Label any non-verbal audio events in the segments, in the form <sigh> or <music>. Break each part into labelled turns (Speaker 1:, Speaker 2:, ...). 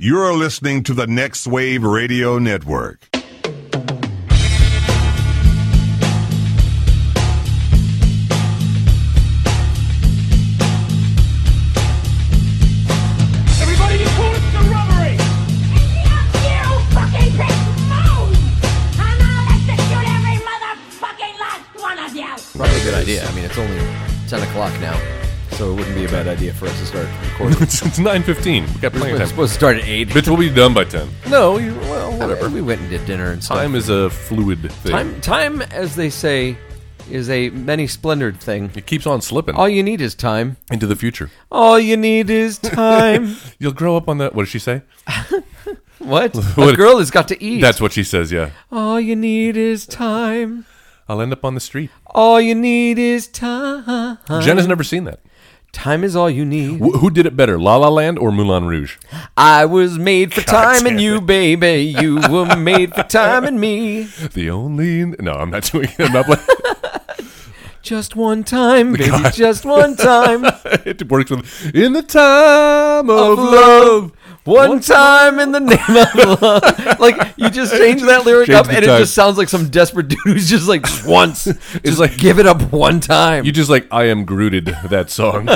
Speaker 1: You're listening to the Next Wave Radio Network.
Speaker 2: Everybody, you call it the robbery!
Speaker 3: Probably a good idea. I mean, it's only 10 o'clock now, so it wouldn't be a bad idea for us to start <laughs> recording.
Speaker 4: it's, <laughs> it's 9.15. We got plenty
Speaker 3: We're
Speaker 4: of time.
Speaker 3: supposed to start at 8.
Speaker 4: Bitch, we'll be done by 10. No, you, well,
Speaker 3: Whatever.
Speaker 4: whatever.
Speaker 3: We went and did dinner and stuff.
Speaker 4: Time is a fluid thing.
Speaker 3: time, time, as they say, is a many splendored thing.
Speaker 4: It keeps on slipping
Speaker 3: All you need is time.
Speaker 4: into the future.
Speaker 3: All you need <laughs> is time.
Speaker 4: You'll grow up on that. What does she say?
Speaker 3: <laughs> what? A
Speaker 4: What-
Speaker 3: girl has got to eat.
Speaker 4: That's what she says, yeah.
Speaker 3: All you need is time.
Speaker 4: I'll end up on the street.
Speaker 3: All you need is time.
Speaker 4: Jen has never seen that.
Speaker 3: Time is all you need.
Speaker 4: Wh- who did it better, La La Land or Moulin Rouge?
Speaker 3: I was made for time and you, baby. You were made for <laughs> time and me.
Speaker 4: The only... No, I'm not <laughs> doing it. I'm not playing.
Speaker 3: Just one time, baby. Just one
Speaker 4: <laughs>
Speaker 3: time.
Speaker 4: it works with... In the time of love.
Speaker 3: One time in the name
Speaker 4: <laughs>
Speaker 3: of love. Like you just change that lyric
Speaker 4: Change
Speaker 3: up,
Speaker 4: the
Speaker 3: and it
Speaker 4: time.
Speaker 3: just sounds like some desperate dude who's just
Speaker 4: <laughs>
Speaker 3: like just once. It's just
Speaker 4: like-
Speaker 3: give it up one time.
Speaker 4: You just like, I am Grooted, that song.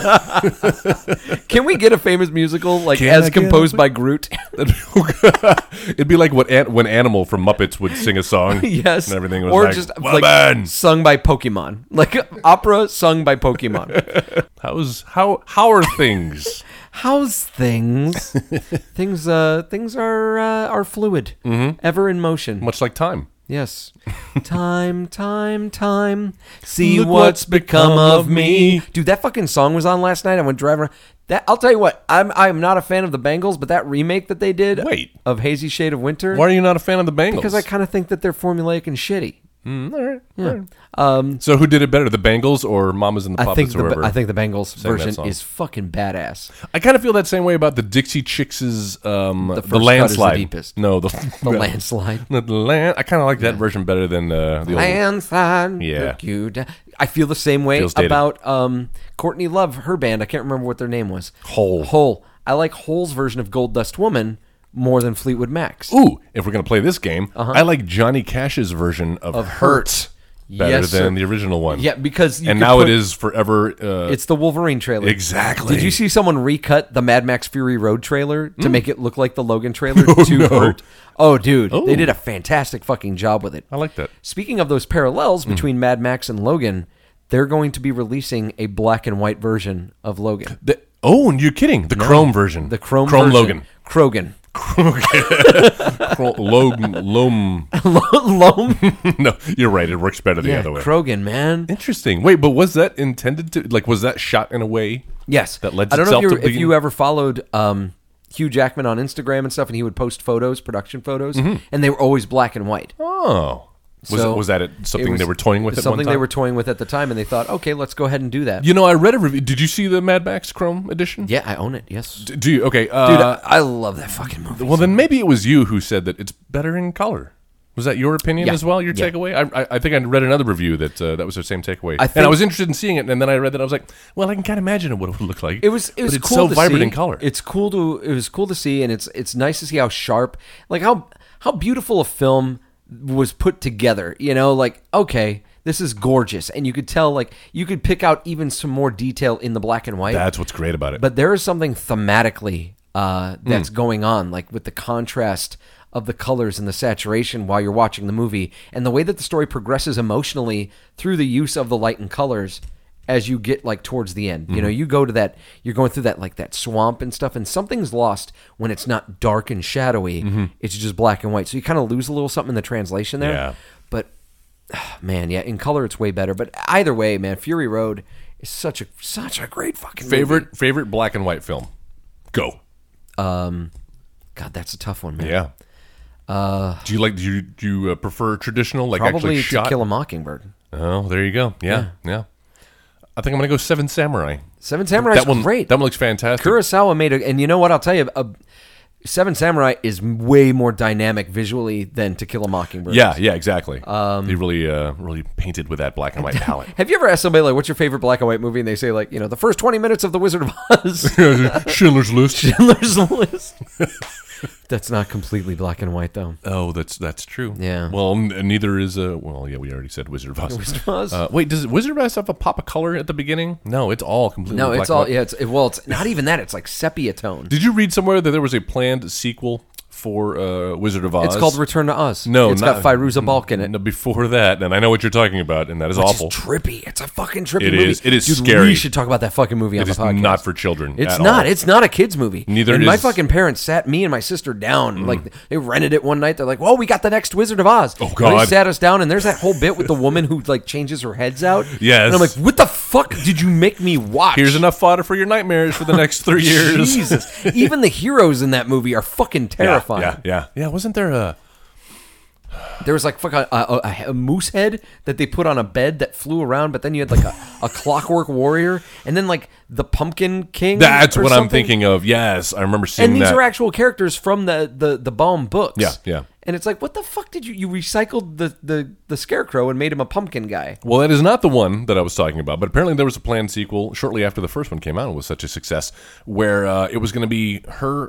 Speaker 4: <laughs>
Speaker 3: Can we get a famous musical like
Speaker 4: Can I
Speaker 3: as
Speaker 4: get
Speaker 3: composed
Speaker 4: up-
Speaker 3: by Groot? <laughs>
Speaker 4: It'd be like what an- when Animal from Muppets would sing a song.
Speaker 3: <laughs> yes,
Speaker 4: And everything was
Speaker 3: or
Speaker 4: like,
Speaker 3: just
Speaker 4: "Woman!"
Speaker 3: like sung by Pokemon, <laughs> like opera sung by
Speaker 4: <laughs>
Speaker 3: Pokemon.
Speaker 4: How's how how are
Speaker 3: <laughs>
Speaker 4: things?
Speaker 3: How's
Speaker 4: <laughs>
Speaker 3: things? things, uh, things are uh, are fluid,
Speaker 4: Mm-hmm.
Speaker 3: ever in motion.
Speaker 4: Much like time. <laughs>
Speaker 3: Yes. time, time, time. See
Speaker 4: Look
Speaker 3: what's
Speaker 4: what's
Speaker 3: become
Speaker 4: become
Speaker 3: of
Speaker 4: of
Speaker 3: me.
Speaker 4: me.
Speaker 3: Dude, that fucking song was on last night. I went driving around. That I'll tell you what, I'm I'm not a fan of the Bengals, but that remake that they did
Speaker 4: Wait.
Speaker 3: of Hazy Shade of Winter.
Speaker 4: Why are you not a fan of the Bengals?
Speaker 3: because I kind of think that they're formulaic and shitty.
Speaker 4: so who did it better, the Bengals or Mamas and the
Speaker 3: I
Speaker 4: Papas
Speaker 3: think
Speaker 4: or
Speaker 3: the,
Speaker 4: whoever?
Speaker 3: Ba- I think the Bengals
Speaker 4: Sang that
Speaker 3: version
Speaker 4: song.
Speaker 3: is fucking badass.
Speaker 4: I kind of feel that same way about the Dixie Chicks' um, the,
Speaker 3: first cut is the
Speaker 4: landslide.
Speaker 3: deepest.
Speaker 4: <laughs> No, the,
Speaker 3: <laughs> The landslide.
Speaker 4: The land. I kind of like that version better than uh, the old.
Speaker 3: Landslide.
Speaker 4: Yeah.
Speaker 3: took you down. I feel the same way
Speaker 4: Feels dated.
Speaker 3: about um, Courtney Love, her band. I can't remember what their name was.
Speaker 4: Hole.
Speaker 3: Hole. I like Hole's version of Gold Dust Woman more than Fleetwood Mac's.
Speaker 4: Ooh, if we're gonna play this game, I like Johnny Cash's version of,
Speaker 3: Uh-huh. Of
Speaker 4: Hurt
Speaker 3: Hurt.
Speaker 4: better
Speaker 3: Yes, sir.
Speaker 4: than the original one.
Speaker 3: Yeah, because you
Speaker 4: and
Speaker 3: could
Speaker 4: now
Speaker 3: put-
Speaker 4: it is forever. Uh,
Speaker 3: It's the Wolverine trailer.
Speaker 4: Exactly.
Speaker 3: Did you see someone recut the Mad Max Fury Road trailer to make it look like the Logan
Speaker 4: <laughs>
Speaker 3: trailer to
Speaker 4: Hmm. no.
Speaker 3: Hurt? Oh, dude, they
Speaker 4: Oh.
Speaker 3: did a fantastic fucking job with it.
Speaker 4: I like that. Hmm.
Speaker 3: Speaking of those parallels between Mad Max and Logan, they're going to be releasing a black and white version of Logan.
Speaker 4: The, oh, and you're kidding. The Chrome version.
Speaker 3: The Chrome
Speaker 4: Chrome
Speaker 3: version.
Speaker 4: Logan.
Speaker 3: Krogan.
Speaker 4: Chrome,
Speaker 3: <laughs>
Speaker 4: Logan. Loam.
Speaker 3: Loam.
Speaker 4: <laughs> no, you're right. It works better the
Speaker 3: Yeah,
Speaker 4: other way.
Speaker 3: Krogan, man.
Speaker 4: Interesting. Wait, but was that intended to like was that shot in a way?
Speaker 3: Yes,
Speaker 4: That lends
Speaker 3: I don't know
Speaker 4: itself
Speaker 3: if, you
Speaker 4: to
Speaker 3: if
Speaker 4: being-
Speaker 3: you ever followed um, Hugh Jackman on Instagram and stuff, and he would post photos, production photos,
Speaker 4: Mm-hmm.
Speaker 3: and they were always black and white.
Speaker 4: Oh. Was
Speaker 3: So
Speaker 4: was that it, something
Speaker 3: was
Speaker 4: they were toying with at
Speaker 3: Something
Speaker 4: one
Speaker 3: they
Speaker 4: time?
Speaker 3: were toying with at the time, and they thought, okay, let's go ahead and do that.
Speaker 4: You know, I read a review. Did you see the Mad Max Chrome edition?
Speaker 3: yeah, I own it. Yes, dude,
Speaker 4: D- Do you? Okay. Uh,
Speaker 3: I I love that fucking movie.
Speaker 4: well, then maybe it was you who said that it's better in color. Was that your opinion
Speaker 3: Yeah.
Speaker 4: as well? Your
Speaker 3: Yeah.
Speaker 4: takeaway? I, I, I think I read another review that uh, that was the same takeaway,
Speaker 3: I
Speaker 4: and
Speaker 3: think-
Speaker 4: I was interested in seeing it. And then I read that I was like, well, I can kind of imagine what it would look like.
Speaker 3: it was it
Speaker 4: but
Speaker 3: was
Speaker 4: it's
Speaker 3: cool
Speaker 4: so
Speaker 3: to
Speaker 4: vibrant
Speaker 3: see.
Speaker 4: in color.
Speaker 3: It's cool to it was cool to see, and it's it's nice to see how sharp, like how how beautiful a film was put together. You know, like okay, this is gorgeous, and you could tell like you could pick out even some more detail in the black and white.
Speaker 4: That's what's great about it. Hmm.
Speaker 3: but there is something thematically uh, that's going on, like with the contrast of the colors and the saturation while you're watching the movie, and the way that the story progresses emotionally through the use of the light and colors as you get like towards the end.
Speaker 4: Hmm.
Speaker 3: You know, you go to that, you're going through that like that swamp and stuff, and something's lost when it's not dark and shadowy.
Speaker 4: Mm-hmm.
Speaker 3: It's just black and white, so you kind of lose a little something in the translation there.
Speaker 4: Yeah.
Speaker 3: But <sighs> man, yeah, in color it's way better. But either way, man, Fury Road is such a such a great fucking movie.
Speaker 4: favorite favorite black and white film. Go.
Speaker 3: God, that's a tough one, man.
Speaker 4: Yeah. Uh, do you like do you do you uh, prefer traditional like
Speaker 3: Probably
Speaker 4: actually
Speaker 3: To
Speaker 4: shot?
Speaker 3: Kill a Mockingbird.
Speaker 4: oh, there you go. Yeah, yeah. I think I'm gonna go Seven Samurai.
Speaker 3: Seven Samurai
Speaker 4: that one,
Speaker 3: great.
Speaker 4: That one looks fantastic.
Speaker 3: Kurosawa made a, and you know what? I'll tell you, a, Seven Samurai is way more dynamic visually than To Kill a Mockingbird.
Speaker 4: yeah, yeah, exactly. Um, they really uh, really painted with that black and
Speaker 3: <laughs>
Speaker 4: white <laughs> palette.
Speaker 3: Have you ever asked somebody like, "What's your favorite black and white movie?" And they say like, you
Speaker 4: <laughs>
Speaker 3: know, the first twenty minutes of The Wizard of Oz,
Speaker 4: Schindler's List.
Speaker 3: Schindler's List. That's not completely black and white though.
Speaker 4: Oh, that's that's true.
Speaker 3: Yeah.
Speaker 4: Well, n- neither is uh. Well, yeah, we already said Wizard of Oz.
Speaker 3: Wizard
Speaker 4: <laughs>
Speaker 3: of Oz.
Speaker 4: <laughs> Uh, wait, does Wizard of Oz have a pop of color at the beginning? No, it's all completely.
Speaker 3: No,
Speaker 4: black
Speaker 3: it's
Speaker 4: and
Speaker 3: all
Speaker 4: white.
Speaker 3: yeah. It's well, it's not even that. It's like sepia tone.
Speaker 4: Did you read somewhere that there was a planned sequel for uh, Wizard of Oz?
Speaker 3: It's called Return to Oz.
Speaker 4: No,
Speaker 3: it's
Speaker 4: not, Mm,
Speaker 3: got Firuza Balk in it.
Speaker 4: No, before that, and I know what you're talking about, and that is
Speaker 3: Which
Speaker 4: awful.
Speaker 3: Is trippy. It's a fucking trippy
Speaker 4: It
Speaker 3: movie.
Speaker 4: is. It is
Speaker 3: Dude,
Speaker 4: scary.
Speaker 3: We should talk about that fucking movie on
Speaker 4: it
Speaker 3: the
Speaker 4: is
Speaker 3: podcast.
Speaker 4: not for children.
Speaker 3: It's
Speaker 4: at
Speaker 3: not.
Speaker 4: all.
Speaker 3: It's not a kids movie.
Speaker 4: Neither
Speaker 3: And my
Speaker 4: is- Mm.
Speaker 3: fucking parents sat me and my sister down. Like they rented it one night. They're like, "Well, we got the next Wizard of Oz." Oh they
Speaker 4: God.
Speaker 3: sat us down, and there's that whole bit with the woman who like changes her heads out.
Speaker 4: Yes.
Speaker 3: And I'm like, "What the fuck did you make me watch?"
Speaker 4: Here's enough fodder for your nightmares for the next three
Speaker 3: <laughs>
Speaker 4: years. <laughs>
Speaker 3: Jesus. Even the heroes in that movie are fucking
Speaker 4: Yeah,
Speaker 3: terrifying.
Speaker 4: Yeah, yeah, yeah. Wasn't there a?
Speaker 3: There was like fuck a, a, a- a moose head that they put on a bed that flew around, but then you had like a, a clockwork warrior, and then like the pumpkin king.
Speaker 4: That's
Speaker 3: or
Speaker 4: what I'm
Speaker 3: something.
Speaker 4: thinking of. Yes, I remember seeing
Speaker 3: And these
Speaker 4: that.
Speaker 3: are actual characters from the the the Baum books.
Speaker 4: Yeah, yeah.
Speaker 3: And it's like, what the fuck did you you recycled the the the scarecrow and made him a pumpkin guy?
Speaker 4: Well, that is not the one that I was talking about, but apparently there was a planned sequel shortly after the first one came out and was such a success where uh, it was going to be her.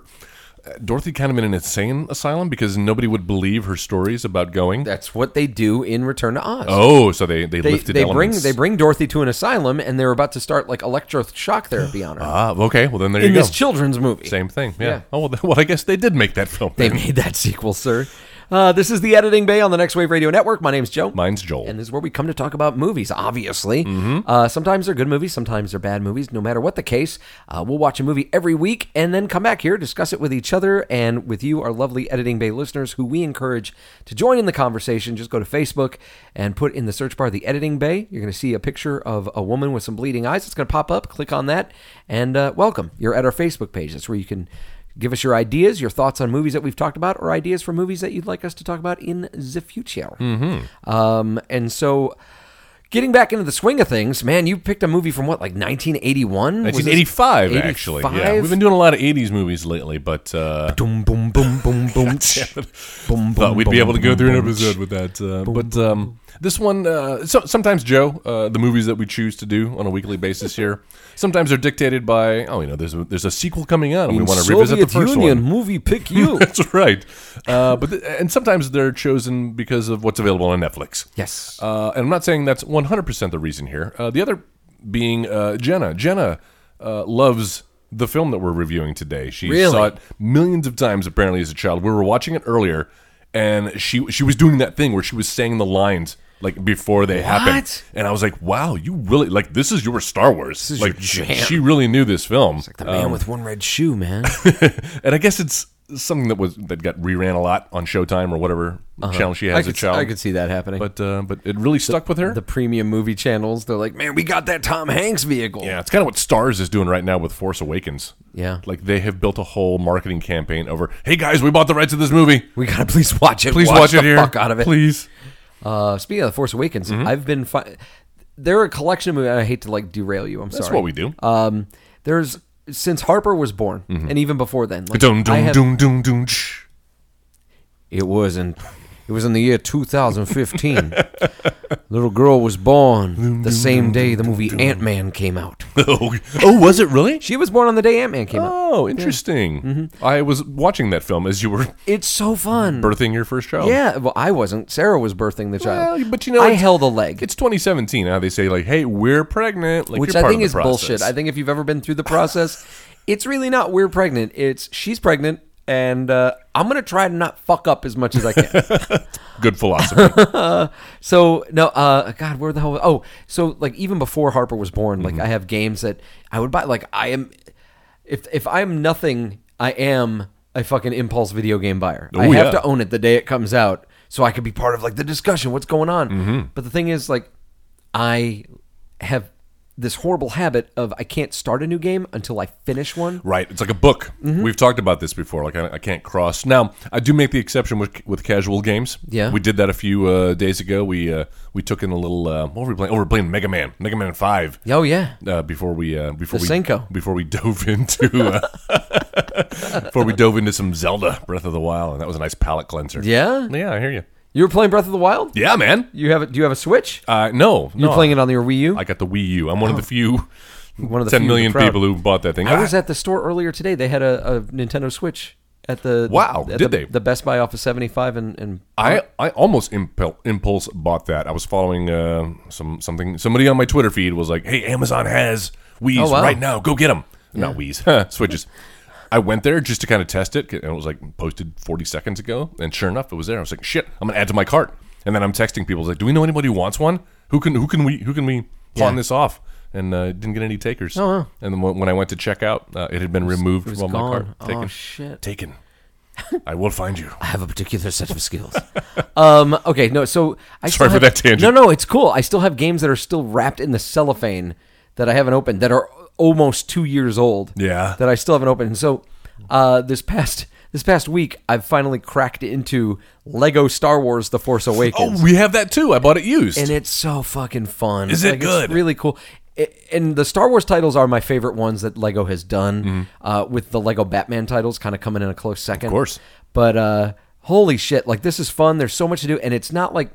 Speaker 4: uh, Dorothy kind of in an insane asylum because nobody would believe her stories about going.
Speaker 3: That's what they do in Return to Oz.
Speaker 4: oh, so they, they,
Speaker 3: They,
Speaker 4: lifted
Speaker 3: they bring
Speaker 4: elements.
Speaker 3: they bring Dorothy to an asylum and they're about to start like electroshock therapy on her
Speaker 4: ah, okay. Well, then there
Speaker 3: in
Speaker 4: you go.
Speaker 3: this children's movie.
Speaker 4: Same thing. Yeah.
Speaker 3: Yeah.
Speaker 4: Oh well, then- <laughs> well, I guess they did make that film.
Speaker 3: They
Speaker 4: then.
Speaker 3: made that <laughs> sequel, sir. Uh, this is the Editing Bay on the Next Wave Radio Network. My name's Joe.
Speaker 4: Mine's Joel.
Speaker 3: And this is where we come to talk about movies, obviously. Uh, sometimes they're good movies, sometimes they're bad movies. No matter what the case, uh, we'll watch a movie every week and then come back here, discuss it with each other and with you, our lovely Editing Bay listeners, who we encourage to join in the conversation. Just go to Facebook and put in the search bar the Editing Bay. You're going to see a picture of a woman with some bleeding eyes. It's going to pop up. Click on that and uh, welcome. You're at our Facebook page. That's where you can. Give us your ideas, your thoughts on movies that we've talked about, or ideas for movies that you'd like us to talk about in the future. Um, and so, getting back into the swing of things, man, you picked a movie from what, like 1981? Was this-
Speaker 4: 1985, actually. Yeah,
Speaker 3: 85?
Speaker 4: we've been doing a lot of 80s movies lately, but uh,
Speaker 3: Boom, boom, boom,
Speaker 4: <laughs>
Speaker 3: boom, boom. boom, boom,
Speaker 4: thought we'd be
Speaker 3: boom,
Speaker 4: able to go
Speaker 3: boom,
Speaker 4: through an
Speaker 3: boom.
Speaker 4: episode with that. Uh, but um, this one, uh, so, sometimes Joe, uh, the movies that we choose to do on a weekly basis here, sometimes are dictated by oh, you know, there's a, there's a sequel coming out, and we want to revisit the
Speaker 3: Soviet
Speaker 4: first
Speaker 3: Union
Speaker 4: one.
Speaker 3: movie pick
Speaker 4: <laughs>
Speaker 3: you.
Speaker 4: That's right. Uh, but th- and sometimes they're chosen because of what's available on Netflix.
Speaker 3: yes.
Speaker 4: Uh, and I'm not saying that's 100% the reason here. Uh, the other being uh, Jenna. Jenna uh, loves the film that we're reviewing today. She
Speaker 3: Really?
Speaker 4: saw it millions of times apparently as a child. We were watching it earlier, and she she was doing that thing where she was saying the lines like before they happened.
Speaker 3: What?
Speaker 4: And I was like, "Wow, you really like this is your Star Wars.
Speaker 3: is
Speaker 4: like
Speaker 3: your jam.
Speaker 4: she really knew this film."
Speaker 3: the man with one red shoe,
Speaker 4: <laughs>
Speaker 3: man.
Speaker 4: and I guess it's something that was that got reran a lot on Showtime or whatever channel she has
Speaker 3: Uh-huh. I
Speaker 4: as a
Speaker 3: could,
Speaker 4: child.
Speaker 3: I could see that happening.
Speaker 4: but uh, but it really stuck with her.
Speaker 3: the premium movie channels, they're like, man, we got that Tom Hanks vehicle.
Speaker 4: Yeah, it's kind of what Stars is doing right now with Force Awakens.
Speaker 3: Yeah.
Speaker 4: Like they have built a whole marketing campaign over, hey guys, we bought the rights to this movie.
Speaker 3: We gotta please watch it.
Speaker 4: Please watch,
Speaker 3: the
Speaker 4: it here.
Speaker 3: Fuck out of it.
Speaker 4: Please.
Speaker 3: Uh, speaking of the Force Awakens,
Speaker 4: Mm-hmm.
Speaker 3: I've been. Fi- there are a collection of movies. I hate to like derail you. I'm sorry.
Speaker 4: That's what we do. Mm-hmm.
Speaker 3: Um, there's since Harper was born, and even before then, like,
Speaker 4: Dun,
Speaker 3: I
Speaker 4: dun,
Speaker 3: have-
Speaker 4: dun, dun, dun, shh.
Speaker 3: it was in it was in the year 2015. <laughs> Little girl was born the same day the movie Ant Man came out.
Speaker 4: oh, oh, was it really?
Speaker 3: She was born on the day Ant Man came out.
Speaker 4: Oh, interesting.
Speaker 3: Mm-hmm.
Speaker 4: I was watching that film as you were
Speaker 3: It's so fun.
Speaker 4: birthing your first child.
Speaker 3: Mm. Yeah, well, I wasn't. Sarah was birthing the child,
Speaker 4: Well, but you know,
Speaker 3: I
Speaker 4: it's-
Speaker 3: held a leg.
Speaker 4: It's 2017. Now they say like, "Hey, we're pregnant," like,
Speaker 3: which
Speaker 4: you're
Speaker 3: I
Speaker 4: part
Speaker 3: think
Speaker 4: of
Speaker 3: is
Speaker 4: the process.
Speaker 3: bullshit. I think if you've ever been through the process, <laughs> it's really not we're pregnant. It's she's pregnant, and uh, I'm gonna try to not fuck up as much as I can.
Speaker 4: good philosophy.
Speaker 3: so no, uh, God, where the hell? Oh, so like even before Harper was born,
Speaker 4: Mm-hmm.
Speaker 3: like I have games that I would buy. Like I am, if if I'm nothing, I am a fucking impulse video game buyer. I
Speaker 4: Ooh,
Speaker 3: have
Speaker 4: Oh, yeah.
Speaker 3: to own it the day it comes out, so I could be part of like the discussion. What's going on?
Speaker 4: Mm-hmm.
Speaker 3: But the thing is, like, I have. This horrible habit of I can't start a new game until I finish one.
Speaker 4: Right. It's like a book.
Speaker 3: Mm-hmm.
Speaker 4: We've talked about this before. Like, I, I can't cross. Now, I do make the exception with, with casual games.
Speaker 3: Yeah.
Speaker 4: We did that a few uh, days ago. We uh, we took in a little. Uh, what were we playing? Oh, we are playing Mega Man. Mega Man 5.
Speaker 3: Oh yeah,
Speaker 4: Uh, before we uh, before
Speaker 3: The
Speaker 4: we
Speaker 3: Senko.
Speaker 4: before we dove into uh, <laughs> before we dove into some Zelda Breath of the Wild and that was a nice palate cleanser.
Speaker 3: yeah.
Speaker 4: yeah, I hear you.
Speaker 3: You were playing Breath of the Wild.
Speaker 4: Yeah, man.
Speaker 3: You have a, do you have a Switch?
Speaker 4: Uh, no,
Speaker 3: You're playing it on your Wii U.
Speaker 4: I got the Wii U. I'm one of the few
Speaker 3: One of the
Speaker 4: ten
Speaker 3: few,
Speaker 4: million
Speaker 3: the proud.
Speaker 4: people who bought that thing.
Speaker 3: I was at the store earlier today. They had a, a Nintendo Switch at the
Speaker 4: Wow,
Speaker 3: at
Speaker 4: did
Speaker 3: the,
Speaker 4: they?
Speaker 3: the Best Buy off of 75 and, and
Speaker 4: I, I almost impel, impulse bought that. I was following uh, some something. Somebody on my Twitter feed was like, "Hey, Amazon has Wii's
Speaker 3: Oh, wow.
Speaker 4: right now. Go get them." Not Wii's, <laughs> Switches. I went there just to kind of test it, and it was like posted 40 seconds ago, and sure enough, it was there. I was like, "Shit, I'm gonna add to my cart." And then I'm texting people like, "Do we know anybody who wants one? Who can who can we who can we pawn
Speaker 3: Yeah.
Speaker 4: this off?" And uh, didn't get any takers.
Speaker 3: Oh, wow.
Speaker 4: And then when when I went to check out, uh, it had been removed
Speaker 3: it was
Speaker 4: from my
Speaker 3: gone.
Speaker 4: cart.
Speaker 3: Oh shit.
Speaker 4: Taken. <laughs> I will find you.
Speaker 3: I have a particular set of skills. <laughs> um, okay, no, so I
Speaker 4: Sorry
Speaker 3: still
Speaker 4: for
Speaker 3: have-
Speaker 4: that tangent.
Speaker 3: No, no, it's cool. I still have games that are still wrapped in the cellophane that I haven't opened that are almost two years old.
Speaker 4: Yeah.
Speaker 3: that I still haven't opened. And so uh, this past this past week, I've finally cracked into Lego Star Wars: The Force Awakens.
Speaker 4: Oh, we have that too. I bought it used.
Speaker 3: and it's so fucking fun.
Speaker 4: Is it
Speaker 3: Like,
Speaker 4: good?
Speaker 3: It's really cool. It, and the Star Wars titles are my favorite ones that Lego has done.
Speaker 4: Mm-hmm.
Speaker 3: Uh, with the Lego Batman titles kind of coming in a close second, of
Speaker 4: course.
Speaker 3: But uh, holy shit, like this is fun. There's so much to do, and it's not like.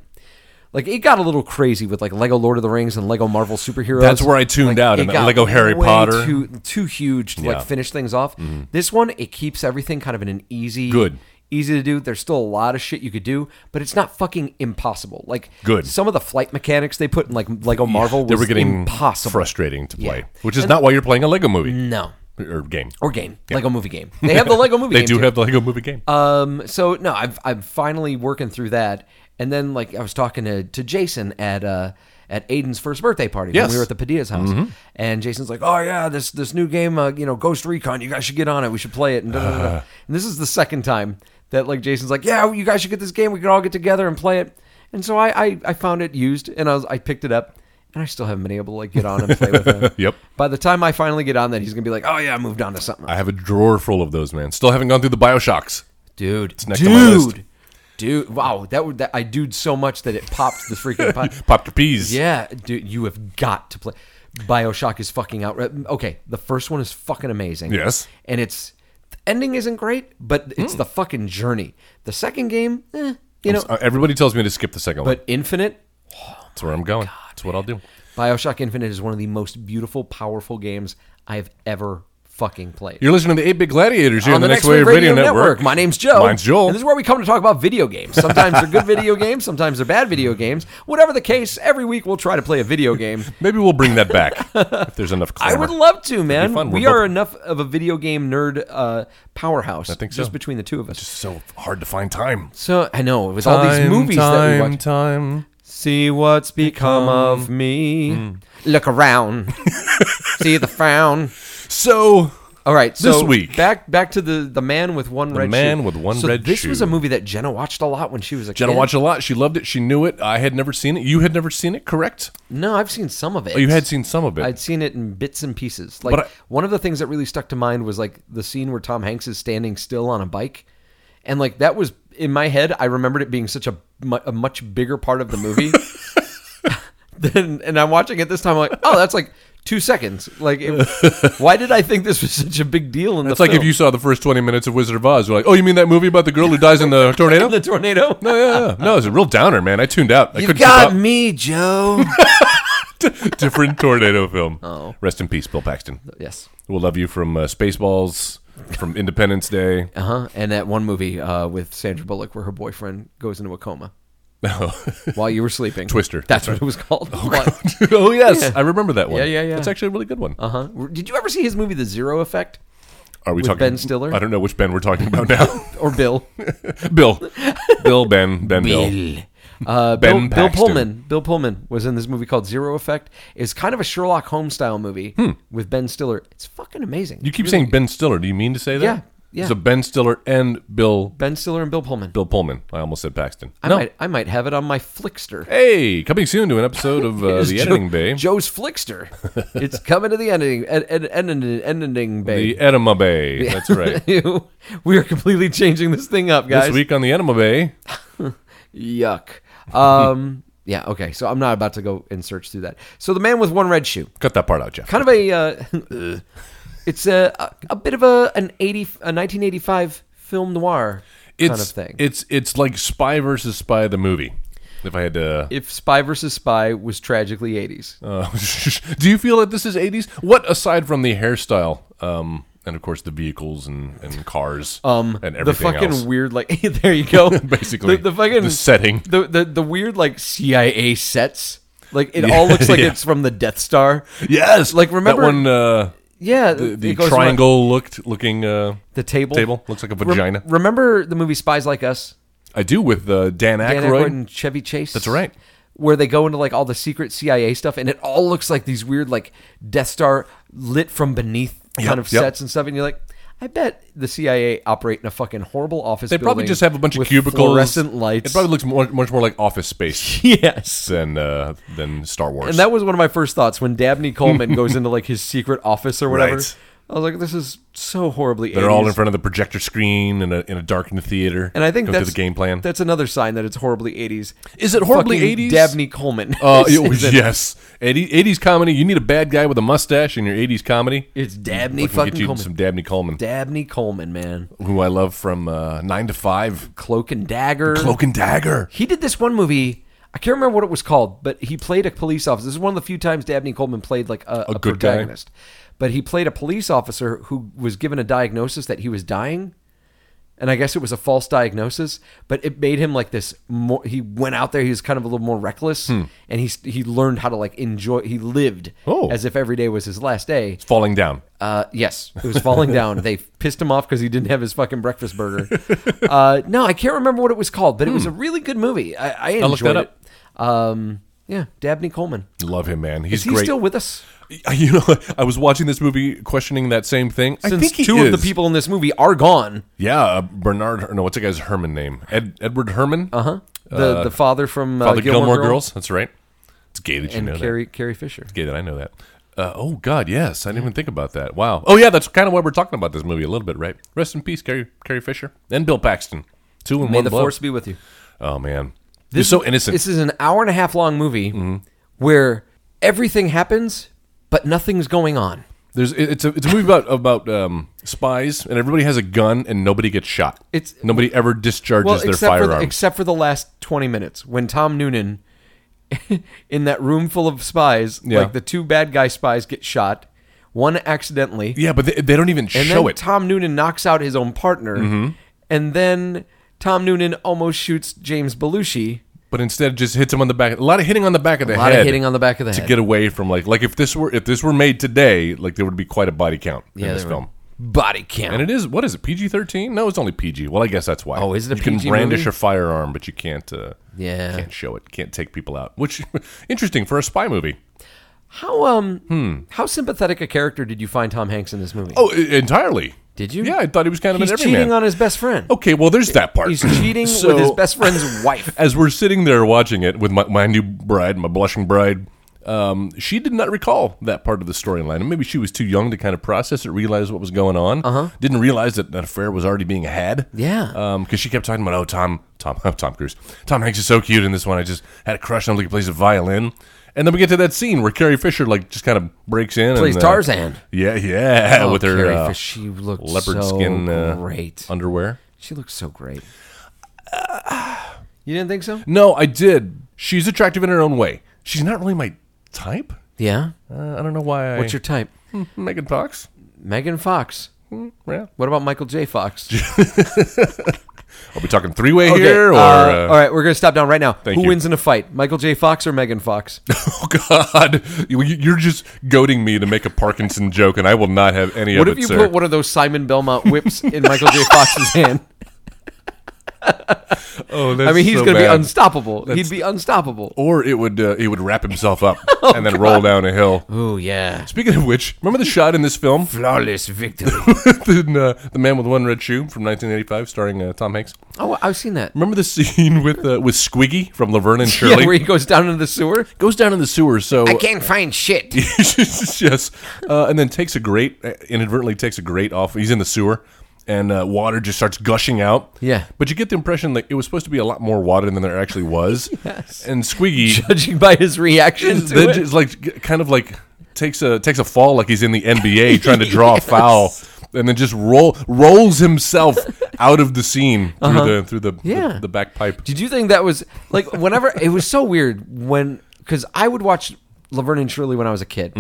Speaker 3: Like it got a little crazy with like Lego Lord of the Rings and Lego Marvel superheroes.
Speaker 4: That's where I tuned out,
Speaker 3: it
Speaker 4: and
Speaker 3: got
Speaker 4: Lego Harry
Speaker 3: way
Speaker 4: Potter.
Speaker 3: too too huge to
Speaker 4: Yeah. Mm-hmm.
Speaker 3: like finish things off. This one it keeps everything kind of in an easy
Speaker 4: Good.
Speaker 3: easy to do. There's still a lot of shit you could do, but it's not fucking impossible. Like
Speaker 4: Good.
Speaker 3: some of the flight mechanics they put in like Lego Marvel was
Speaker 4: they were getting
Speaker 3: impossible.
Speaker 4: frustrating to play,
Speaker 3: Yeah.
Speaker 4: which is not why you're playing a Lego movie
Speaker 3: No.
Speaker 4: or game.
Speaker 3: Or game. Lego movie game. They have the Lego movie
Speaker 4: <laughs> they
Speaker 3: game.
Speaker 4: do
Speaker 3: too.
Speaker 4: have the Lego movie game.
Speaker 3: Um, so no, I've I'm finally working through that. And then like I was talking to, to Jason at uh at Aiden's first birthday party
Speaker 4: Yes.
Speaker 3: when we were at the Padilla's house. And Jason's like, "Oh yeah, this this new game, uh, you know, Ghost Recon, you guys should get on it. We should play it." And, da, da, da, da. and this is the second time that like Jason's like, "Yeah, you guys should get this game. We can all get together and play it." And so I I, I found it used and I was, I picked it up. And I still haven't been able to like get on and play with
Speaker 4: <laughs>
Speaker 3: him.
Speaker 4: Yep.
Speaker 3: By the time I finally get on that, he's gonna be like, "Oh yeah, I moved on to something."
Speaker 4: I have a drawer full of those, man. Still haven't gone through the Bioshocks. <laughs>
Speaker 3: dude.
Speaker 4: next
Speaker 3: dude,
Speaker 4: on my list.
Speaker 3: dude. Wow, that would that I dude so much that it popped the freaking
Speaker 4: <laughs>
Speaker 3: pot.
Speaker 4: Popped your peas.
Speaker 3: yeah, dude, you have got to play. Bioshock is fucking out. Okay, the first one is fucking amazing.
Speaker 4: Yes. Hmm.
Speaker 3: and it's the ending isn't great, but it's the fucking journey. The second game, eh, you know,
Speaker 4: Uh, Everybody tells me to skip the second one.
Speaker 3: but Infinite.
Speaker 4: That's where I'm going. That's what I'll do.
Speaker 3: Bioshock Infinite is one of the most beautiful, powerful games I have ever fucking played.
Speaker 4: You're listening to Eight Big Gladiators here on the, Next Wave
Speaker 3: Wave
Speaker 4: Radio, Network.
Speaker 3: My name's Joe.
Speaker 4: Mine's Joel.
Speaker 3: And this is where we come to talk about video games. Sometimes they're good video games, sometimes they're bad video games. Whatever the case, every week we'll try to play a video
Speaker 4: <laughs>
Speaker 3: game.
Speaker 4: Maybe we'll bring
Speaker 3: <laughs>
Speaker 4: that back if there's enough
Speaker 3: I
Speaker 4: clamor.
Speaker 3: would love to, man.
Speaker 4: fun.
Speaker 3: We
Speaker 4: We're
Speaker 3: are
Speaker 4: both-
Speaker 3: enough of a video game nerd uh, powerhouse. I
Speaker 4: think so.
Speaker 3: Just between the two of us.
Speaker 4: so hard to find time.
Speaker 3: So I know with all these
Speaker 4: Time,
Speaker 3: movies that
Speaker 4: time,
Speaker 3: we watch.
Speaker 4: Time.
Speaker 3: See what's become of me. Look around.
Speaker 4: <laughs>
Speaker 3: See the frown.
Speaker 4: So
Speaker 3: All right, so
Speaker 4: This week.
Speaker 3: back back to the the man with one red
Speaker 4: man
Speaker 3: shoe.
Speaker 4: with one
Speaker 3: so
Speaker 4: red
Speaker 3: This was a
Speaker 4: shoe.
Speaker 3: movie that Jenna watched a lot when she was a
Speaker 4: Jenna
Speaker 3: kid.
Speaker 4: watched a lot. She loved it. She knew it. I had never seen it. You had never seen it, correct?
Speaker 3: No, I've seen some of it.
Speaker 4: Oh, you had seen some of it.
Speaker 3: I'd seen it in bits and pieces. Like
Speaker 4: But I-
Speaker 3: one of the things that really stuck to mind was like the scene where Tom Hanks is standing still on a bike, and like that was in my head. I remembered it being such a, mu- a much bigger part of the
Speaker 4: <laughs>
Speaker 3: movie. <laughs> then, and I'm watching it this time. I'm like, oh, that's like two seconds. Like, it, why did I think this was such a big deal? In
Speaker 4: It's like if you saw the first 20 minutes of Wizard of Oz. You're like, oh, you mean that movie about the girl who dies
Speaker 3: <laughs>
Speaker 4: in the tornado?
Speaker 3: the tornado.
Speaker 4: no, yeah, yeah. No, it's a real downer, man. I tuned out. I
Speaker 3: You've
Speaker 4: couldn't
Speaker 3: got
Speaker 4: keep
Speaker 3: me, Joe.
Speaker 4: up. <laughs> Different tornado
Speaker 3: <laughs>
Speaker 4: film. Oh. Rest in peace, Bill Paxton.
Speaker 3: yes.
Speaker 4: We'll love you from uh, Spaceballs, from Independence
Speaker 3: <laughs>
Speaker 4: Day. <laughs>
Speaker 3: Uh huh. And that one movie uh, with Sandra Bullock where her boyfriend goes into a coma while you were sleeping.
Speaker 4: Twister.
Speaker 3: That's what it was called. What?
Speaker 4: oh, yes. I remember that one.
Speaker 3: Yeah, yeah, yeah.
Speaker 4: That's actually a really good one.
Speaker 3: Uh-huh. Did you ever see his movie The Zero Effect
Speaker 4: Are we
Speaker 3: with
Speaker 4: talking
Speaker 3: Ben Stiller?
Speaker 4: I don't know which Ben we're talking about now. <laughs>
Speaker 3: or Bill?
Speaker 4: Bill. Bill, Ben, Ben, Bill.
Speaker 3: Uh, Bill,
Speaker 4: Ben
Speaker 3: Bill
Speaker 4: Paxton.
Speaker 3: Pullman. Bill Pullman was in this movie called Zero Effect. It's kind of a Sherlock Holmes style movie with Ben Stiller. It's fucking amazing.
Speaker 4: Hmm. You keep saying Ben Stiller. Do you mean to say that?
Speaker 3: Yeah, yeah.
Speaker 4: So Ben Stiller and Bill
Speaker 3: Ben Stiller and Bill Pullman.
Speaker 4: Bill Pullman. I almost said Paxton.
Speaker 3: I
Speaker 4: no.
Speaker 3: might I might have it on my Flickster.
Speaker 4: Hey, coming soon to an episode of uh,
Speaker 3: <laughs> It's
Speaker 4: the
Speaker 3: Joe-
Speaker 4: Editing Bay.
Speaker 3: Joe's Flickster. it's coming to the editing ed, ed, ed, ed, editing bay.
Speaker 4: The Enema Bay. That's right.
Speaker 3: <laughs> Ew. <laughs> we are completely changing this thing up, guys.
Speaker 4: this week on the Enema Bay.
Speaker 3: Yuck. Um, <laughs> yeah, okay. So I'm not about to go and search through that. So the man with one red shoe,
Speaker 4: Cut that part out, Jeff.
Speaker 3: kind of a, uh, <laughs> it's a, a a bit of a an eighty a 1985 film noir
Speaker 4: it's,
Speaker 3: kind of thing.
Speaker 4: It's it's like Spy versus Spy the movie. If I had to,
Speaker 3: if Spy versus Spy was tragically 80s,
Speaker 4: Oh, <laughs> uh, do you feel that this is eighties? What aside from the hairstyle um, and of course the vehicles and, and cars and
Speaker 3: Um, the
Speaker 4: everything
Speaker 3: fucking
Speaker 4: else.
Speaker 3: weird like <laughs> there you go
Speaker 4: <laughs> Basically,
Speaker 3: the, the fucking
Speaker 4: the setting.
Speaker 3: the, the the weird like CIA sets like it all looks like
Speaker 4: <laughs> yeah.
Speaker 3: it's from the Death Star
Speaker 4: yes,
Speaker 3: like, remember-
Speaker 4: that one. Uh,
Speaker 3: yeah
Speaker 4: the the
Speaker 3: it goes around-
Speaker 4: triangle looked looking uh,
Speaker 3: the table
Speaker 4: table looks like a
Speaker 3: Rem-
Speaker 4: vagina.
Speaker 3: remember the movie Spies Like Us
Speaker 4: I do with uh, Dan Aykroyd.
Speaker 3: Dan Aykroyd and Chevy Chase
Speaker 4: That's right.
Speaker 3: where they go into like all the secret CIA stuff and it all looks like these weird like Death Star lit from beneath kind of
Speaker 4: yep.
Speaker 3: sets and stuff and you're like. I bet the CIA operate in a fucking horrible office.
Speaker 4: they probably
Speaker 3: building
Speaker 4: just have a bunch of
Speaker 3: with
Speaker 4: cubicles,
Speaker 3: fluorescent lights.
Speaker 4: It probably <laughs> looks more, much more like
Speaker 3: <laughs>
Speaker 4: office space
Speaker 3: yes,
Speaker 4: than uh, than Star Wars.
Speaker 3: And that was one of my first thoughts when Dabney
Speaker 4: <laughs>
Speaker 3: Coleman goes into like his secret office or whatever.
Speaker 4: Right.
Speaker 3: I was like, this is so horribly.
Speaker 4: They're all in
Speaker 3: 80s.
Speaker 4: front of the projector screen in a in a darkened theater.
Speaker 3: And I think
Speaker 4: Go through
Speaker 3: that's
Speaker 4: the game plan.
Speaker 3: That's another sign that it's horribly eighties.
Speaker 4: Is it horribly
Speaker 3: Fucking
Speaker 4: 80s?
Speaker 3: Dabney Coleman. <laughs>
Speaker 4: Uh,
Speaker 3: Is
Speaker 4: it <laughs> was-
Speaker 3: it-
Speaker 4: yes, 80, 80s comedy. You need a bad guy with a mustache in your 80s comedy.
Speaker 3: It's Dabney
Speaker 4: We can get
Speaker 3: fucking
Speaker 4: you
Speaker 3: Coleman.
Speaker 4: some Dabney Coleman,
Speaker 3: Dabney Coleman, man.
Speaker 4: who I love from uh, Nine to Five,
Speaker 3: Cloak and Dagger.
Speaker 4: Cloak and Dagger.
Speaker 3: He did this one movie. I can't remember what it was called, but he played a police officer. This is one of the few times Dabney Coleman played like a, a,
Speaker 4: good guy.
Speaker 3: protagonist. But he played a police officer who was given a diagnosis that he was dying. And I guess it was a false diagnosis, but it made him like this. More, he went out there. He was kind of a little more reckless,
Speaker 4: Hmm.
Speaker 3: and he he learned how to like enjoy. He lived
Speaker 4: Oh.
Speaker 3: as if every day was his last day.
Speaker 4: Falling down.
Speaker 3: Uh, yes, it was
Speaker 4: <laughs>
Speaker 3: falling down. They pissed him off because he didn't have his fucking breakfast burger. Uh, no, I can't remember what it was called, but it was a really good movie. I, I enjoyed
Speaker 4: Hmm. look that up.
Speaker 3: it. Um, yeah, Dabney Coleman.
Speaker 4: Love him, man. He's
Speaker 3: Is he
Speaker 4: great.
Speaker 3: still with us?
Speaker 4: <laughs> you know, I was watching this movie, questioning that same thing. I
Speaker 3: Since
Speaker 4: think he
Speaker 3: two of
Speaker 4: is.
Speaker 3: the people in this movie are gone,
Speaker 4: Yeah, uh, Bernard. No, what's that guy's Herman name? Ed, Edward Herman. Uh-huh.
Speaker 3: the the father from uh,
Speaker 4: Father
Speaker 3: Gilmore,
Speaker 4: Gilmore,
Speaker 3: Girls,
Speaker 4: Girls. That's right. It's gay that you
Speaker 3: and
Speaker 4: know that.
Speaker 3: Carrie Carrie Fisher.
Speaker 4: gay that I know that. Uh, oh God, yes, I didn't even think about that. Wow. Oh yeah, that's kind of why we're talking about this movie a little bit, right? Rest in peace, Carrie, Carrie Fisher and Bill Paxton. Two and
Speaker 3: May
Speaker 4: one
Speaker 3: the
Speaker 4: blow.
Speaker 3: force be with you.
Speaker 4: Oh man, this, you're so innocent.
Speaker 3: This is an hour and a half long movie
Speaker 4: Mm-hmm.
Speaker 3: where everything happens, but nothing's going on.
Speaker 4: There's it- it's a it's a movie about about um, spies and everybody has a gun and nobody gets shot.
Speaker 3: It's-
Speaker 4: nobody ever discharges
Speaker 3: well,
Speaker 4: their
Speaker 3: except for, the,
Speaker 4: firearm.
Speaker 3: except for the last 20 minutes when Tom Noonan, <laughs> in that room full of spies,
Speaker 4: Yeah.
Speaker 3: like the two bad guy spies get shot, one accidentally,
Speaker 4: yeah, but they, they don't even
Speaker 3: and
Speaker 4: show
Speaker 3: then
Speaker 4: it. Mm-hmm.
Speaker 3: Tom Noonan knocks out his own partner, and then Tom Noonan almost shoots James Belushi.
Speaker 4: but instead, it just hits him on the back. A lot of hitting on the back of the
Speaker 3: A lot
Speaker 4: head.
Speaker 3: of hitting on the back of the
Speaker 4: to
Speaker 3: head.
Speaker 4: get away from like like if this were if this were made today, like there would be quite a body count
Speaker 3: Yeah,
Speaker 4: in this
Speaker 3: there would.
Speaker 4: film.
Speaker 3: Body count.
Speaker 4: And it is what is it PG thirteen? No, it's only PG. Well, I guess that's why.
Speaker 3: Oh, is it a
Speaker 4: you
Speaker 3: PG
Speaker 4: can brandish
Speaker 3: movie?
Speaker 4: a firearm, but you can't. Uh,
Speaker 3: Yeah.
Speaker 4: can't show it. Can't take people out. Which <laughs> interesting for a spy movie.
Speaker 3: how um how sympathetic a character did you find Tom Hanks in this movie?
Speaker 4: Hmm. Oh, i- entirely.
Speaker 3: Did you?
Speaker 4: Yeah, I thought he was kind of
Speaker 3: he's
Speaker 4: an
Speaker 3: cheating
Speaker 4: everyman.
Speaker 3: on his best friend.
Speaker 4: okay, well, there's that part.
Speaker 3: He's cheating
Speaker 4: So-
Speaker 3: with his best friend's
Speaker 4: <laughs>
Speaker 3: wife.
Speaker 4: As we're sitting there watching it with my, my new bride, my blushing bride, um, she did not recall that part of the storyline. And maybe she was too young to kind of process it, realize what was going on. Uh-huh. Didn't realize that an affair was already being had.
Speaker 3: Yeah.
Speaker 4: Because she kept talking about, oh, Tom, Tom, <laughs> Tom Cruise. Tom Hanks is so cute in this one. I just had a crush on him. He plays a violin. And then we get to that scene where Carrie Fisher like just kind of breaks in.
Speaker 3: Plays
Speaker 4: and, uh,
Speaker 3: Tarzan.
Speaker 4: Yeah, yeah,
Speaker 3: Oh,
Speaker 4: with her
Speaker 3: Carrie
Speaker 4: uh,
Speaker 3: Fisher, she looked
Speaker 4: leopard
Speaker 3: so
Speaker 4: skin uh,
Speaker 3: great.
Speaker 4: underwear.
Speaker 3: She looks so great. You didn't think so?
Speaker 4: No, I did. She's attractive in her own way. She's not really my type.
Speaker 3: Yeah.
Speaker 4: Uh, I don't know why.
Speaker 3: What's your type?
Speaker 4: your Megan Fox?
Speaker 3: Megan Fox.
Speaker 4: Yeah,
Speaker 3: What about Michael J.
Speaker 4: <laughs>
Speaker 3: Fox?
Speaker 4: are we talking three way
Speaker 3: Okay,
Speaker 4: here or?
Speaker 3: uh,
Speaker 4: Uh,
Speaker 3: all right, we're gonna stop down right now. Who
Speaker 4: you.
Speaker 3: wins in a fight, Michael J. Fox or Megan
Speaker 4: <laughs>
Speaker 3: Fox?
Speaker 4: <laughs> Oh God, You- you're just goading me to make a Parkinson joke, and I will not have any
Speaker 3: what
Speaker 4: of
Speaker 3: if
Speaker 4: it,
Speaker 3: you
Speaker 4: sir.
Speaker 3: put one of those Simon Belmont whips in Michael J. Fox's hand?
Speaker 4: oh, that's
Speaker 3: I mean, he's
Speaker 4: <laughs> so
Speaker 3: gonna be
Speaker 4: bad.
Speaker 3: unstoppable. He'd be unstoppable.
Speaker 4: Or it would uh, he would wrap himself <laughs> up and then roll down a hill.
Speaker 3: Oh yeah,
Speaker 4: Speaking of which, remember the shot in this <laughs> film,
Speaker 3: flawless victory.
Speaker 4: the, uh, the man with one red shoe from 1985, starring uh, Tom Hanks.
Speaker 3: <laughs> oh, I've seen that.
Speaker 4: Remember the scene with uh, with Squiggy from Laverne <laughs> and Shirley?
Speaker 3: Yeah, where he goes down into the sewer.
Speaker 4: goes down in the sewer. So
Speaker 3: can't find shit.
Speaker 4: <laughs> yes, uh, and then takes a grate, inadvertently takes a grate off. He's in the sewer, and uh, water just starts gushing out.
Speaker 3: Yeah.
Speaker 4: but you get the impression that it was supposed to be a lot more water than there
Speaker 3: <laughs>
Speaker 4: actually was. yes, and <laughs> Squiggy
Speaker 3: Judging by his reaction to
Speaker 4: then
Speaker 3: it.
Speaker 4: just like g- kind of like takes a takes a fall like he's in the
Speaker 3: <laughs>
Speaker 4: NBA trying to draw a foul. And then just roll
Speaker 3: <laughs>
Speaker 4: rolls himself out of the scene through the through the,
Speaker 3: Uh-huh. Yeah.
Speaker 4: the the back pipe.
Speaker 3: Did you think that was like whenever it was so weird when because I would watch Laverne and Shirley when I was a kid,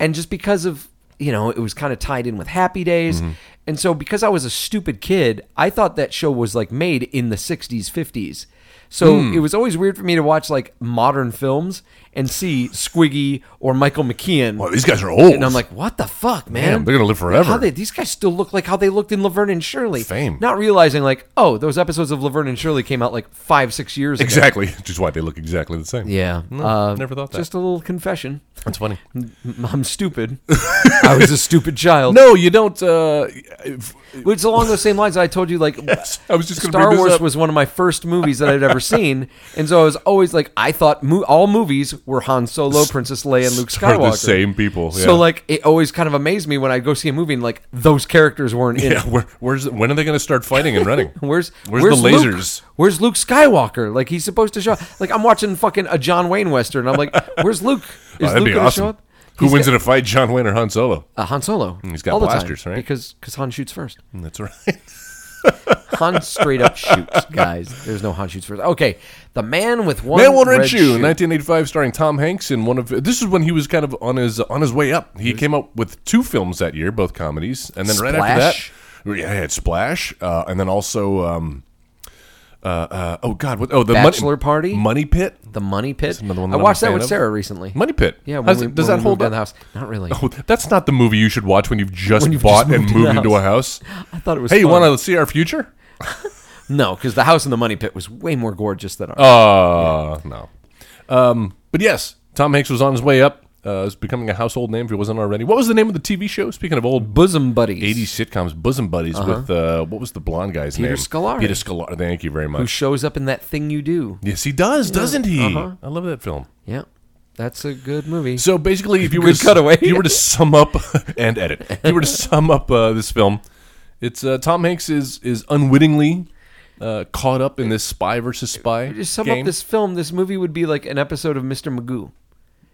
Speaker 3: and just because of you know, it was kind of tied in with Happy Days. And so because I was a stupid kid, I thought that show was like made in the 60s, 50s. So it was always weird for me to watch like modern films and see Squiggy or Michael McKean.
Speaker 4: Well, Oh, these guys are old.
Speaker 3: And I'm like, what the fuck, man?
Speaker 4: Damn, they're gonna live forever.
Speaker 3: How they, these guys still look like how they looked in Laverne and Shirley.
Speaker 4: Fame.
Speaker 3: Not realizing, like, oh, those episodes of Laverne and Shirley came out like five, six years ago.
Speaker 4: exactly, <laughs> which is why they look exactly the same.
Speaker 3: Yeah.
Speaker 4: No,
Speaker 3: Uh,
Speaker 4: never thought that.
Speaker 3: Just a little confession.
Speaker 4: That's funny.
Speaker 3: I'm
Speaker 4: <laughs>
Speaker 3: stupid. I was a stupid child.
Speaker 4: No, you don't.
Speaker 3: <laughs>
Speaker 4: Uh, if-
Speaker 3: It's along those same lines that I told you, like,
Speaker 4: I was just gonna
Speaker 3: Star
Speaker 4: bring this
Speaker 3: Wars
Speaker 4: up.
Speaker 3: was one of my first movies that I'd
Speaker 4: <laughs>
Speaker 3: ever seen. And so I was always like, I thought mo- all movies were Han Solo, Princess Leia, and Luke
Speaker 4: are
Speaker 3: Skywalker.
Speaker 4: the same people. Yeah.
Speaker 3: So, like, it always kind of amazed me when I'd go see a movie and, like, those characters weren't in it.
Speaker 4: yeah, where, where's the- when are they going to start fighting and running?
Speaker 3: <laughs> Where's
Speaker 4: where's, the
Speaker 3: Luke?
Speaker 4: lasers?
Speaker 3: Where's Luke Skywalker? Like he's supposed to show. Like I'm watching fucking a John Wayne western. and I'm
Speaker 4: <laughs>
Speaker 3: like, where's Luke? Is
Speaker 4: Oh, that'd
Speaker 3: Luke
Speaker 4: be
Speaker 3: gonna
Speaker 4: awesome.
Speaker 3: show up?
Speaker 4: Who
Speaker 3: He's
Speaker 4: wins
Speaker 3: got-
Speaker 4: in a fight, John Wayne or Han Solo?
Speaker 3: Uh, Han Solo.
Speaker 4: He's got
Speaker 3: all the
Speaker 4: blasters,
Speaker 3: time,
Speaker 4: right?
Speaker 3: Because because Han shoots first.
Speaker 4: That's right. <laughs>
Speaker 3: Han straight up shoots, guys. There's no Han shoots first. Okay, the man with one
Speaker 4: Man, one red, shoe, 1985, starring Tom Hanks in one of. This is when he was kind of on his on his way up. He came up with two films that year, both comedies, and then right
Speaker 3: Splash.
Speaker 4: after that, yeah, he had Splash, uh, and then also, um, uh, uh, oh God, what? Oh, the
Speaker 3: Bachelor
Speaker 4: money,
Speaker 3: Party?
Speaker 4: Money Pit.
Speaker 3: The Money Pit.
Speaker 4: another
Speaker 3: I
Speaker 4: one that I'm
Speaker 3: watched
Speaker 4: a
Speaker 3: that
Speaker 4: fan
Speaker 3: with
Speaker 4: of.
Speaker 3: Sarah recently.
Speaker 4: Money Pit.
Speaker 3: Yeah, when
Speaker 4: How's-
Speaker 3: we-
Speaker 4: does
Speaker 3: when
Speaker 4: that
Speaker 3: we
Speaker 4: hold
Speaker 3: moved out
Speaker 4: up?
Speaker 3: of the house? Not really.
Speaker 4: Oh, that's not the movie you should watch when you've just
Speaker 3: When you've
Speaker 4: bought
Speaker 3: just
Speaker 4: and
Speaker 3: moved
Speaker 4: moved
Speaker 3: in the
Speaker 4: into a house.
Speaker 3: <laughs> I thought it was.
Speaker 4: Hey, you
Speaker 3: fun.
Speaker 4: want to see our future?
Speaker 3: No, because the house in the Money Pit was way more gorgeous than ours.
Speaker 4: Uh, no. Um, but yes, Tom Hanks was on his way up. Uh, is becoming a household name if he wasn't already. What was the name of the TV show? Speaking of old
Speaker 3: Bosom buddies.
Speaker 4: 80s sitcoms, Bosom Buddies with uh, what was the blonde guy's
Speaker 3: Uh-huh. Peter
Speaker 4: name?
Speaker 3: Scolari.
Speaker 4: Peter Scolari. Thank you very
Speaker 3: Who
Speaker 4: much.
Speaker 3: shows up in that thing you do?
Speaker 4: yes, he does, doesn't he?
Speaker 3: Uh-huh.
Speaker 4: I love that film.
Speaker 3: Yeah, that's a good movie.
Speaker 4: So basically, if you were
Speaker 3: Good
Speaker 4: to,
Speaker 3: cutaway.
Speaker 4: if you were to sum up <laughs> and edit, if you were to sum up uh, this film, it's uh, Tom Hanks is is unwittingly uh, caught up in this spy versus spy.
Speaker 3: just sum
Speaker 4: game.
Speaker 3: up this film, this movie would be like an episode of Mr. Magoo.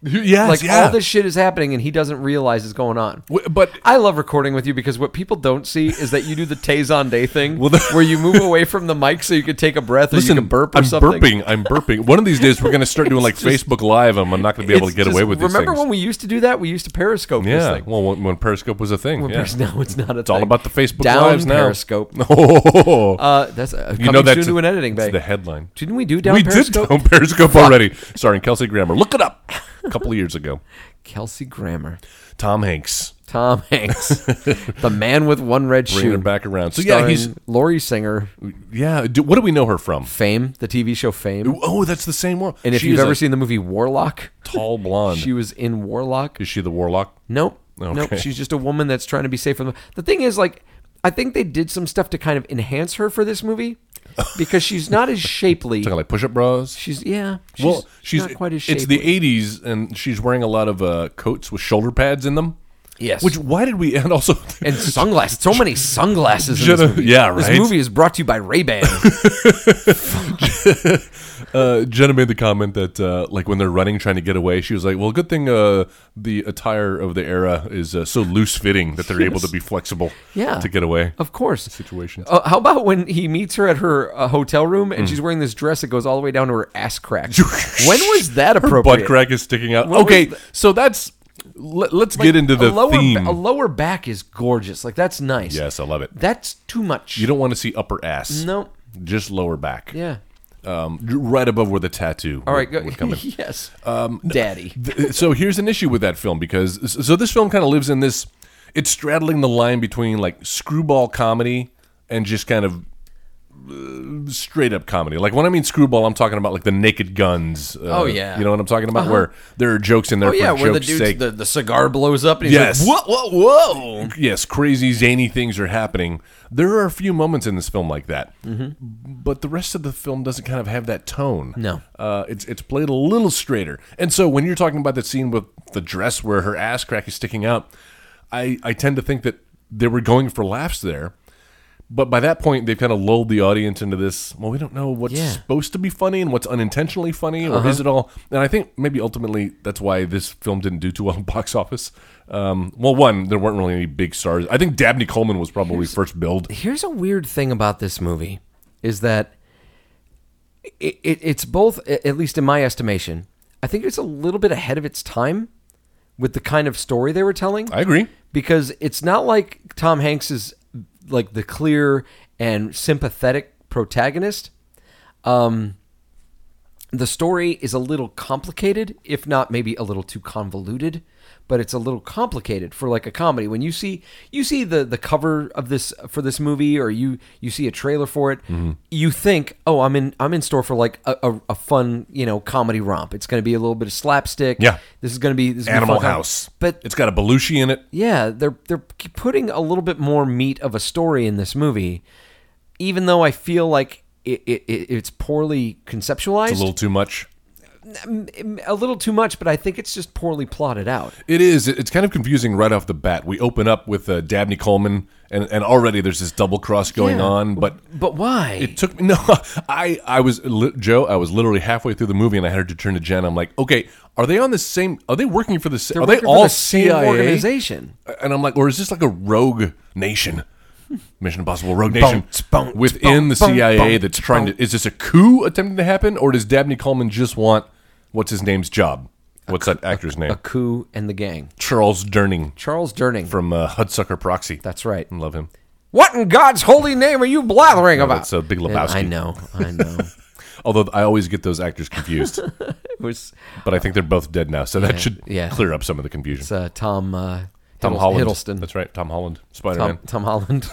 Speaker 4: Yes,
Speaker 3: Like
Speaker 4: yeah.
Speaker 3: all this shit is happening and he doesn't realize is going on.
Speaker 4: W- but
Speaker 3: I love recording with you because what people don't see is that you do the Tazon Day thing
Speaker 4: Well, the-
Speaker 3: where you move away from the mic so you can take a breath or
Speaker 4: Listen,
Speaker 3: you can burp or
Speaker 4: I'm
Speaker 3: something.
Speaker 4: burping. I'm burping. One of these days, we're going
Speaker 3: <laughs>
Speaker 4: to start doing like Facebook Live. and I'm not going to be able
Speaker 3: It's
Speaker 4: to get
Speaker 3: just-
Speaker 4: away with these
Speaker 3: Remember
Speaker 4: things.
Speaker 3: when we used to do that? We used to Periscope this
Speaker 4: yeah,
Speaker 3: thing. <laughs>
Speaker 4: well, when, when Periscope was a thing.
Speaker 3: Well,
Speaker 4: yeah.
Speaker 3: Peris- No, it's not a
Speaker 4: it's all
Speaker 3: thing.
Speaker 4: about the Facebook
Speaker 3: Down
Speaker 4: Lives now.
Speaker 3: Periscope.
Speaker 4: <laughs> Oh,
Speaker 3: Uh, that's uh,
Speaker 4: you know
Speaker 3: coming soon
Speaker 4: that's
Speaker 3: to an editing
Speaker 4: that's
Speaker 3: bay.
Speaker 4: the headline.
Speaker 3: Didn't we do Down
Speaker 4: we
Speaker 3: Periscope?
Speaker 4: did down
Speaker 3: <laughs>
Speaker 4: Periscope already. Sorry, Kelsey Grammer. Look it up. A couple of years ago,
Speaker 3: Kelsey Grammer.
Speaker 4: Tom Hanks
Speaker 3: Tom Hanks.
Speaker 4: <laughs>
Speaker 3: the man with one red
Speaker 4: bringing
Speaker 3: shoe.
Speaker 4: her back around. So yeah, he's
Speaker 3: Starring Laurie Singer,
Speaker 4: yeah. Do, what do we know her from?
Speaker 3: Fame, the TV show Fame.
Speaker 4: Oh, that's the same one.
Speaker 3: And if
Speaker 4: She
Speaker 3: you've
Speaker 4: is
Speaker 3: ever
Speaker 4: a
Speaker 3: seen the movie Warlock,
Speaker 4: tall blonde,
Speaker 3: she was in Warlock.
Speaker 4: is she the warlock?
Speaker 3: Nope.
Speaker 4: Okay.
Speaker 3: Nope. She's just a woman that's trying to be safe from the. The thing is, like, I think they did some stuff to kind of enhance her for this movie because she's not as shapely.
Speaker 4: Talking like push-up bras.
Speaker 3: She's, yeah. She's,
Speaker 4: well, she's
Speaker 3: not quite as shapely.
Speaker 4: it's the '80s, and she's wearing a lot of uh, coats with shoulder pads in them.
Speaker 3: Yes.
Speaker 4: Which why did we? <laughs> And also,
Speaker 3: and sunglasses. So many sunglasses in
Speaker 4: Jenna-
Speaker 3: this movie.
Speaker 4: yeah, right.
Speaker 3: This movie is brought to you by Ray-Ban.
Speaker 4: uh, Jenna made the comment that uh, like when they're running trying to get away, she was like, "Well, good thing uh, the attire of the era is uh, so loose fitting that they're able to be flexible
Speaker 3: Yeah.
Speaker 4: to get away."
Speaker 3: Of course.
Speaker 4: Situations. Mm.
Speaker 3: Uh, how about when he meets her at her uh, hotel room and she's wearing this dress that goes all the way down to her ass crack?
Speaker 4: <laughs>
Speaker 3: when was that
Speaker 4: Her
Speaker 3: appropriate?
Speaker 4: butt crack is sticking out.
Speaker 3: What was
Speaker 4: okay,
Speaker 3: th-
Speaker 4: so that's let, us
Speaker 3: Like,
Speaker 4: get into the
Speaker 3: a lower, ba-
Speaker 4: theme.
Speaker 3: A lower back is gorgeous. Like that's nice.
Speaker 4: yes, I love it.
Speaker 3: That's too much.
Speaker 4: You don't want to see upper ass.
Speaker 3: No.
Speaker 4: just lower back.
Speaker 3: Yeah.
Speaker 4: um, right above where the tattoo.
Speaker 3: All right.
Speaker 4: would,
Speaker 3: Go.
Speaker 4: would come in.
Speaker 3: <laughs> yes.
Speaker 4: Um, <laughs>
Speaker 3: Daddy.
Speaker 4: Th- so here's an issue with that film because so this film kind of lives in this it's straddling the line between like screwball comedy and just kind of uh, straight up comedy like when i mean screwball i'm talking about like the naked guns uh,
Speaker 3: Oh, yeah.
Speaker 4: you know what i'm talking about where there are jokes in there
Speaker 3: Oh
Speaker 4: for
Speaker 3: yeah, where the
Speaker 4: joke's
Speaker 3: dude's
Speaker 4: sake.
Speaker 3: the, the cigar blows up and he's
Speaker 4: Yes.
Speaker 3: like, whoa, whoa, whoa.
Speaker 4: yes crazy zany things are happening there are a few moments in this film like that
Speaker 3: Mm-hmm.
Speaker 4: but the rest of the film doesn't kind of have that tone
Speaker 3: No.
Speaker 4: uh, it's it's played a little straighter. And so when you're talking about the scene with the dress where her ass crack is sticking out, I I tend to think that they were going for laughs there. But by that point, they've kind of lulled the audience into this. Well, we don't know what's
Speaker 3: Yeah. Uh-huh.
Speaker 4: supposed to be funny and what's unintentionally funny, or is it all? And I think maybe ultimately that's why this film didn't do too well in <laughs> box office. Um, well, one, there weren't really any big stars. I think Dabney Coleman was probably first billed.
Speaker 3: Here's a weird thing about this movie is that it, it, it's both, a- at least in my estimation, I think it's a little bit ahead of its time, with the kind of story they were telling
Speaker 4: I agree.
Speaker 3: because it's not like Tom Hanks is like the clear and sympathetic protagonist. Um, the story is a little complicated, if not maybe a little too convoluted, but it's a little complicated for like a comedy. When you see you see the the cover of this for this movie, or you you see a trailer for it,
Speaker 4: Mm-hmm.
Speaker 3: you think, oh, I'm in I'm in store for like a, a, a fun you know comedy romp. It's going to be a little bit of slapstick.
Speaker 4: Yeah.
Speaker 3: this is going to be this is gonna be
Speaker 4: Animal
Speaker 3: fun.
Speaker 4: House.
Speaker 3: But
Speaker 4: it's got a Belushi in it.
Speaker 3: yeah, they're they're putting a little bit more meat of a story in this movie, even though I feel like it, it, it it's poorly conceptualized,
Speaker 4: It's a little too much.
Speaker 3: a little too much. But I think it's just poorly plotted out.
Speaker 4: It is. It- It's kind of confusing right off the bat. We open up with uh, Dabney Coleman, and, and already there's this double cross going
Speaker 3: Yeah.
Speaker 4: on. But
Speaker 3: But why?
Speaker 4: it took me. <laughs> No, I I was li- Joe. I was literally halfway through the movie, and I had to turn to Jen. I'm like, okay, are they on the same? Are they working for the same? Are they
Speaker 3: working for
Speaker 4: all
Speaker 3: the same
Speaker 4: CIA?
Speaker 3: organization?
Speaker 4: And I'm like, or is this like a rogue
Speaker 3: <laughs>
Speaker 4: nation? Mission Impossible Rogue Nation
Speaker 3: Bounce, bounce,
Speaker 4: within
Speaker 3: bounce,
Speaker 4: the CIA
Speaker 3: bounce,
Speaker 4: that's trying to. Is this a coup attempting to happen, or does Dabney Coleman just want what's his name's job? What's that actor's name?
Speaker 3: a coup and the gang.
Speaker 4: Charles Durning
Speaker 3: Charles Durning.
Speaker 4: from uh, Hudsucker Proxy.
Speaker 3: that's right.
Speaker 4: I love him.
Speaker 3: What in God's holy name are you blathering about?
Speaker 4: that's, uh, Big
Speaker 3: And
Speaker 4: Lebowski.
Speaker 3: I know. I know. <laughs>
Speaker 4: Although I always get those actors confused,
Speaker 3: it was
Speaker 4: but I think they're both dead now, so that should
Speaker 3: yeah.
Speaker 4: clear up some of the confusion.
Speaker 3: it's, uh, Tom uh,
Speaker 4: Tom
Speaker 3: Hiddle-
Speaker 4: Holland.
Speaker 3: Hiddleston.
Speaker 4: That's right, Tom Holland, Spider
Speaker 3: Tom,
Speaker 4: Man.
Speaker 3: Tom
Speaker 4: <laughs>
Speaker 3: Holland.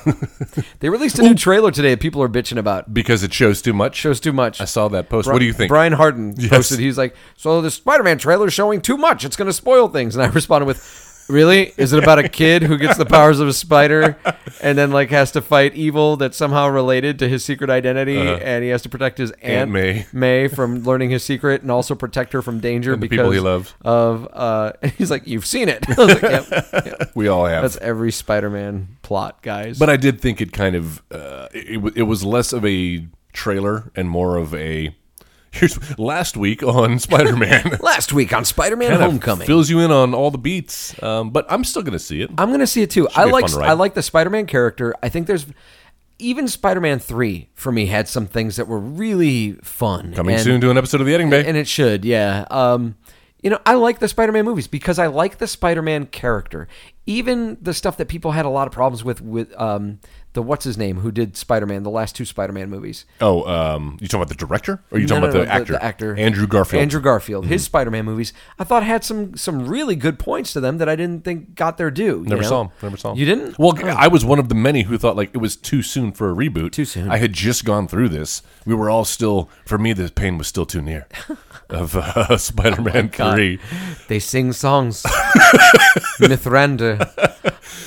Speaker 3: they released a new trailer today. that People are bitching about.
Speaker 4: Because it shows too much.
Speaker 3: shows too much.
Speaker 4: I saw that post. What do you think?
Speaker 3: Brian Harden
Speaker 4: Yes.
Speaker 3: posted. He's like, so the Spider-Man trailer is showing too much. It's going to spoil things. And I <laughs> responded with, really? Is it about a kid who gets the powers of a spider and then like has to fight evil that's somehow related to his secret identity and he has to protect his aunt,
Speaker 4: Uh-huh. Aunt May.
Speaker 3: May from learning his secret and also protect her from danger
Speaker 4: And the
Speaker 3: because
Speaker 4: people he loves.
Speaker 3: of uh <laughs> and he's like, you've seen it. <laughs> I was like, yep, yep.
Speaker 4: <laughs> we all have.
Speaker 3: That's every Spider-Man plot, guys.
Speaker 4: but I did think it kind of uh, it, it wa- it was less of a trailer and more of a <laughs> here's last week on <laughs> Spider Man.
Speaker 3: <laughs> last week on Spider-Man Homecoming.
Speaker 4: fills you in on all the beats, um, but I'm still going to see it.
Speaker 3: I'm gonna see it too.
Speaker 4: be
Speaker 3: I
Speaker 4: a
Speaker 3: like
Speaker 4: fun ride.
Speaker 3: I like the Spider-Man character. I think there's even Spider-Man three for me had some things that were really fun.
Speaker 4: Coming
Speaker 3: and,
Speaker 4: soon to an episode of the Editing Bay.
Speaker 3: and it should, yeah. Um, you know, I like the Spider-Man movies because I like the Spider-Man character. Even the stuff that people had a lot of problems with with um, the what's his name who did Spider-Man, the last two Spider-Man movies.
Speaker 4: Oh, um, you talking about the director? Or are you talking
Speaker 3: No,
Speaker 4: about
Speaker 3: no,
Speaker 4: the,
Speaker 3: no,
Speaker 4: actor? Andrew Garfield. Mm-hmm.
Speaker 3: Andrew Garfield, his Spider-Man movies, I thought had some some really good points to them that I didn't think got their due. you
Speaker 4: Never
Speaker 3: know?
Speaker 4: saw him. Never saw him.
Speaker 3: You didn't?
Speaker 4: Well, I was one of the many who thought like it was too soon for a reboot. Too
Speaker 3: soon.
Speaker 4: I had just gone through this. We were all still. For me, the pain was still
Speaker 3: <laughs>
Speaker 4: too near. Of uh, <laughs> Spider-Man
Speaker 3: Oh God.
Speaker 4: Three,
Speaker 3: They sing
Speaker 4: <laughs>
Speaker 3: songs. Mithranda.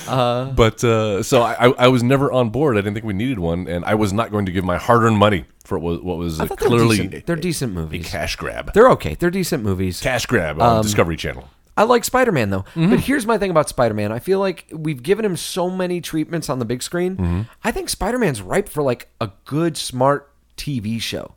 Speaker 4: but uh, so I, I was never on board. I didn't think we needed one, and I was not going to give my hard-earned money for what was, what was uh,
Speaker 3: thought they're
Speaker 4: clearly
Speaker 3: decent. They're decent
Speaker 4: a
Speaker 3: movies.
Speaker 4: cash grab.
Speaker 3: They're Um, okay. They're decent movies.
Speaker 4: cash grab on Discovery Channel.
Speaker 3: I like Spider Man though.
Speaker 4: Mm-hmm.
Speaker 3: But here's my thing about Spider Man. I feel like we've given him so many treatments on the big screen.
Speaker 4: Mm-hmm.
Speaker 3: I think Spider Man's ripe for like a good, smart TV show.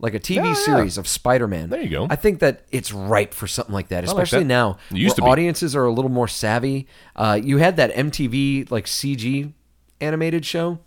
Speaker 3: Like a TV
Speaker 4: Yeah, yeah.
Speaker 3: series of Spider Man.
Speaker 4: There you go.
Speaker 3: I think that it's ripe for something like that,
Speaker 4: like
Speaker 3: especially
Speaker 4: that.
Speaker 3: now.
Speaker 4: It used
Speaker 3: where
Speaker 4: to be.
Speaker 3: audiences are a little more savvy. Uh, you had that MTV like CG animated show.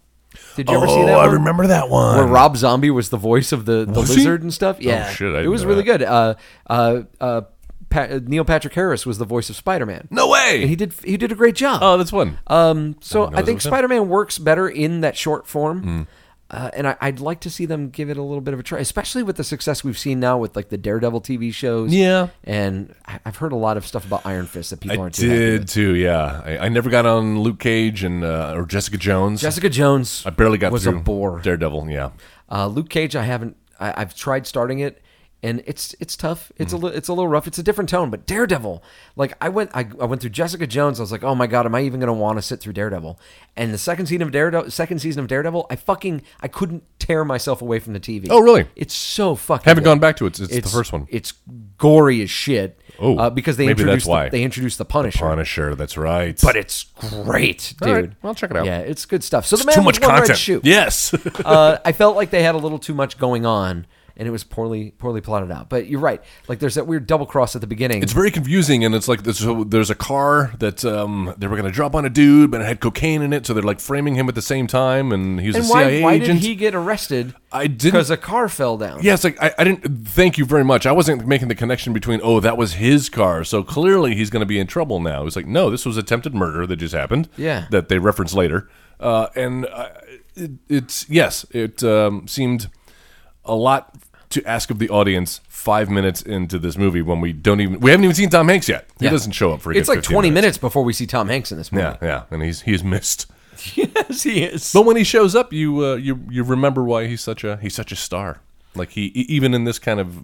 Speaker 3: Did you ever see that?
Speaker 4: Oh, I
Speaker 3: one?
Speaker 4: remember that one.
Speaker 3: where Rob Zombie was the voice of the, the
Speaker 4: Was he? Oh,
Speaker 3: lizard and stuff. Yeah,
Speaker 4: shit, I
Speaker 3: it
Speaker 4: didn't
Speaker 3: was
Speaker 4: know
Speaker 3: really
Speaker 4: that.
Speaker 3: good. Uh, uh, uh, pa- Neil Patrick Harris was the voice of Spider Man.
Speaker 4: no way.
Speaker 3: and he did he did a great job.
Speaker 4: oh, that's one.
Speaker 3: um, so
Speaker 4: know
Speaker 3: I
Speaker 4: that
Speaker 3: think
Speaker 4: was him. Hmm.
Speaker 3: Spider Man works better in that short form. Uh, and I, I'd like to see them give it a little bit of a try, especially with the success we've seen now with like the Daredevil TV shows.
Speaker 4: Yeah.
Speaker 3: and I- I've heard a lot of stuff about Iron Fist that people
Speaker 4: I
Speaker 3: aren't too happy
Speaker 4: did
Speaker 3: with.
Speaker 4: too. Yeah, I, I never got on Luke Cage and uh, or Jessica Jones.
Speaker 3: Jessica Jones.
Speaker 4: I barely got
Speaker 3: was
Speaker 4: through
Speaker 3: a bore.
Speaker 4: Daredevil. Yeah,
Speaker 3: Uh, Luke Cage, I haven't. I, I've tried starting it, and it's it's tough. It's
Speaker 4: Mm-hmm.
Speaker 3: a li- it's a little rough. It's a different tone. But Daredevil, like I went I, I went through Jessica Jones. I was like, oh my god, am I even going to want to sit through Daredevil? And the second season of Daredevil, second season of Daredevil, I fucking I couldn't tear myself away from the TV.
Speaker 4: Oh, really?
Speaker 3: It's so fucking.
Speaker 4: haven't
Speaker 3: good.
Speaker 4: gone back to it. It's, it's the first one.
Speaker 3: It's gory as shit.
Speaker 4: Oh,
Speaker 3: uh, because they
Speaker 4: maybe that's
Speaker 3: introduced
Speaker 4: why.
Speaker 3: The, they introduced the Punisher.
Speaker 4: Punisher. That's right.
Speaker 3: But it's great, dude.
Speaker 4: All right, well, I'll check it out.
Speaker 3: Yeah, it's good stuff. So the man
Speaker 4: too
Speaker 3: with
Speaker 4: much
Speaker 3: one red
Speaker 4: content.
Speaker 3: shoe
Speaker 4: Yes. <laughs>
Speaker 3: uh, I felt like they had a little too much going on and it was poorly poorly plotted out. But you're right. Like there's that weird double cross at the beginning.
Speaker 4: It's very confusing, and it's like there's, so there's a car that um, they were going to drop on a dude, but it had cocaine in it, so they're like framing him at the same time, and he's
Speaker 3: and
Speaker 4: a
Speaker 3: why,
Speaker 4: CIA
Speaker 3: why did
Speaker 4: agent.
Speaker 3: he get arrested?
Speaker 4: I didn't-
Speaker 3: because a car fell down.
Speaker 4: Yes, like I, I didn't. Thank you very much. I wasn't making the connection between oh that was his car, so clearly he's going to be in trouble now. It's like no, this was attempted murder that just happened.
Speaker 3: Yeah.
Speaker 4: that they reference later, uh, and uh, it, it's yes, it um, seemed a lot to ask of the audience five minutes into this movie when we don't even we haven't even seen Tom Hanks yet. He
Speaker 3: Yeah.
Speaker 4: doesn't show up for a
Speaker 3: It's
Speaker 4: good
Speaker 3: like
Speaker 4: 15
Speaker 3: 20
Speaker 4: minutes.
Speaker 3: minutes. before we see Tom Hanks in this movie.
Speaker 4: Yeah, yeah, and he's he's missed.
Speaker 3: yes, he is.
Speaker 4: But when he shows up, you uh, you you remember why he's such a he's such a star. Like he e- even in this kind of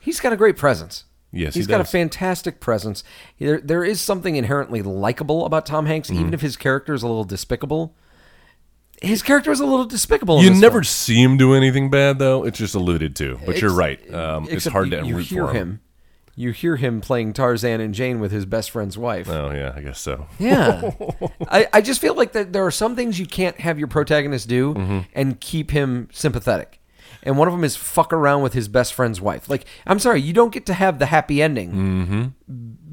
Speaker 3: He's got a great presence.
Speaker 4: Yes, he
Speaker 3: he's got a
Speaker 4: does.
Speaker 3: fantastic presence. There, there is something inherently likable about Tom Hanks,
Speaker 4: Mm.
Speaker 3: even if his character is a little despicable. His character is a little despicable. in
Speaker 4: You
Speaker 3: this
Speaker 4: never
Speaker 3: film.
Speaker 4: see him do anything bad, though. It's just alluded to. But you're
Speaker 3: Ex-
Speaker 4: right. Um, it's
Speaker 3: except
Speaker 4: hard
Speaker 3: you,
Speaker 4: to
Speaker 3: you
Speaker 4: root
Speaker 3: hear
Speaker 4: for him.
Speaker 3: You hear him playing Tarzan and Jane with his best friend's wife.
Speaker 4: Oh yeah, I guess so. <laughs>
Speaker 3: Yeah, I, I just feel like that there are some things you can't have your protagonist do
Speaker 4: Mm-hmm.
Speaker 3: and keep him sympathetic. And one of them is fuck around with his best friend's wife. Like, I'm sorry, you don't get to have the happy ending
Speaker 4: Mm-hmm.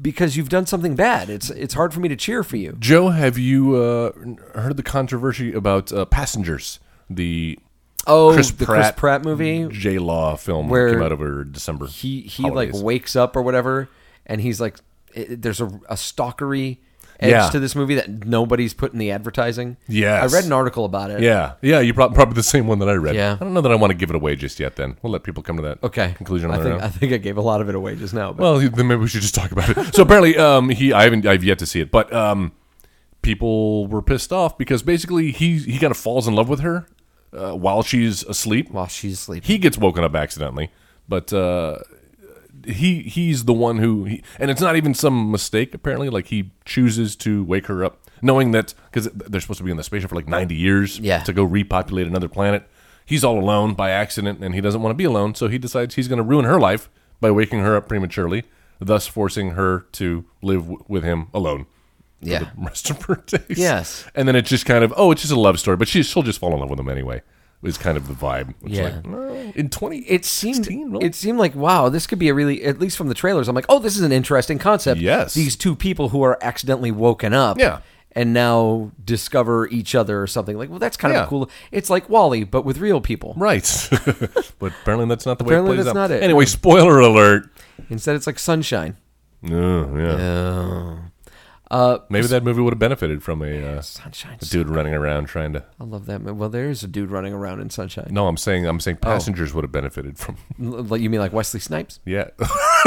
Speaker 3: because you've done something bad. It's it's hard for me to cheer for you.
Speaker 4: Joe, have you uh, heard the controversy about uh, Passengers, the
Speaker 3: Oh,
Speaker 4: Chris
Speaker 3: the Chris
Speaker 4: Pratt
Speaker 3: Pratt movie
Speaker 4: J Law film
Speaker 3: Where
Speaker 4: that came out over December?
Speaker 3: he he
Speaker 4: holidays.
Speaker 3: like wakes up or whatever, and he's like, it, it- there's a, a stalkery edge
Speaker 4: Yeah.
Speaker 3: to this movie that nobody's put in the advertising.
Speaker 4: Yes.
Speaker 3: I read an article about it.
Speaker 4: Yeah, yeah. You prob- probably the same one that I read.
Speaker 3: Yeah.
Speaker 4: I don't know that I want to give it away just yet. Then we'll let people come to that
Speaker 3: Okay.
Speaker 4: conclusion on
Speaker 3: I
Speaker 4: their
Speaker 3: think
Speaker 4: own.
Speaker 3: I think I gave a lot of it away just now. But.
Speaker 4: Well, then maybe we should just talk about it. So apparently, um, he I haven't I've yet to see it, but um, people were pissed off because basically he he kind of falls in love with her uh, while she's asleep.
Speaker 3: while she's asleep.
Speaker 4: He gets woken up accidentally, but uh, he he's the one who he, and it's not even some mistake apparently. Like he chooses to wake her up, knowing that because they're supposed to be in the spaceship for like ninety years
Speaker 3: Yeah.
Speaker 4: to go repopulate another planet. He's all alone by accident, and he doesn't want to be alone, so he decides he's going to ruin her life by waking her up prematurely, thus forcing her to live w- with him alone
Speaker 3: yeah.
Speaker 4: the <laughs> rest of her days.
Speaker 3: Yes.
Speaker 4: And then it just kind of, oh, it's just a love story, but she, she'll just fall in love with him anyway, is kind of the vibe. It's
Speaker 3: Yeah.
Speaker 4: like, well, in 20,
Speaker 3: It seemed
Speaker 4: 16, really?
Speaker 3: it seemed like wow, this could be a really at least from the trailers. I'm like, oh, this is an interesting concept.
Speaker 4: Yes.
Speaker 3: these two people who are accidentally woken up,
Speaker 4: Yeah.
Speaker 3: and now discover each other or something. Like, well, that's kind of
Speaker 4: Yeah.
Speaker 3: a cool. It's like Wally, but with real people.
Speaker 4: right. <laughs> but apparently that's not the way
Speaker 3: Apparently
Speaker 4: it plays
Speaker 3: that's
Speaker 4: out.
Speaker 3: not it.
Speaker 4: Anyway, spoiler alert.
Speaker 3: Instead, it's like sunshine.
Speaker 4: No, yeah.
Speaker 3: Uh,
Speaker 4: Maybe that movie would have benefited from a, uh,
Speaker 3: Sunshine.
Speaker 4: a dude running around trying to.
Speaker 3: I love that. Well, there is a dude running around in sunshine.
Speaker 4: No, I'm saying I'm
Speaker 3: Oh.
Speaker 4: saying passengers would have benefited
Speaker 3: <laughs>
Speaker 4: from.
Speaker 3: L- You mean like Wesley Snipes?
Speaker 4: Yeah. <laughs>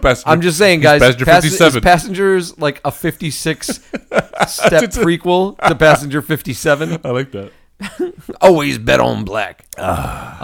Speaker 4: Passenger-
Speaker 3: I'm just saying,
Speaker 4: he's
Speaker 3: guys.
Speaker 4: Passenger
Speaker 3: Pass-
Speaker 4: 57.
Speaker 3: Is Passengers like a
Speaker 4: <laughs>
Speaker 3: 56 step prequel to Passenger
Speaker 4: <laughs>
Speaker 3: 57?
Speaker 4: I like that.
Speaker 3: Always bet on black. Uh,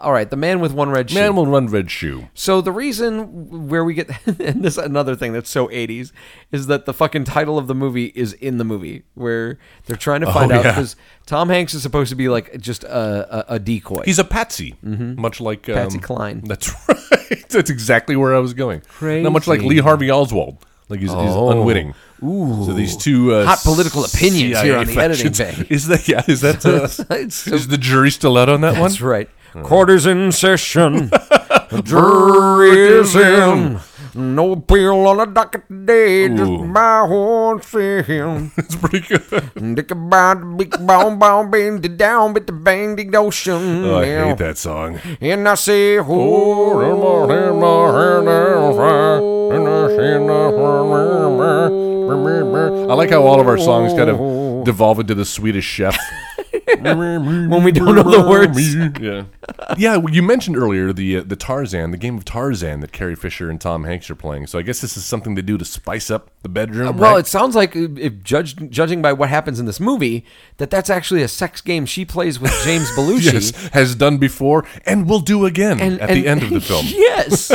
Speaker 3: all right, the man with one red shoe.
Speaker 4: Ah. Man will run red shoe.
Speaker 3: so the reason where we get <laughs> and this another thing that's so 80s is that the fucking title of the movie is in the movie where they're trying to find out
Speaker 4: Oh, yeah.
Speaker 3: because Tom Hanks is supposed to be like just a, a, a decoy.
Speaker 4: He's a patsy, much like um,
Speaker 3: Mm-hmm. Patsy Cline.
Speaker 4: <laughs> That's right. That's exactly where I was going. Not much like
Speaker 3: Crazy. Oh.
Speaker 4: Lee Harvey Oswald. Like he's, he's unwitting. Ooh. So these two uh,
Speaker 3: Hot political opinions here on the editing bay.
Speaker 4: factions- <laughs> Is that yeah? Is that uh,
Speaker 3: It's <laughs> so-
Speaker 4: is the jury still out on that one?
Speaker 3: That's right. Court is in session. <laughs> The jury is in. No appeal on a docket today.
Speaker 4: Ooh.
Speaker 3: Just my horn <laughs> fin.
Speaker 4: It's pretty good.
Speaker 3: <laughs>
Speaker 4: <laughs>
Speaker 3: Dick about the big bong bong bing the down with the bang the ocean.
Speaker 4: Oh, I hate that song.
Speaker 3: And I say, Oh,
Speaker 4: I like how all of our songs kind of devolve into the Swedish Chef.
Speaker 3: when we don't know the words.
Speaker 4: yeah, yeah. well, You mentioned earlier the uh, the Tarzan, the game of Tarzan that Carrie Fisher and Tom Hanks are playing. So I guess this is something they do to spice up the bedroom.
Speaker 3: <laughs> Well,
Speaker 4: right?
Speaker 3: it sounds like, uh, if judged, judging by what happens in this movie, that that's actually a sex game she plays with <laughs> James Belushi.
Speaker 4: yes, has done before and will do again at the end
Speaker 3: <laughs>
Speaker 4: of the film. <laughs>
Speaker 3: Yes.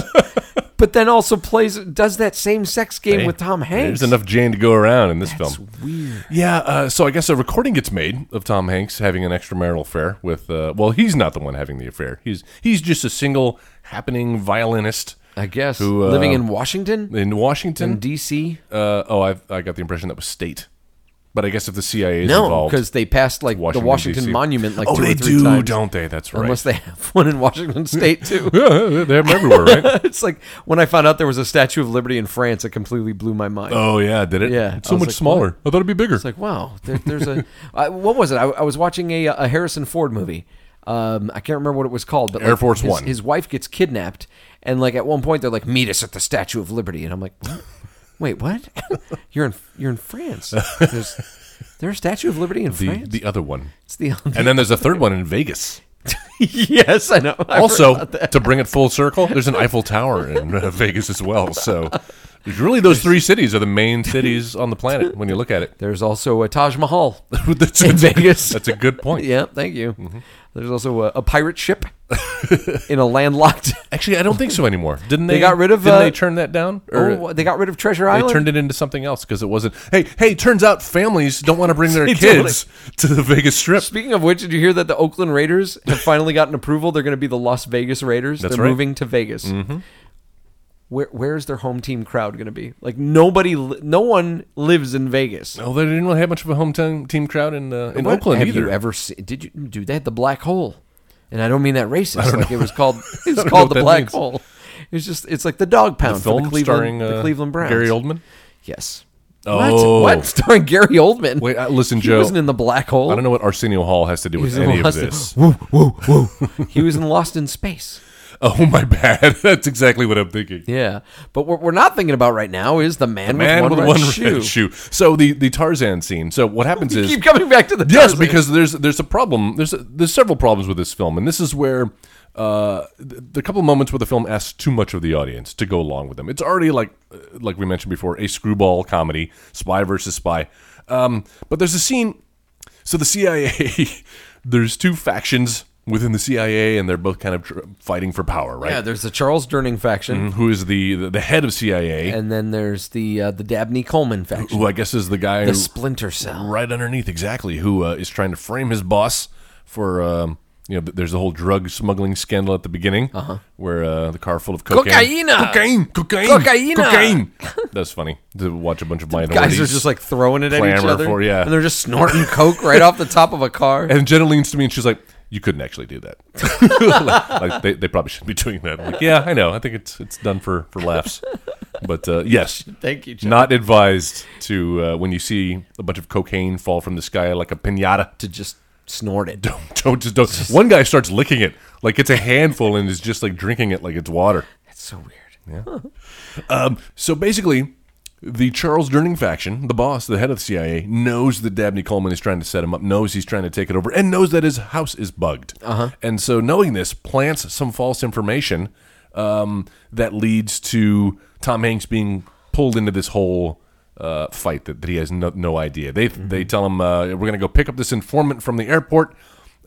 Speaker 3: but then also plays does that same sex game with Tom Hanks.
Speaker 4: There's enough Jane to go around in this
Speaker 3: That's
Speaker 4: film.
Speaker 3: weird.
Speaker 4: Yeah, uh, so I guess a recording gets made of Tom Hanks having an extramarital affair with. Uh, well, he's not the one having the affair. He's he's just a single happening violinist
Speaker 3: I guess
Speaker 4: Who, uh,
Speaker 3: living in Washington
Speaker 4: in Washington.
Speaker 3: in DC.
Speaker 4: Uh, oh, I I got the impression that was state. But I guess if the CIA is
Speaker 3: No,
Speaker 4: involved,
Speaker 3: because they passed like
Speaker 4: Washington,
Speaker 3: the Washington
Speaker 4: DC.
Speaker 3: Monument like
Speaker 4: oh,
Speaker 3: two
Speaker 4: they
Speaker 3: or three
Speaker 4: do,
Speaker 3: times.
Speaker 4: don't they? That's right. <laughs>
Speaker 3: Unless they have <laughs> one in Washington State too.
Speaker 4: they have 'em everywhere,
Speaker 3: <laughs>
Speaker 4: right?
Speaker 3: it's like when I found out there was a Statue of Liberty in France, it completely blew my mind.
Speaker 4: oh yeah, did it?
Speaker 3: Yeah.
Speaker 4: it's
Speaker 3: I
Speaker 4: so
Speaker 3: was
Speaker 4: much
Speaker 3: like,
Speaker 4: smaller. I thought it'd be bigger.
Speaker 3: It's like wow, there, there's a <laughs> I, what was it? I, I was watching a, a Harrison Ford movie. Um, I can't remember what it was called, but like,
Speaker 4: Air Force
Speaker 3: his,
Speaker 4: One.
Speaker 3: His wife gets kidnapped, and like at one point they're like, "Meet us at the Statue of Liberty," and I'm like, what? "Wait, what? <laughs> you're in you're in France? There's there's a Statue of Liberty in
Speaker 4: the
Speaker 3: France?
Speaker 4: the other one,
Speaker 3: it's the
Speaker 4: and then there's a third one in Vegas.
Speaker 3: <laughs> yes, I know. <laughs> I
Speaker 4: Also, to bring it full circle, there's an Eiffel Tower in uh, <laughs> Vegas as well. So, really, those three cities are the main cities on the planet when you look
Speaker 3: <laughs>
Speaker 4: at it.
Speaker 3: There's also a Taj Mahal <laughs>
Speaker 4: <laughs> That's-
Speaker 3: in Vegas.
Speaker 4: That's a good
Speaker 3: <laughs>
Speaker 4: point.
Speaker 3: yeah, thank you.
Speaker 4: Mm-hmm.
Speaker 3: There's also a, a pirate ship <laughs> in a
Speaker 4: <laughs>
Speaker 3: landlocked.
Speaker 4: Actually, I don't think so anymore. Didn't they?
Speaker 3: got rid of,
Speaker 4: Didn't
Speaker 3: uh,
Speaker 4: they turn that down?
Speaker 3: Oh, they got rid of Treasure
Speaker 4: they
Speaker 3: Island.
Speaker 4: turned it into something else because it wasn't. Hey, hey! Turns out families don't want to <laughs> bring their
Speaker 3: They don't.
Speaker 4: kids to the Vegas Strip.
Speaker 3: Speaking of which, did you hear that the Oakland Raiders have finally gotten approval? They're going to be the Las Vegas Raiders.
Speaker 4: That's
Speaker 3: They're
Speaker 4: right. Mm-hmm.
Speaker 3: moving to Vegas. Where where is their home team crowd going to be? Like nobody, li- no one lives in Vegas.
Speaker 4: Oh, they didn't really have much of a hometown team crowd in uh, in
Speaker 3: What
Speaker 4: Oakland
Speaker 3: have
Speaker 4: either.
Speaker 3: you ever seen? Did you do that? The black hole, and I don't mean that racist. Like it was
Speaker 4: <laughs>
Speaker 3: called. It's
Speaker 4: know
Speaker 3: called
Speaker 4: what
Speaker 3: the
Speaker 4: that
Speaker 3: black
Speaker 4: means.
Speaker 3: hole. It's just it's like the dog pound for
Speaker 4: Film
Speaker 3: the Cleveland,
Speaker 4: starring
Speaker 3: the
Speaker 4: uh,
Speaker 3: Cleveland Browns.
Speaker 4: Gary Oldman.
Speaker 3: Yes.
Speaker 4: Oh.
Speaker 3: What? <laughs> What? Starring Gary Oldman?
Speaker 4: Wait, uh, listen,
Speaker 3: he
Speaker 4: Joe.
Speaker 3: wasn't in the black hole.
Speaker 4: I don't know what Arsenio Hall has to do with
Speaker 3: was in
Speaker 4: any of
Speaker 3: Lost in-
Speaker 4: this. <laughs>
Speaker 3: He was in Lost in Space.
Speaker 4: Oh my bad. <laughs> That's exactly what I'm thinking.
Speaker 3: Yeah, but what we're not thinking about right now is the man,
Speaker 4: Man
Speaker 3: with one,
Speaker 4: with
Speaker 3: red,
Speaker 4: one
Speaker 3: shoe.
Speaker 4: red shoe. So the the Tarzan scene. So what happens
Speaker 3: You
Speaker 4: is
Speaker 3: keep coming back to the
Speaker 4: yes,
Speaker 3: Tarzan.
Speaker 4: because there's there's a problem. There's there's several problems with this film, and this is where. Uh, th- the couple of moments where the film asks too much of the audience to go along with them. It's already like, uh, like we mentioned before, a screwball comedy, spy versus spy. Um, but there's a scene. So the CIA, <laughs> there's two factions within the CIA, and they're both kind of tr- fighting for power, right?
Speaker 3: yeah, there's the Charles Durning faction,
Speaker 4: Who is the the, the head of CIA?
Speaker 3: and then there's the uh, the Dabney Coleman faction,
Speaker 4: who I guess is the guy
Speaker 3: the
Speaker 4: who-
Speaker 3: Splinter Cell.
Speaker 4: right underneath exactly who uh, is trying to frame his boss for um, you know th- there's the whole drug smuggling scandal at the beginning where uh, the car full of cocaine
Speaker 3: Uh-huh. Cocaína!
Speaker 4: cocaine cocaine
Speaker 3: Cocaína!
Speaker 4: cocaine that's funny to watch a bunch of minorities
Speaker 3: Guys are just like throwing it at each
Speaker 4: Clamor
Speaker 3: other,
Speaker 4: for- yeah.
Speaker 3: and they're just snorting coke right off the top of a car.
Speaker 4: and Jenna leans to me and she's like you couldn't actually do that <laughs> like, like, they, they probably shouldn't be doing that I'm like yeah I know I think it's it's done for for laughs but uh, yes
Speaker 3: Thank you, Joe.
Speaker 4: not advised to uh, when you see a bunch of cocaine fall from the sky like a pinata
Speaker 3: to just snort it.
Speaker 4: <laughs> don't don't just don't. One guy starts licking it like it's a handful and is just like drinking it like it's water.
Speaker 3: That's so weird.
Speaker 4: So basically, the Charles Durning faction, the boss, the head of the CIA, knows that Dabney Coleman is trying to set him up, knows he's trying to take it over, and knows that his house is bugged. Uh-huh. And so, knowing this, plants some false information um, that leads to Tom Hanks being pulled into this whole. Uh, fight that, that he has no, no idea. They they tell him uh, we're going to go pick up this informant from the airport,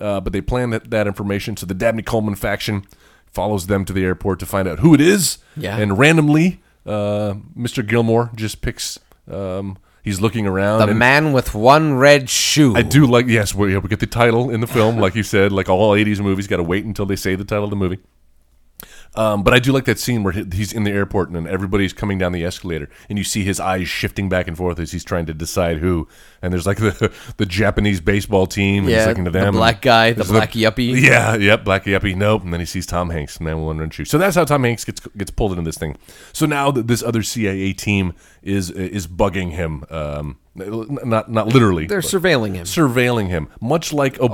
Speaker 4: uh, but they plan that, that information. So the Dabney Coleman faction follows them to the airport to find out who it is.
Speaker 3: Yeah.
Speaker 4: And randomly, uh, Mr. Gilmore just picks. Um, he's looking around.
Speaker 3: The
Speaker 4: and
Speaker 3: man with one red shoe.
Speaker 4: I do like yes, we, we get the title in the film, like you said, like all '80s movies, got to wait until they say the title of the movie. Um, but I do like that scene where he- he's in the airport and then everybody's coming down the escalator, and you see his eyes shifting back and forth as he's trying to decide who. And there's like the the Japanese baseball team, and
Speaker 3: Yeah,
Speaker 4: he's looking to
Speaker 3: the
Speaker 4: them. and
Speaker 3: black guy, the
Speaker 4: there's
Speaker 3: black yuppie.
Speaker 4: Yeah, yep, black yuppie. Nope. And then he sees Tom Hanks, and then one run shoe. So that's how Tom Hanks gets gets pulled into this thing. So now that this other CIA team is is bugging him, um, not not literally,
Speaker 3: They're
Speaker 4: but-
Speaker 3: surveilling him.
Speaker 4: surveilling him, much like Obama, <laughs>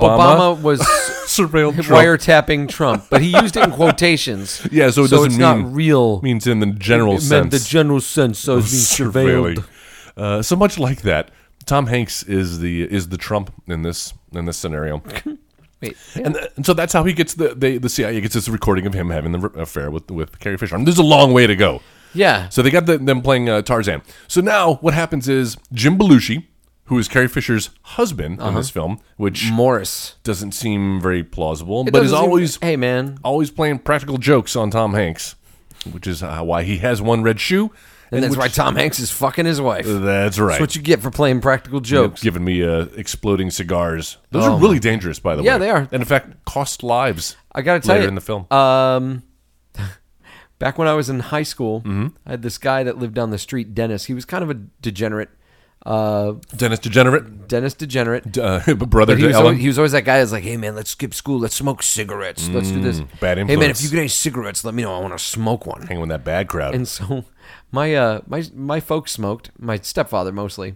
Speaker 3: Obama was
Speaker 4: surveilled
Speaker 3: <laughs>
Speaker 4: Trump.
Speaker 3: wiretapping Trump, but he used it in
Speaker 4: <laughs>
Speaker 3: quotations.
Speaker 4: Yeah, so it doesn't
Speaker 3: it's
Speaker 4: mean
Speaker 3: not real.
Speaker 4: Means in the general
Speaker 3: it meant
Speaker 4: sense,
Speaker 3: the general sense. So it's being surveilled.
Speaker 4: surveilling. Uh, so much like that, Tom Hanks is the is the Trump in this in this scenario.
Speaker 3: Wait,
Speaker 4: And, th- and so that's how he gets the they, the CIA gets this recording of him having the re- affair with with Carrie Fisher. I mean, there's a long way to go.
Speaker 3: yeah,
Speaker 4: So they got the, them playing uh, Tarzan. So now what happens is Jim Belushi, who is Carrie Fisher's husband
Speaker 3: Uh-huh.
Speaker 4: in this film, which
Speaker 3: Morris,
Speaker 4: doesn't seem very plausible,
Speaker 3: It
Speaker 4: but is
Speaker 3: doesn't seem-
Speaker 4: always
Speaker 3: hey man,
Speaker 4: always playing practical jokes on Tom Hanks, which is uh, why he has one red shoe.
Speaker 3: and that's
Speaker 4: which-
Speaker 3: why Tom Hanks is fucking his wife.
Speaker 4: That's right.
Speaker 3: That's what you get for playing practical jokes.
Speaker 4: Giving me uh, exploding cigars. Those
Speaker 3: Oh,
Speaker 4: are really dangerous, by the way.
Speaker 3: Yeah, they are.
Speaker 4: And in fact, cost lives.
Speaker 3: I gotta tell
Speaker 4: later
Speaker 3: you,
Speaker 4: in the film.
Speaker 3: Um, <laughs>
Speaker 4: Mm-hmm.
Speaker 3: back when I was in high school, I had this guy that lived down the street, Dennis. He was kind of a degenerate. uh,
Speaker 4: Dennis Degenerate,
Speaker 3: Dennis Degenerate.
Speaker 4: uh, <laughs> brother
Speaker 3: But he
Speaker 4: to
Speaker 3: was,
Speaker 4: Ellen.
Speaker 3: always, he was always that guy that's like, hey man, let's skip school, let's smoke cigarettes, let's do this.
Speaker 4: Mm, bad
Speaker 3: Hey man, if
Speaker 4: influence.
Speaker 3: you get any cigarettes, let me know. I want to smoke one.
Speaker 4: hanging with that bad crowd.
Speaker 3: And so <laughs> my uh my my folks smoked, my stepfather mostly.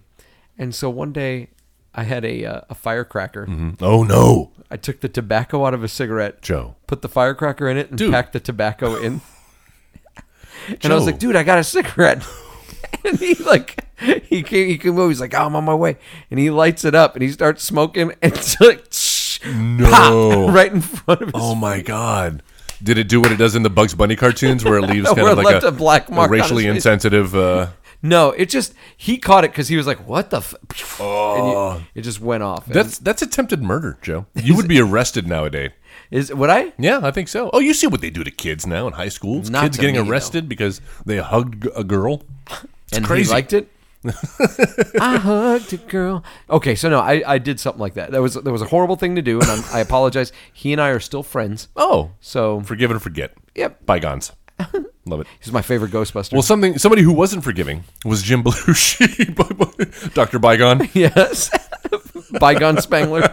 Speaker 3: And so one day I had a uh, a firecracker.
Speaker 4: oh no,
Speaker 3: I took the tobacco out of a cigarette,
Speaker 4: Joe.
Speaker 3: put the firecracker in it and
Speaker 4: Dude.
Speaker 3: packed the tobacco
Speaker 4: <laughs>
Speaker 3: in. and I was
Speaker 4: Joe.
Speaker 3: like, "Dude, I got a cigarette." <laughs> and he like he came he came over, he's like, oh, "I'm on my way." And he lights it up and he starts smoking <laughs> and it's like
Speaker 4: No.
Speaker 3: right in front of his
Speaker 4: <laughs> Oh my god. Did it do what it does in the Bugs Bunny cartoons,
Speaker 3: <laughs>
Speaker 4: where it leaves kind
Speaker 3: Where
Speaker 4: of
Speaker 3: it
Speaker 4: like
Speaker 3: left a black mark on his
Speaker 4: racially
Speaker 3: face.
Speaker 4: insensitive? Uh,
Speaker 3: No, it just he caught it because he was like, "What the?" F-? <laughs> Oh. it just went off. And
Speaker 4: that's that's attempted murder,
Speaker 3: <laughs>
Speaker 4: Joe. You would be arrested nowadays.
Speaker 3: is would I?
Speaker 4: Yeah, I think so. Oh, you see what they do to kids now in high school?
Speaker 3: Not
Speaker 4: kids
Speaker 3: to
Speaker 4: getting
Speaker 3: me,
Speaker 4: arrested because they hugged g- a girl. It's
Speaker 3: and
Speaker 4: crazy.
Speaker 3: he liked it. <laughs> I hugged a girl. Okay, so no, I, I did something like that. That was that was a horrible thing to do, and I'm, I apologize. He and I are still friends.
Speaker 4: Oh,
Speaker 3: So
Speaker 4: forgive and forget.
Speaker 3: Yep.
Speaker 4: bygones. Love it.
Speaker 3: he's my favorite Ghostbuster.
Speaker 4: Well, something somebody who wasn't forgiving was Jim <laughs> Belushi, Doctor Bygone.
Speaker 3: <laughs> yes, <laughs> bygone Spangler.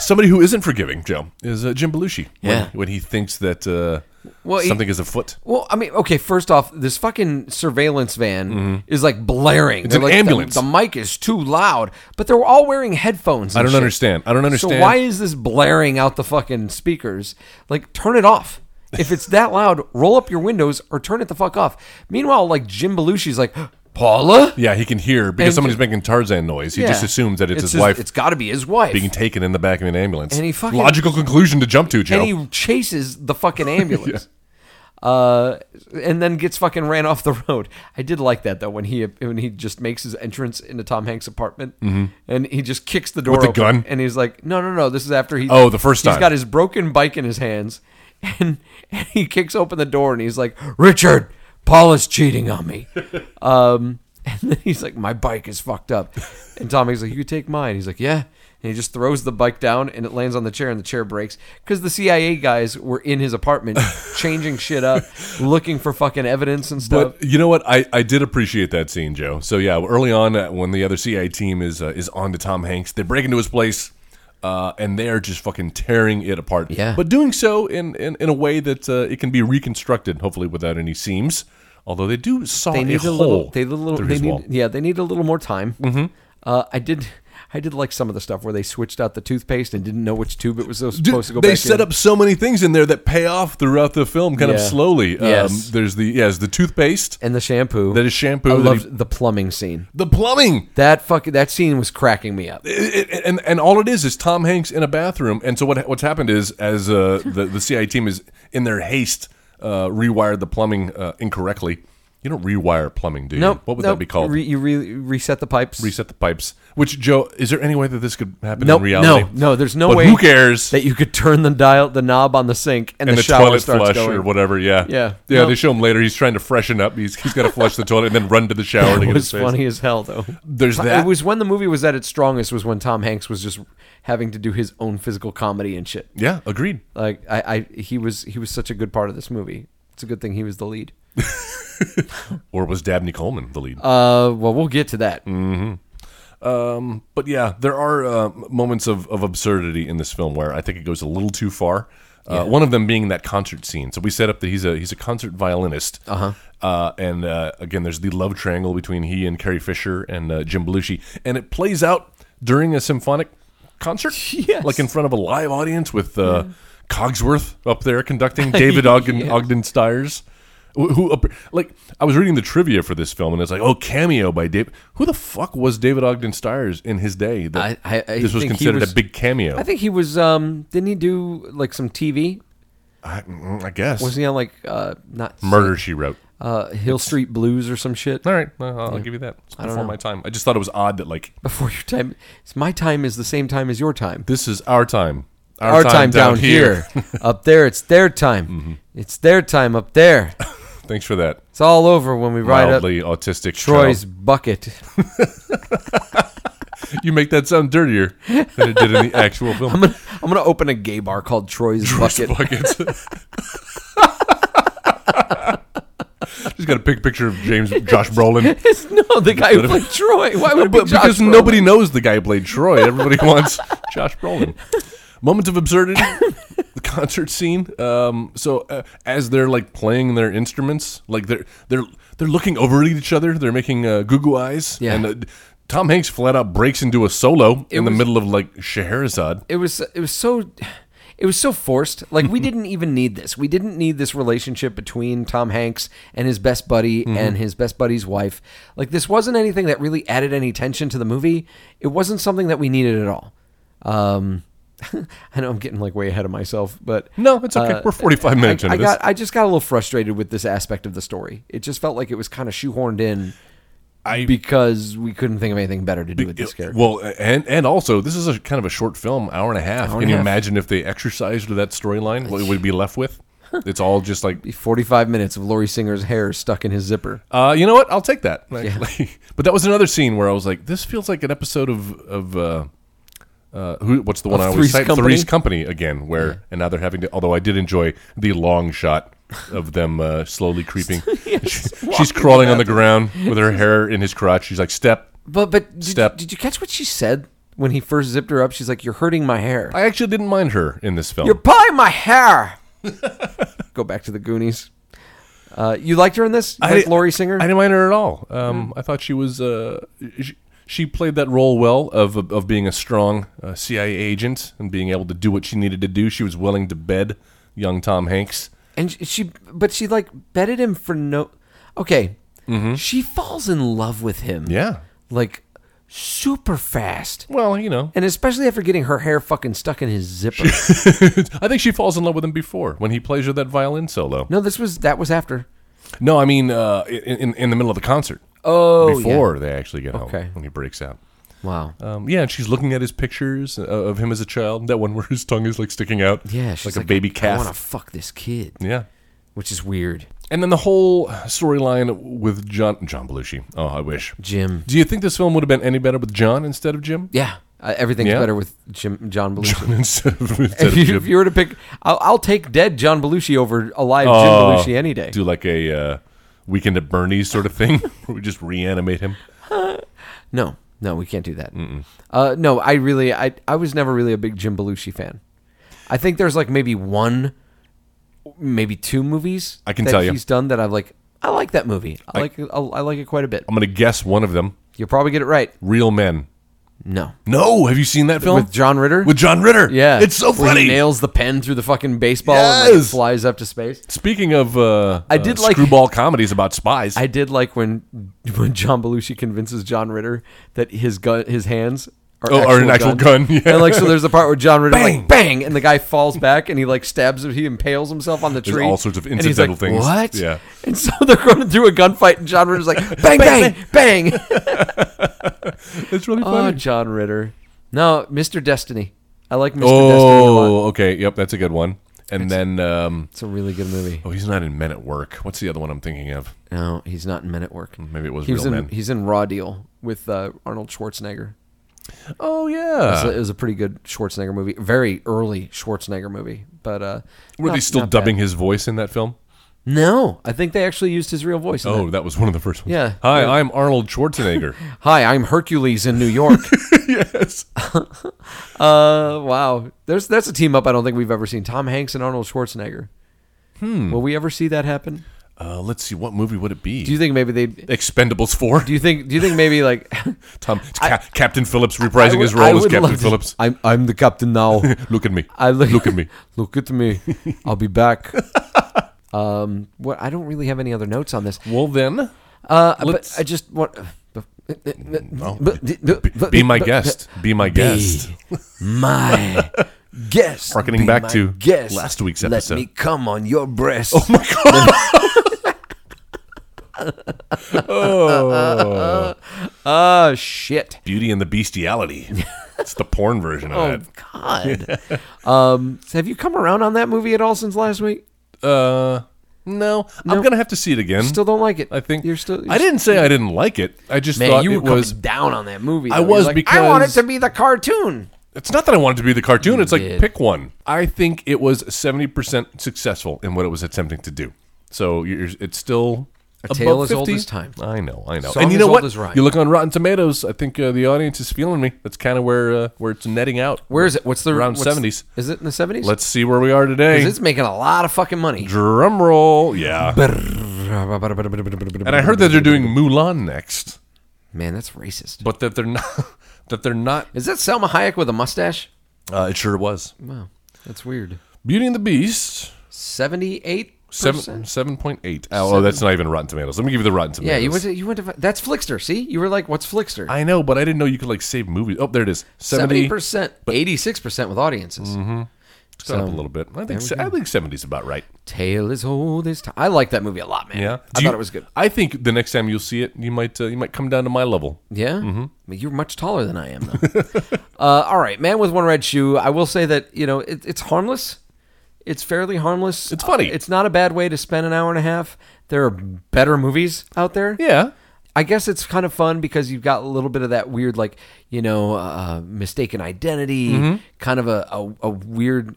Speaker 4: Somebody who isn't forgiving, Joe, is uh, Jim Belushi. When-
Speaker 3: Yeah.
Speaker 4: When, he thinks that uh,
Speaker 3: Well, he-
Speaker 4: something is afoot.
Speaker 3: Well, I mean, okay. First off, this fucking surveillance van is like blaring. It's
Speaker 4: Mm-hmm. an ambulance.
Speaker 3: The, mic is too loud, but they're all wearing headphones. and
Speaker 4: I don't
Speaker 3: shit.
Speaker 4: understand. I don't understand.
Speaker 3: So why is this blaring out the fucking speakers? Like, turn it off. If it's that loud, roll up your windows or turn it the fuck off. Meanwhile, like Jim Belushi's like, <gasps> Paula.
Speaker 4: Yeah, he can hear because
Speaker 3: And-
Speaker 4: somebody's making Tarzan noise. He just
Speaker 3: Yeah.
Speaker 4: assumes that it's, his, wife
Speaker 3: It's got to be his wife.
Speaker 4: being taken in the back of an ambulance.
Speaker 3: And he fucking-
Speaker 4: logical conclusion to jump to, Joe.
Speaker 3: and he chases the
Speaker 4: <laughs>
Speaker 3: fucking ambulance. Uh, and then gets fucking ran off the road. I did like that though when he when he just makes his entrance into Tom Hanks' apartment and he just kicks the door
Speaker 4: Mm-hmm. With the
Speaker 3: open,
Speaker 4: gun?
Speaker 3: and he's like, no, no, no. This is after he
Speaker 4: Oh, the first time.
Speaker 3: he's got his broken bike in his hands and, and he kicks open the door and he's like, Richard, Paula's cheating on me. um, and then he's like, my bike is fucked up, and Tom Hanks is like, you could take mine. He's like, yeah. And he just throws the bike down and it lands on the chair and the chair breaks because the CIA guys were in his apartment changing shit up, looking for fucking evidence and stuff.
Speaker 4: But you know what? I, I did appreciate that scene, Joe. So yeah, early on uh, when the other CIA team is uh, is on to Tom Hanks, they break into his place. Uh, and they are just fucking tearing it apart.
Speaker 3: Yeah.
Speaker 4: But doing so in, in, in a way that uh, it can be reconstructed, hopefully without any seams. Although they do saw
Speaker 3: they need
Speaker 4: a,
Speaker 3: a,
Speaker 4: hole
Speaker 3: little. They need a little.
Speaker 4: through
Speaker 3: They
Speaker 4: his
Speaker 3: need,
Speaker 4: wall.
Speaker 3: yeah, they need a little more time. Mm-hmm. Uh, I did. I did like some of the stuff where they switched out the toothpaste and didn't know which tube it was supposed
Speaker 4: Dude,
Speaker 3: to go
Speaker 4: they
Speaker 3: back
Speaker 4: set
Speaker 3: in.
Speaker 4: up so many things in there that pay off throughout the film, kind of
Speaker 3: Yeah.
Speaker 4: slowly. Um,
Speaker 3: Yes.
Speaker 4: there's the yes, the toothpaste,
Speaker 3: and the shampoo.
Speaker 4: That is shampoo
Speaker 3: I
Speaker 4: that
Speaker 3: loved
Speaker 4: he-
Speaker 3: the plumbing scene.
Speaker 4: the plumbing,
Speaker 3: That fucking that scene was cracking me up.
Speaker 4: It- it- and and all it is is Tom Hanks in a bathroom. And so what what's happened is as uh, the the CIA team is in their haste uh, rewired the plumbing uh, incorrectly. You don't rewire plumbing, do you?
Speaker 3: Nope.
Speaker 4: What would
Speaker 3: nope.
Speaker 4: that be called?
Speaker 3: Re- you re- reset the pipes.
Speaker 4: Reset the pipes. Which Joe, is there any way that this could happen
Speaker 3: Nope,
Speaker 4: in reality?
Speaker 3: no, no, there's no
Speaker 4: But
Speaker 3: way
Speaker 4: Who cares?
Speaker 3: that you could turn the dial, the knob on the sink, and,
Speaker 4: and
Speaker 3: the,
Speaker 4: the,
Speaker 3: shower
Speaker 4: toilet
Speaker 3: starts
Speaker 4: flush
Speaker 3: going.
Speaker 4: or whatever. Yeah,
Speaker 3: Yeah.
Speaker 4: yeah.
Speaker 3: Nope.
Speaker 4: They show him later. He's trying to freshen up. He's he's got to flush the toilet and then run to
Speaker 3: <laughs>
Speaker 4: the shower. to
Speaker 3: It
Speaker 4: get
Speaker 3: was
Speaker 4: his face.
Speaker 3: funny as hell, though.
Speaker 4: There's that.
Speaker 3: It was when the movie was at its strongest. Was when Tom Hanks was just having to do his own physical comedy and shit.
Speaker 4: Yeah, agreed.
Speaker 3: Like I, I he was he was such a good part of this movie. It's a good thing he was the lead. <laughs>
Speaker 4: Or was Dabney Coleman the lead?
Speaker 3: Uh, well, we'll get to that.
Speaker 4: but yeah, there are uh, moments of, of absurdity in this film where I think it goes a little too far. Uh, One of them being that concert scene. So we set up that he's a he's a concert violinist. Uh-huh. And uh, again, there's the love triangle between he and Carrie Fisher and uh, Jim Belushi, and it plays out during a symphonic concert,
Speaker 3: Yes.
Speaker 4: like in front of a live audience with uh, Cogsworth up
Speaker 3: <laughs>
Speaker 4: there conducting David Ogden Ogden Stiers. Who, who ap- like I was reading the trivia for this film and it's like oh cameo by David who the fuck was David Ogden Stiers in his day that
Speaker 3: I- I- I
Speaker 4: this
Speaker 3: think
Speaker 4: was
Speaker 3: he
Speaker 4: considered
Speaker 3: was-
Speaker 4: a big cameo.
Speaker 3: I think he was. Um, didn't he do like some TV?
Speaker 4: I, mm, I guess.
Speaker 3: Wasn't he on like uh not
Speaker 4: Murder She Wrote.
Speaker 3: uh Hill Street Blues or some shit?
Speaker 4: All right, well, I'll give you that. It's before my time. I just thought it was odd that like
Speaker 3: Before your time, it's my time is the same time as your time.
Speaker 4: this is our time,
Speaker 3: Our time, down, here, <laughs> Mm-hmm. up there, it's their time. It's their time up there.
Speaker 4: <laughs> Thanks for that
Speaker 3: It's all over when we ride up
Speaker 4: mildly autistic
Speaker 3: Troy's
Speaker 4: child.
Speaker 3: bucket. <laughs>
Speaker 4: You make that sound dirtier than it
Speaker 3: <laughs>
Speaker 4: did in the actual film.
Speaker 3: I'm gonna open a gay bar called Troy's Bucket.
Speaker 4: buckets. Just got a big picture of James Josh Brolin. Uh,
Speaker 3: It's- <laughs> no, the guy who played Troy. Why would it be
Speaker 4: but
Speaker 3: Josh
Speaker 4: because
Speaker 3: Brolin?
Speaker 4: nobody knows the guy who played Troy, everybody <laughs> wants Josh Brolin. Moments of absurdity, the concert scene. Um, so uh, as they're like playing their instruments, like they're they're they're looking over at each other. They're making uh, goo goo eyes.
Speaker 3: Yeah.
Speaker 4: And uh, Tom Hanks flat out breaks into a solo in the
Speaker 3: was-
Speaker 4: middle of like Scheherazade.
Speaker 3: it was it was so it was so forced. Like
Speaker 4: <laughs>
Speaker 3: we didn't even need this. We didn't need this relationship between Tom Hanks and his best buddy
Speaker 4: Mm-hmm.
Speaker 3: and his best buddy's wife. Like this wasn't anything that really added any tension to the movie. It wasn't something that we needed at all. Um <laughs> I know I'm getting like way ahead of myself, but uh,
Speaker 4: No, it's okay. We're 45 minutes
Speaker 3: I,
Speaker 4: into
Speaker 3: I
Speaker 4: this.
Speaker 3: got I just got a little frustrated with this aspect of the story. It just felt like it was kind of shoehorned in
Speaker 4: I-
Speaker 3: because we couldn't think of anything better to do with this
Speaker 4: It-
Speaker 3: character.
Speaker 4: Well, and and also this is a kind of a short film, hour and a half.
Speaker 3: Hour and
Speaker 4: Can
Speaker 3: a
Speaker 4: you
Speaker 3: half.
Speaker 4: imagine if they exercised that storyline? What
Speaker 3: <sighs>
Speaker 4: would be left with? It's all just like,
Speaker 3: 45 minutes of Laurie Singer's hair stuck in his zipper.
Speaker 4: uh, you know what? I'll take that. <laughs> actually. But that was another scene where I was like, this feels like an episode of of. Uh, uh, who? What's the
Speaker 3: Of
Speaker 4: one I always
Speaker 3: Three's
Speaker 4: cite?
Speaker 3: Company?
Speaker 4: Three's Company again, where and now they're having to. Although I did enjoy the
Speaker 3: <laughs>
Speaker 4: long shot of them uh, slowly creeping. She- she's crawling on the ground with her hair in his crotch. She's like, "Step."
Speaker 3: But but did,
Speaker 4: Step.
Speaker 3: did you catch what she said when he first zipped her up? She's like, "You're hurting my hair.
Speaker 4: I actually didn't mind her in this film.
Speaker 3: You're pulling my <laughs> hair." Go back to the Goonies. Uh, you liked her in this? You liked
Speaker 4: didn't-
Speaker 3: Laurie Singer. Hmm.
Speaker 4: I didn't mind her at all. Um, I thought she was. Uh, she, she played that role well of of being a strong uh, CIA agent and being able to do what she needed to do. She was willing to bed young Tom Hanks.
Speaker 3: and she, she, but she like betted him for no. Okay, she falls in love with him.
Speaker 4: Yeah.
Speaker 3: like super fast,
Speaker 4: Well, you know,
Speaker 3: and especially after getting her hair fucking stuck in his <laughs> zipper.
Speaker 4: I think she falls in love with him before when he plays her that violin solo. No,
Speaker 3: no, this was that was after.
Speaker 4: I mean uh, in, in in the middle of the concert.
Speaker 3: Oh, yeah.
Speaker 4: before they actually get home
Speaker 3: Okay.
Speaker 4: when he breaks out.
Speaker 3: Wow.
Speaker 4: Um, yeah, and she's looking at his pictures uh, of him as a child. That one where his tongue is like sticking out.
Speaker 3: yeah, she's like,
Speaker 4: a baby
Speaker 3: I
Speaker 4: calf.
Speaker 3: want to fuck this kid,
Speaker 4: yeah.
Speaker 3: which is weird.
Speaker 4: And then the whole storyline with John John Belushi. Oh, I wish.
Speaker 3: Jim.
Speaker 4: Do you think this film would have been any better with John instead of Jim?
Speaker 3: Yeah, uh, everything's
Speaker 4: Yeah.
Speaker 3: better with Jim, John Belushi. <laughs>
Speaker 4: <laughs> instead of,
Speaker 3: if,
Speaker 4: instead of
Speaker 3: you, if
Speaker 4: Jim.
Speaker 3: you were to pick, I'll, I'll take dead John Belushi over alive
Speaker 4: Oh,
Speaker 3: Jim Belushi any day.
Speaker 4: Do like a uh, weekend at Bernie's sort of thing, <laughs> where we just reanimate him.
Speaker 3: No, no, we can't do that. Uh, no, I really, I, I was never really a big Jim Belushi fan. I think there's like maybe one, maybe two movies
Speaker 4: I can
Speaker 3: that
Speaker 4: tell you.
Speaker 3: he's done that I've like. I like that movie. I, like I, I like it quite a bit.
Speaker 4: I'm gonna guess one of them.
Speaker 3: You'll probably get it right.
Speaker 4: Real Men.
Speaker 3: No,
Speaker 4: No, have you seen that film
Speaker 3: with John Ritter.
Speaker 4: With John Ritter.
Speaker 3: yeah,
Speaker 4: it's so
Speaker 3: Where he
Speaker 4: funny.
Speaker 3: nails the pen through the fucking baseball and like,
Speaker 4: Yes.
Speaker 3: flies up to space.
Speaker 4: Speaking of, uh,
Speaker 3: I
Speaker 4: uh,
Speaker 3: did like-
Speaker 4: screwball comedies about spies.
Speaker 3: I did like when when John Belushi convinces John Ritter that his gun, his hands are,
Speaker 4: Oh,
Speaker 3: actual
Speaker 4: are an actual
Speaker 3: guns.
Speaker 4: gun, yeah.
Speaker 3: And like, so there's the part where John Ritter
Speaker 4: Bang!
Speaker 3: like bang, and the guy falls back and he like stabs him, he impales himself on the
Speaker 4: There's
Speaker 3: tree.
Speaker 4: all sorts of
Speaker 3: And he's
Speaker 4: incidental
Speaker 3: like,
Speaker 4: things.
Speaker 3: What?
Speaker 4: Yeah.
Speaker 3: And so they're going through a gunfight, and John Ritter's
Speaker 4: <laughs>
Speaker 3: like bang, bang, bang.
Speaker 4: it's really
Speaker 3: oh,
Speaker 4: <laughs> funny.
Speaker 3: John Ritter. No, Mr. Destiny. I like Mr. Destiny a lot.
Speaker 4: oh, okay. Yep, that's a good one. And then. Um,
Speaker 3: It's a really good movie.
Speaker 4: Oh, he's not in Men at Work. What's the other one I'm thinking of?
Speaker 3: No, he's not in Men at Work.
Speaker 4: Maybe it was
Speaker 3: He was
Speaker 4: Real
Speaker 3: in,
Speaker 4: Men.
Speaker 3: He's in Raw Deal with uh, Arnold Schwarzenegger.
Speaker 4: Oh yeah.
Speaker 3: So it was a pretty good Schwarzenegger movie, very early Schwarzenegger movie. But uh,
Speaker 4: Were
Speaker 3: not-
Speaker 4: they still
Speaker 3: not bad.
Speaker 4: dubbing his voice in that film?
Speaker 3: No, I think they actually used his real voice. in
Speaker 4: Oh,
Speaker 3: that.
Speaker 4: that was one of the first ones.
Speaker 3: Yeah.
Speaker 4: Hi, I'm Arnold
Speaker 3: <laughs>
Speaker 4: Schwarzenegger. <laughs>
Speaker 3: hi, I'm Hercules in New York. <laughs>
Speaker 4: yes.
Speaker 3: uh, wow, there's that's a team up I don't think we've ever seen. Tom Hanks and Arnold Schwarzenegger. Hmm. Will we ever see that happen?
Speaker 4: Uh, let's see. What movie would it be?
Speaker 3: Do you think maybe they? Do
Speaker 4: Expendables Four?
Speaker 3: you think? Do you think maybe like <laughs>
Speaker 4: Tom it's Ca- Captain Phillips
Speaker 3: I
Speaker 4: reprising
Speaker 3: would-
Speaker 4: his
Speaker 3: I
Speaker 4: role as
Speaker 3: would
Speaker 4: Captain
Speaker 3: love to-
Speaker 4: Phillips.
Speaker 3: I'm I'm the captain now.
Speaker 4: <laughs> look at me.
Speaker 3: I look,
Speaker 4: Look at me.
Speaker 3: <laughs> Look at me. I'll be back. <laughs> um, what? I don't really have any other notes on this.
Speaker 4: Well then,
Speaker 3: Uh, but
Speaker 4: Let's-
Speaker 3: I just want. uh,
Speaker 4: be, be my guest. Be my guest.
Speaker 3: Be my guest.
Speaker 4: Harkening
Speaker 3: Be
Speaker 4: back
Speaker 3: my
Speaker 4: to
Speaker 3: guest.
Speaker 4: last week's episode.
Speaker 3: Let me come on your breast. <laughs> <laughs>
Speaker 4: Oh,
Speaker 3: Oh shit!
Speaker 4: Beauty and
Speaker 3: <laughs>
Speaker 4: the Bestiality. It's the porn version of
Speaker 3: Oh god. um, so have you come around on that movie at all since last week?
Speaker 4: that. Uh, no, I'm gonna have to see it again.
Speaker 3: Still don't like it.
Speaker 4: I think
Speaker 3: you're still. You're
Speaker 4: I didn't say I didn't like it. I just
Speaker 3: Man,
Speaker 4: thought
Speaker 3: you
Speaker 4: it
Speaker 3: were
Speaker 4: was.
Speaker 3: coming down on that movie.
Speaker 4: I
Speaker 3: though. You're
Speaker 4: was
Speaker 3: like, I
Speaker 4: because-
Speaker 3: want it to be the cartoon.
Speaker 4: It's not that I wanted to be the cartoon. It's like
Speaker 3: did.
Speaker 4: pick one. I think it was seventy percent successful in what it was attempting to do. So you're, it's still
Speaker 3: A Tale as Old as Time.
Speaker 4: I know, I know.
Speaker 3: Song
Speaker 4: and you
Speaker 3: as
Speaker 4: know
Speaker 3: old
Speaker 4: what?
Speaker 3: as rhyme.
Speaker 4: You look on Rotten Tomatoes. I think uh, the audience is feeling me. That's kind of where uh, where it's netting out.
Speaker 3: Where is it? What's the
Speaker 4: Around
Speaker 3: what's-
Speaker 4: 70s.
Speaker 3: Is it in the seventies?
Speaker 4: Let's see where we are today.
Speaker 3: It's making a lot of fucking <laughs> money.
Speaker 4: Drum roll, yeah. And I heard that they're doing Mulan next,
Speaker 3: Man, that's racist.
Speaker 4: but that they're not. <laughs> That they're not.
Speaker 3: Is that Selma Hayek with a mustache?
Speaker 4: Uh, it sure was.
Speaker 3: Wow, that's weird.
Speaker 4: Beauty and the Beast.
Speaker 3: Seventy-eight
Speaker 4: Seven
Speaker 3: percent.
Speaker 4: seven point eight. Oh, oh, that's not even Rotten Tomatoes. Let me give you the Rotten Tomatoes.
Speaker 3: Yeah, you went to you went to that's Flickster. See, you were like, "What's Flickster?"
Speaker 4: I know, but I didn't know you could like save movies. Oh, there it is.
Speaker 3: Seventy
Speaker 4: Seventy Mm-hmm. percent
Speaker 3: percent, eighty-six percent with audiences.
Speaker 4: up a little bit. I think se- I think seventy's about right.
Speaker 3: Tale is old as time. I like that movie a lot, man.
Speaker 4: Yeah,
Speaker 3: I
Speaker 4: Do you-
Speaker 3: thought it was good.
Speaker 4: I think the next time you'll see it, you might uh, you might come down to my level.
Speaker 3: Yeah,
Speaker 4: Mm-hmm.
Speaker 3: I mean, you're much taller than I am, though. <laughs> uh, all right, man with one red shoe. I will say that you know it, it's harmless. It's fairly harmless.
Speaker 4: It's funny.
Speaker 3: Uh, it's not a bad way to spend an hour and a half. There are better movies out there.
Speaker 4: Yeah,
Speaker 3: I guess it's kind of fun because you've got a little bit of that weird, like you know, uh, mistaken identity,
Speaker 4: Mm-hmm.
Speaker 3: kind of a, a, a weird,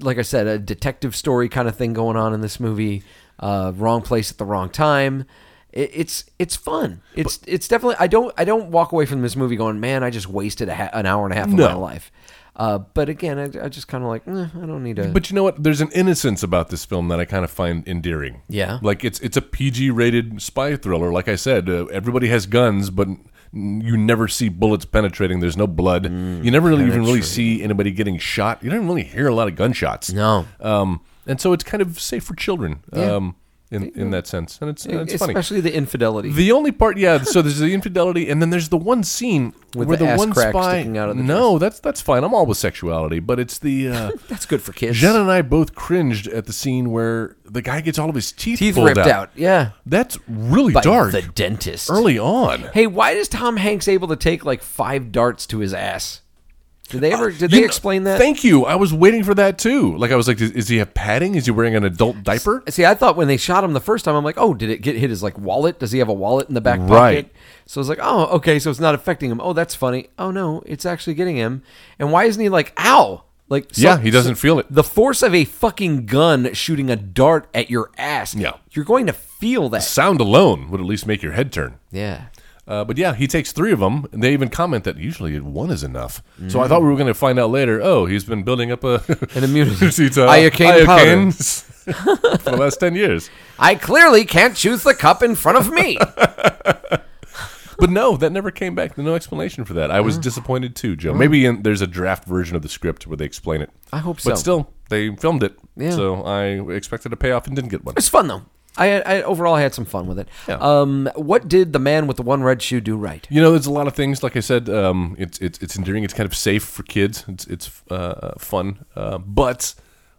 Speaker 3: like I said, a detective story kind of thing going on in this movie. Uh, wrong place at the wrong time. It, it's it's fun. It's it's definitely. I don't I don't walk away from this movie going, man, I just wasted a ha- an hour and a half of my
Speaker 4: No.
Speaker 3: life. Uh, but again, I, I just kind of like, eh, I don't need to.
Speaker 4: but you know what? There's an innocence about this film that I kind of find endearing.
Speaker 3: Yeah.
Speaker 4: like it's it's a PG-rated spy thriller. Like I said, uh, everybody has guns, but you never see bullets penetrating. There's no blood.
Speaker 3: Mm.
Speaker 4: you never really even really see anybody getting shot. You don't really hear a lot of gunshots.
Speaker 3: no,
Speaker 4: Um, and so it's kind of safe for children.
Speaker 3: Yeah. E,
Speaker 4: Um, in, in that sense, and it's it's funny.
Speaker 3: especially the infidelity.
Speaker 4: The only part, yeah. So there's the infidelity, and then there's the one scene
Speaker 3: With
Speaker 4: where
Speaker 3: the
Speaker 4: the,
Speaker 3: ass
Speaker 4: one
Speaker 3: crack
Speaker 4: spy.
Speaker 3: sticking out of the
Speaker 4: no, that's that's fine. I'm all with sexuality, but it's
Speaker 3: <laughs>
Speaker 4: the uh,
Speaker 3: That's good for kids.
Speaker 4: Jen and I both cringed at the scene where the guy gets all of his teeth,
Speaker 3: Teeth
Speaker 4: pulled
Speaker 3: ripped out. Yeah.
Speaker 4: That's really
Speaker 3: By
Speaker 4: dark.
Speaker 3: the dentist.
Speaker 4: early on.
Speaker 3: Hey, why is Tom Hanks able to take like five darts to his ass? Did they ever? Did they
Speaker 4: Uh, You-
Speaker 3: explain that?
Speaker 4: Thank you. I was waiting for that too. Like I was like, is, is he have padding? Is he wearing an adult diaper?
Speaker 3: See, I thought when they shot him the first time, I'm like, oh, did it get hit his like wallet? Does he have a wallet in the back pocket?
Speaker 4: Right.
Speaker 3: So I was like, oh, okay, so it's not affecting him. Oh, that's funny. Oh no, it's actually getting him. And why isn't he like, ow? Like, so-
Speaker 4: Yeah, he doesn't feel it.
Speaker 3: The force of a fucking gun shooting a dart at your ass.
Speaker 4: Yeah.
Speaker 3: you're going to feel that.
Speaker 4: Sound alone would at least make your head turn.
Speaker 3: Yeah.
Speaker 4: Uh, but yeah, he takes three of them, and they even comment that usually one is enough. So I thought we were going to find out later. Oh, he's been building up a
Speaker 3: An
Speaker 4: <laughs>
Speaker 3: immunity.
Speaker 4: It's, uh,
Speaker 3: Iocane powder.
Speaker 4: Iocane <laughs> for the last ten years.
Speaker 3: I clearly can't choose the cup in front of
Speaker 4: <laughs>
Speaker 3: me.
Speaker 4: But no, that never came back. No explanation for that. I
Speaker 3: Mm.
Speaker 4: was disappointed too, Joe. Maybe in, there's a draft version of the script where they explain it.
Speaker 3: I hope so.
Speaker 4: But still, they filmed it,
Speaker 3: Yeah.
Speaker 4: so I expected a payoff and didn't get one.
Speaker 3: It's fun though. I, I overall I had some fun with it.
Speaker 4: Yeah.
Speaker 3: Um, what did the man with the one red shoe do right?
Speaker 4: You know, there's a lot of things. Like I said, um, it's it's it's endearing. It's kind of safe for kids. It's it's uh, fun. Uh, but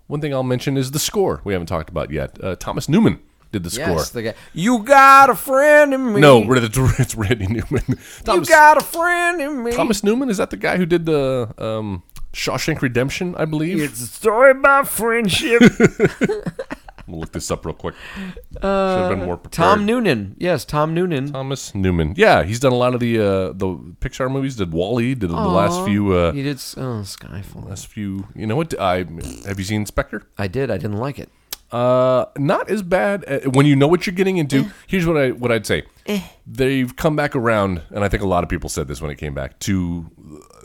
Speaker 4: one thing I'll mention is the score. We haven't talked about yet. Uh, Thomas Newman did the score.
Speaker 3: Yes, the guy. You got a friend in me.
Speaker 4: no, it's, <laughs> it's Randy Newman.
Speaker 3: you
Speaker 4: Thomas,
Speaker 3: got a friend in me.
Speaker 4: Thomas Newman is that the guy who did the um, Shawshank Redemption? I believe.
Speaker 3: It's a story about
Speaker 4: <laughs>
Speaker 3: friendship.
Speaker 4: I'm gonna look this up real quick. Should have been more prepared.
Speaker 3: Tom Noonan. Yes, Tom Noonan.
Speaker 4: Thomas Newman. Yeah, he's done a lot of the uh, the Pixar movies. Did Wally? Did the last few uh,
Speaker 3: He did. s- Oh, Skyfall.
Speaker 4: last few. You know what? I have you seen Spectre?
Speaker 3: I did. I didn't like it.
Speaker 4: Uh, not as bad uh, when you know what you're getting into. Here's what I what I'd say. They've come back around, and I think a lot of people said this when it came back to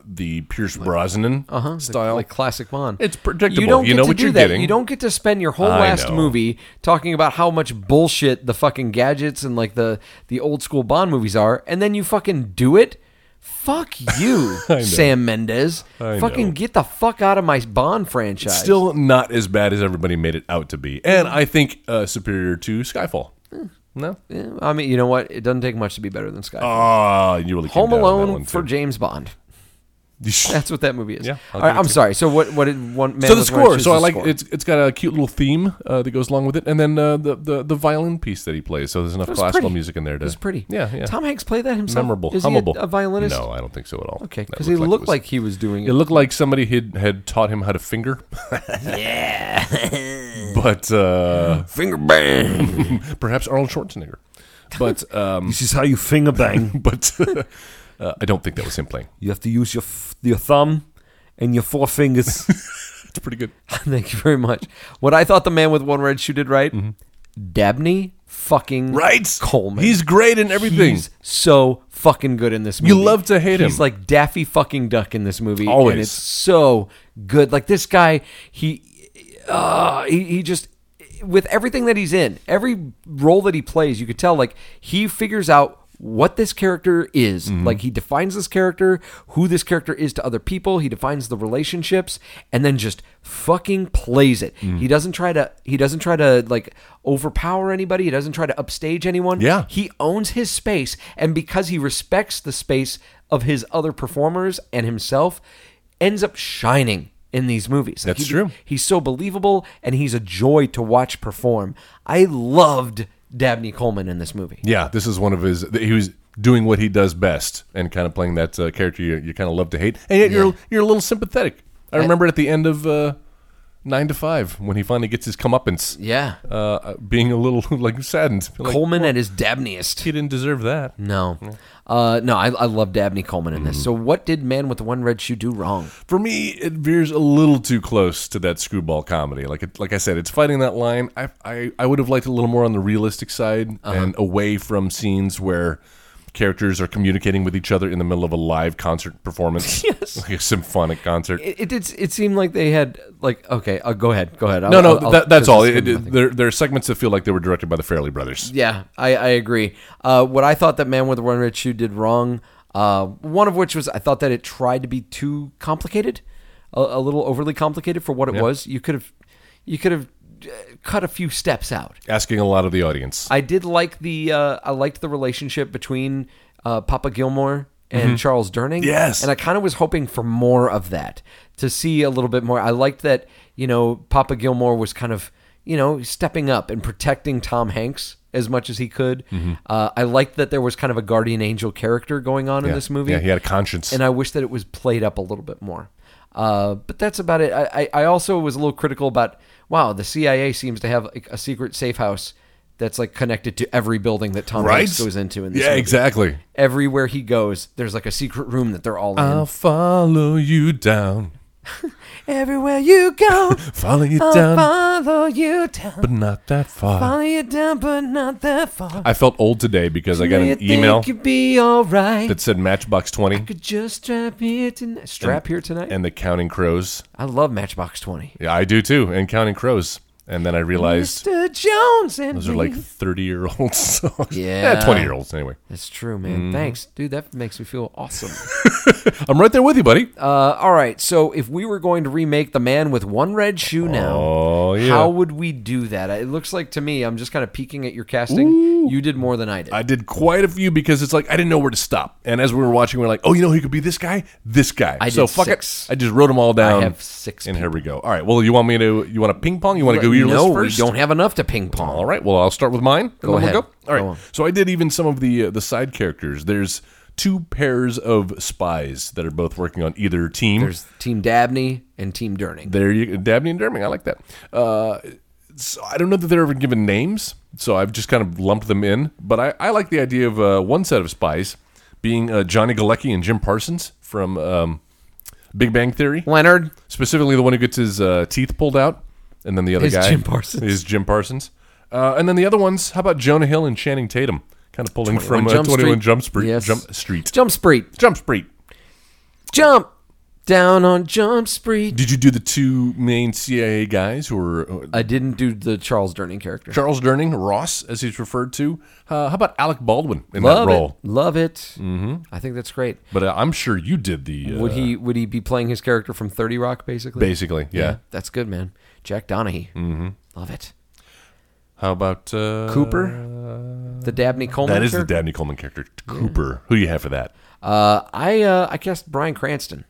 Speaker 4: the Pierce Brosnan style.
Speaker 3: Like classic Bond.
Speaker 4: It's predictable.
Speaker 3: You don't
Speaker 4: You
Speaker 3: get
Speaker 4: know
Speaker 3: to
Speaker 4: what
Speaker 3: do
Speaker 4: you're
Speaker 3: that.
Speaker 4: getting.
Speaker 3: You don't get to spend your whole
Speaker 4: I
Speaker 3: last
Speaker 4: know.
Speaker 3: movie talking about how much bullshit the fucking gadgets and like the the old school Bond movies are, and then you fucking do it. Fuck
Speaker 4: <laughs>
Speaker 3: you, Sam Mendes.
Speaker 4: I
Speaker 3: Fucking
Speaker 4: know.
Speaker 3: get the fuck out of my Bond franchise.
Speaker 4: Still not as bad as everybody made it out to be, and I think uh, superior to Skyfall. No,
Speaker 3: Eh, I mean, you know what? It doesn't take much to be better than Sky.
Speaker 4: ah, you really came
Speaker 3: Home
Speaker 4: down on that
Speaker 3: Alone
Speaker 4: one,
Speaker 3: for
Speaker 4: too.
Speaker 3: James Bond. <laughs> That's what that movie is.
Speaker 4: Yeah, I'll
Speaker 3: All right,
Speaker 4: give it
Speaker 3: I'm
Speaker 4: to you.
Speaker 3: sorry. So what? What did one? Man
Speaker 4: so the
Speaker 3: with One
Speaker 4: score.
Speaker 3: Shoes
Speaker 4: So I
Speaker 3: is
Speaker 4: like
Speaker 3: score?
Speaker 4: it's it's got a cute little theme uh, that goes along with it, and then uh, the, the the violin piece that he plays. So there's enough
Speaker 3: It was
Speaker 4: classical
Speaker 3: pretty.
Speaker 4: music in there. To,
Speaker 3: It was pretty.
Speaker 4: Yeah, yeah.
Speaker 3: Tom Hanks played that himself.
Speaker 4: memorable,
Speaker 3: Is he a,
Speaker 4: hummable.
Speaker 3: a violinist?
Speaker 4: No, I don't think so at all.
Speaker 3: Okay,
Speaker 4: That
Speaker 3: because he looked,
Speaker 4: it was-
Speaker 3: like he was doing
Speaker 4: it looked like somebody had had taught him how
Speaker 3: <laughs>
Speaker 4: to finger. yeah, <laughs> but uh,
Speaker 3: finger bang.
Speaker 4: <laughs> perhaps Arnold Schwarzenegger.
Speaker 3: <laughs>
Speaker 4: But um,
Speaker 5: This is how you finger bang.
Speaker 4: but <laughs> uh, I don't think that was him playing.
Speaker 5: You have to use your f- your thumb and your four
Speaker 3: <laughs>
Speaker 5: fingers.
Speaker 4: It's pretty good. Mm-hmm.
Speaker 3: Thank you very much. What I thought the man with one red shoe did right Dabney fucking
Speaker 4: Right?
Speaker 3: Coleman.
Speaker 4: He's great in everything.
Speaker 3: He's so fucking good in this movie.
Speaker 4: You love to hate him.
Speaker 3: He's like Daffy fucking Duck in this movie.
Speaker 4: Always.
Speaker 3: And it's so good. Like this guy, he, uh, he, he just, with everything that he's in, every role that he plays, you could tell like he figures out what this character is. Like he defines this character, who this character is to other people. He defines the relationships and then just fucking plays it. He doesn't try to, he doesn't try to like overpower anybody. He doesn't try to upstage anyone.
Speaker 4: Yeah.
Speaker 3: He he owns his space and because he respects the space of his other performers and himself ends up shining in these movies Like,
Speaker 4: That's
Speaker 3: he-
Speaker 4: true.
Speaker 3: he's so believable and he's a joy to watch perform i loved dabney coleman in this movie
Speaker 4: Yeah, this is one of his. th- He was doing what he does best and kind of playing that uh, character you, you kind of love to hate, and yet you're you're a little sympathetic. I remember at the end of uh, Nine to Five when he finally gets his comeuppance.
Speaker 3: Yeah.
Speaker 4: uh, being a little <laughs> like saddened. Like,
Speaker 3: coleman at his dabneyest
Speaker 4: he didn't deserve that.
Speaker 3: no uh, no I, I love dabney coleman in this so what did man with the one red shoe do wrong
Speaker 4: For me, it veers a little too close to that screwball comedy. Like it, like I said, it's fighting that line. I I, I would have liked a little more on the realistic side
Speaker 3: Uh-huh.
Speaker 4: and away from scenes where characters are communicating with each other in the middle of a live
Speaker 3: <laughs>
Speaker 4: concert performance, yes, like a symphonic concert.
Speaker 3: it, it, did- it seemed like they had like okay uh, go ahead go ahead I'll-
Speaker 4: no, no,
Speaker 3: I'll- I'll-
Speaker 4: that, that's
Speaker 3: this
Speaker 4: all.
Speaker 3: is
Speaker 4: It,
Speaker 3: nothing.
Speaker 4: it, there, there are segments that feel like they were directed by the Fairley Brothers.
Speaker 3: Yeah, I, I agree. Uh, what I thought that Man with the One Red Shoe did wrong, uh, one of which was I thought that it tried to be too complicated, a, a little overly complicated for what it was. You could have, you could have uh, cut a few steps out.
Speaker 4: Asking a lot of the audience.
Speaker 3: I did like the uh, I liked the relationship between uh, Papa Gilmore and Charles Durning.
Speaker 4: Yes.
Speaker 3: and I kind of was hoping for more of that to see a little bit more. I liked that you know Papa Gilmore was kind of you know stepping up and protecting Tom Hanks as much as he could. Uh, I liked that there was kind of a guardian angel character going on in
Speaker 4: Yeah.
Speaker 3: this movie.
Speaker 4: Yeah, he had a conscience.
Speaker 3: and I wish that it was played up a little bit more. Uh, but that's about it. I, I, I also was a little critical about wow, the CIA seems to have like, a secret safe house that's like connected to every building that Tom
Speaker 4: right?
Speaker 3: Hanks goes into in this
Speaker 4: yeah,
Speaker 3: movie.
Speaker 4: exactly.
Speaker 3: Everywhere he goes, there's like a secret room that they're all in.
Speaker 4: I'll follow you down.
Speaker 3: Everywhere you
Speaker 4: <laughs>
Speaker 3: go,
Speaker 4: Follow you
Speaker 3: I'll
Speaker 4: down,
Speaker 3: follow you down,
Speaker 4: but not that far.
Speaker 3: follow you down, but not that far.
Speaker 4: I felt old today because I got
Speaker 3: You
Speaker 4: an
Speaker 3: think
Speaker 4: email
Speaker 3: you'd be all right.
Speaker 4: that said Matchbox 20
Speaker 3: Could just strap here tonight. Strap here tonight.
Speaker 4: and the Counting Crows.
Speaker 3: I love Matchbox Twenty.
Speaker 4: Yeah, I do too, and Counting Crows. And then I realized
Speaker 3: Mr. Jones and
Speaker 4: those are
Speaker 3: me.
Speaker 4: like 30 year old <laughs> songs.
Speaker 3: Yeah.
Speaker 4: 20 year olds, anyway.
Speaker 3: That's true, man.
Speaker 4: Mm.
Speaker 3: Thanks, dude. That makes me feel awesome. <laughs>
Speaker 4: I'm right there with you, buddy.
Speaker 3: uh, all right, so if we were going to remake the man with one red shoe now,
Speaker 4: Oh, yeah.
Speaker 3: how would we do that? It looks like to me, I'm just kind of peeking at your casting. You did more than I did.
Speaker 4: I did quite a few because it's like I didn't know where to stop. And as we were watching, we are like, oh, you know, he could be this guy, this guy.
Speaker 3: I
Speaker 4: so
Speaker 3: did
Speaker 4: fuck
Speaker 3: six.
Speaker 4: it. I just wrote them all down.
Speaker 3: have six
Speaker 4: And here we go. All right. Well, you want me to? You want to ping pong? You want to go your
Speaker 3: no,
Speaker 4: list first?
Speaker 3: we don't have enough to ping pong.
Speaker 4: All right. Well, I'll start with mine. and
Speaker 3: Go
Speaker 4: then we'll
Speaker 3: ahead.
Speaker 4: All right.
Speaker 3: Go on.
Speaker 4: So I did even some of the uh, the side characters. There's two pairs of spies that are both working on either team.
Speaker 3: There's Team Dabney and Team Durning.
Speaker 4: there you Dabney and Derming. I like that. Uh, so I don't know that they're ever given names, so I've just kind of lumped them in. But I, I like the idea of uh, one set of spies being uh, Johnny Galecki and Jim Parsons from um, Big Bang Theory
Speaker 3: Leonard,
Speaker 4: specifically the one who gets his uh, teeth pulled out, and then the other
Speaker 3: Is
Speaker 4: guy
Speaker 3: Jim Parsons.
Speaker 4: is Jim Parsons, uh, and then the other ones. How about Jonah Hill and Channing Tatum? Kind of pulling from uh,
Speaker 3: Jump
Speaker 4: Twenty One
Speaker 3: Street.
Speaker 4: Jump Street.
Speaker 3: Yes.
Speaker 4: Jump Street.
Speaker 3: Jump Spree,
Speaker 4: Jump Street.
Speaker 3: jump down on Jump Spree.
Speaker 4: Did you do the two main CIA guys who were uh,
Speaker 3: I didn't do the Charles Durning character.
Speaker 4: Charles Durning, Ross, as he's referred to? Uh, how about Alec Baldwin in
Speaker 3: Love
Speaker 4: that role?
Speaker 3: it, love it. Mm-hmm. I think that's great.
Speaker 4: But uh, I'm sure you did the. Uh,
Speaker 3: Would he would he be playing his character from Thirty Rock basically?
Speaker 4: Basically, yeah. Mm-hmm.
Speaker 3: that's good, man. Jack Donaghy, love it.
Speaker 4: How about uh,
Speaker 3: Cooper, Uh, the Dabney Coleman.
Speaker 4: That is the
Speaker 3: character?
Speaker 4: Dabney Coleman character, Cooper. Who you have for that?
Speaker 3: Uh, I uh, I cast Brian Cranston.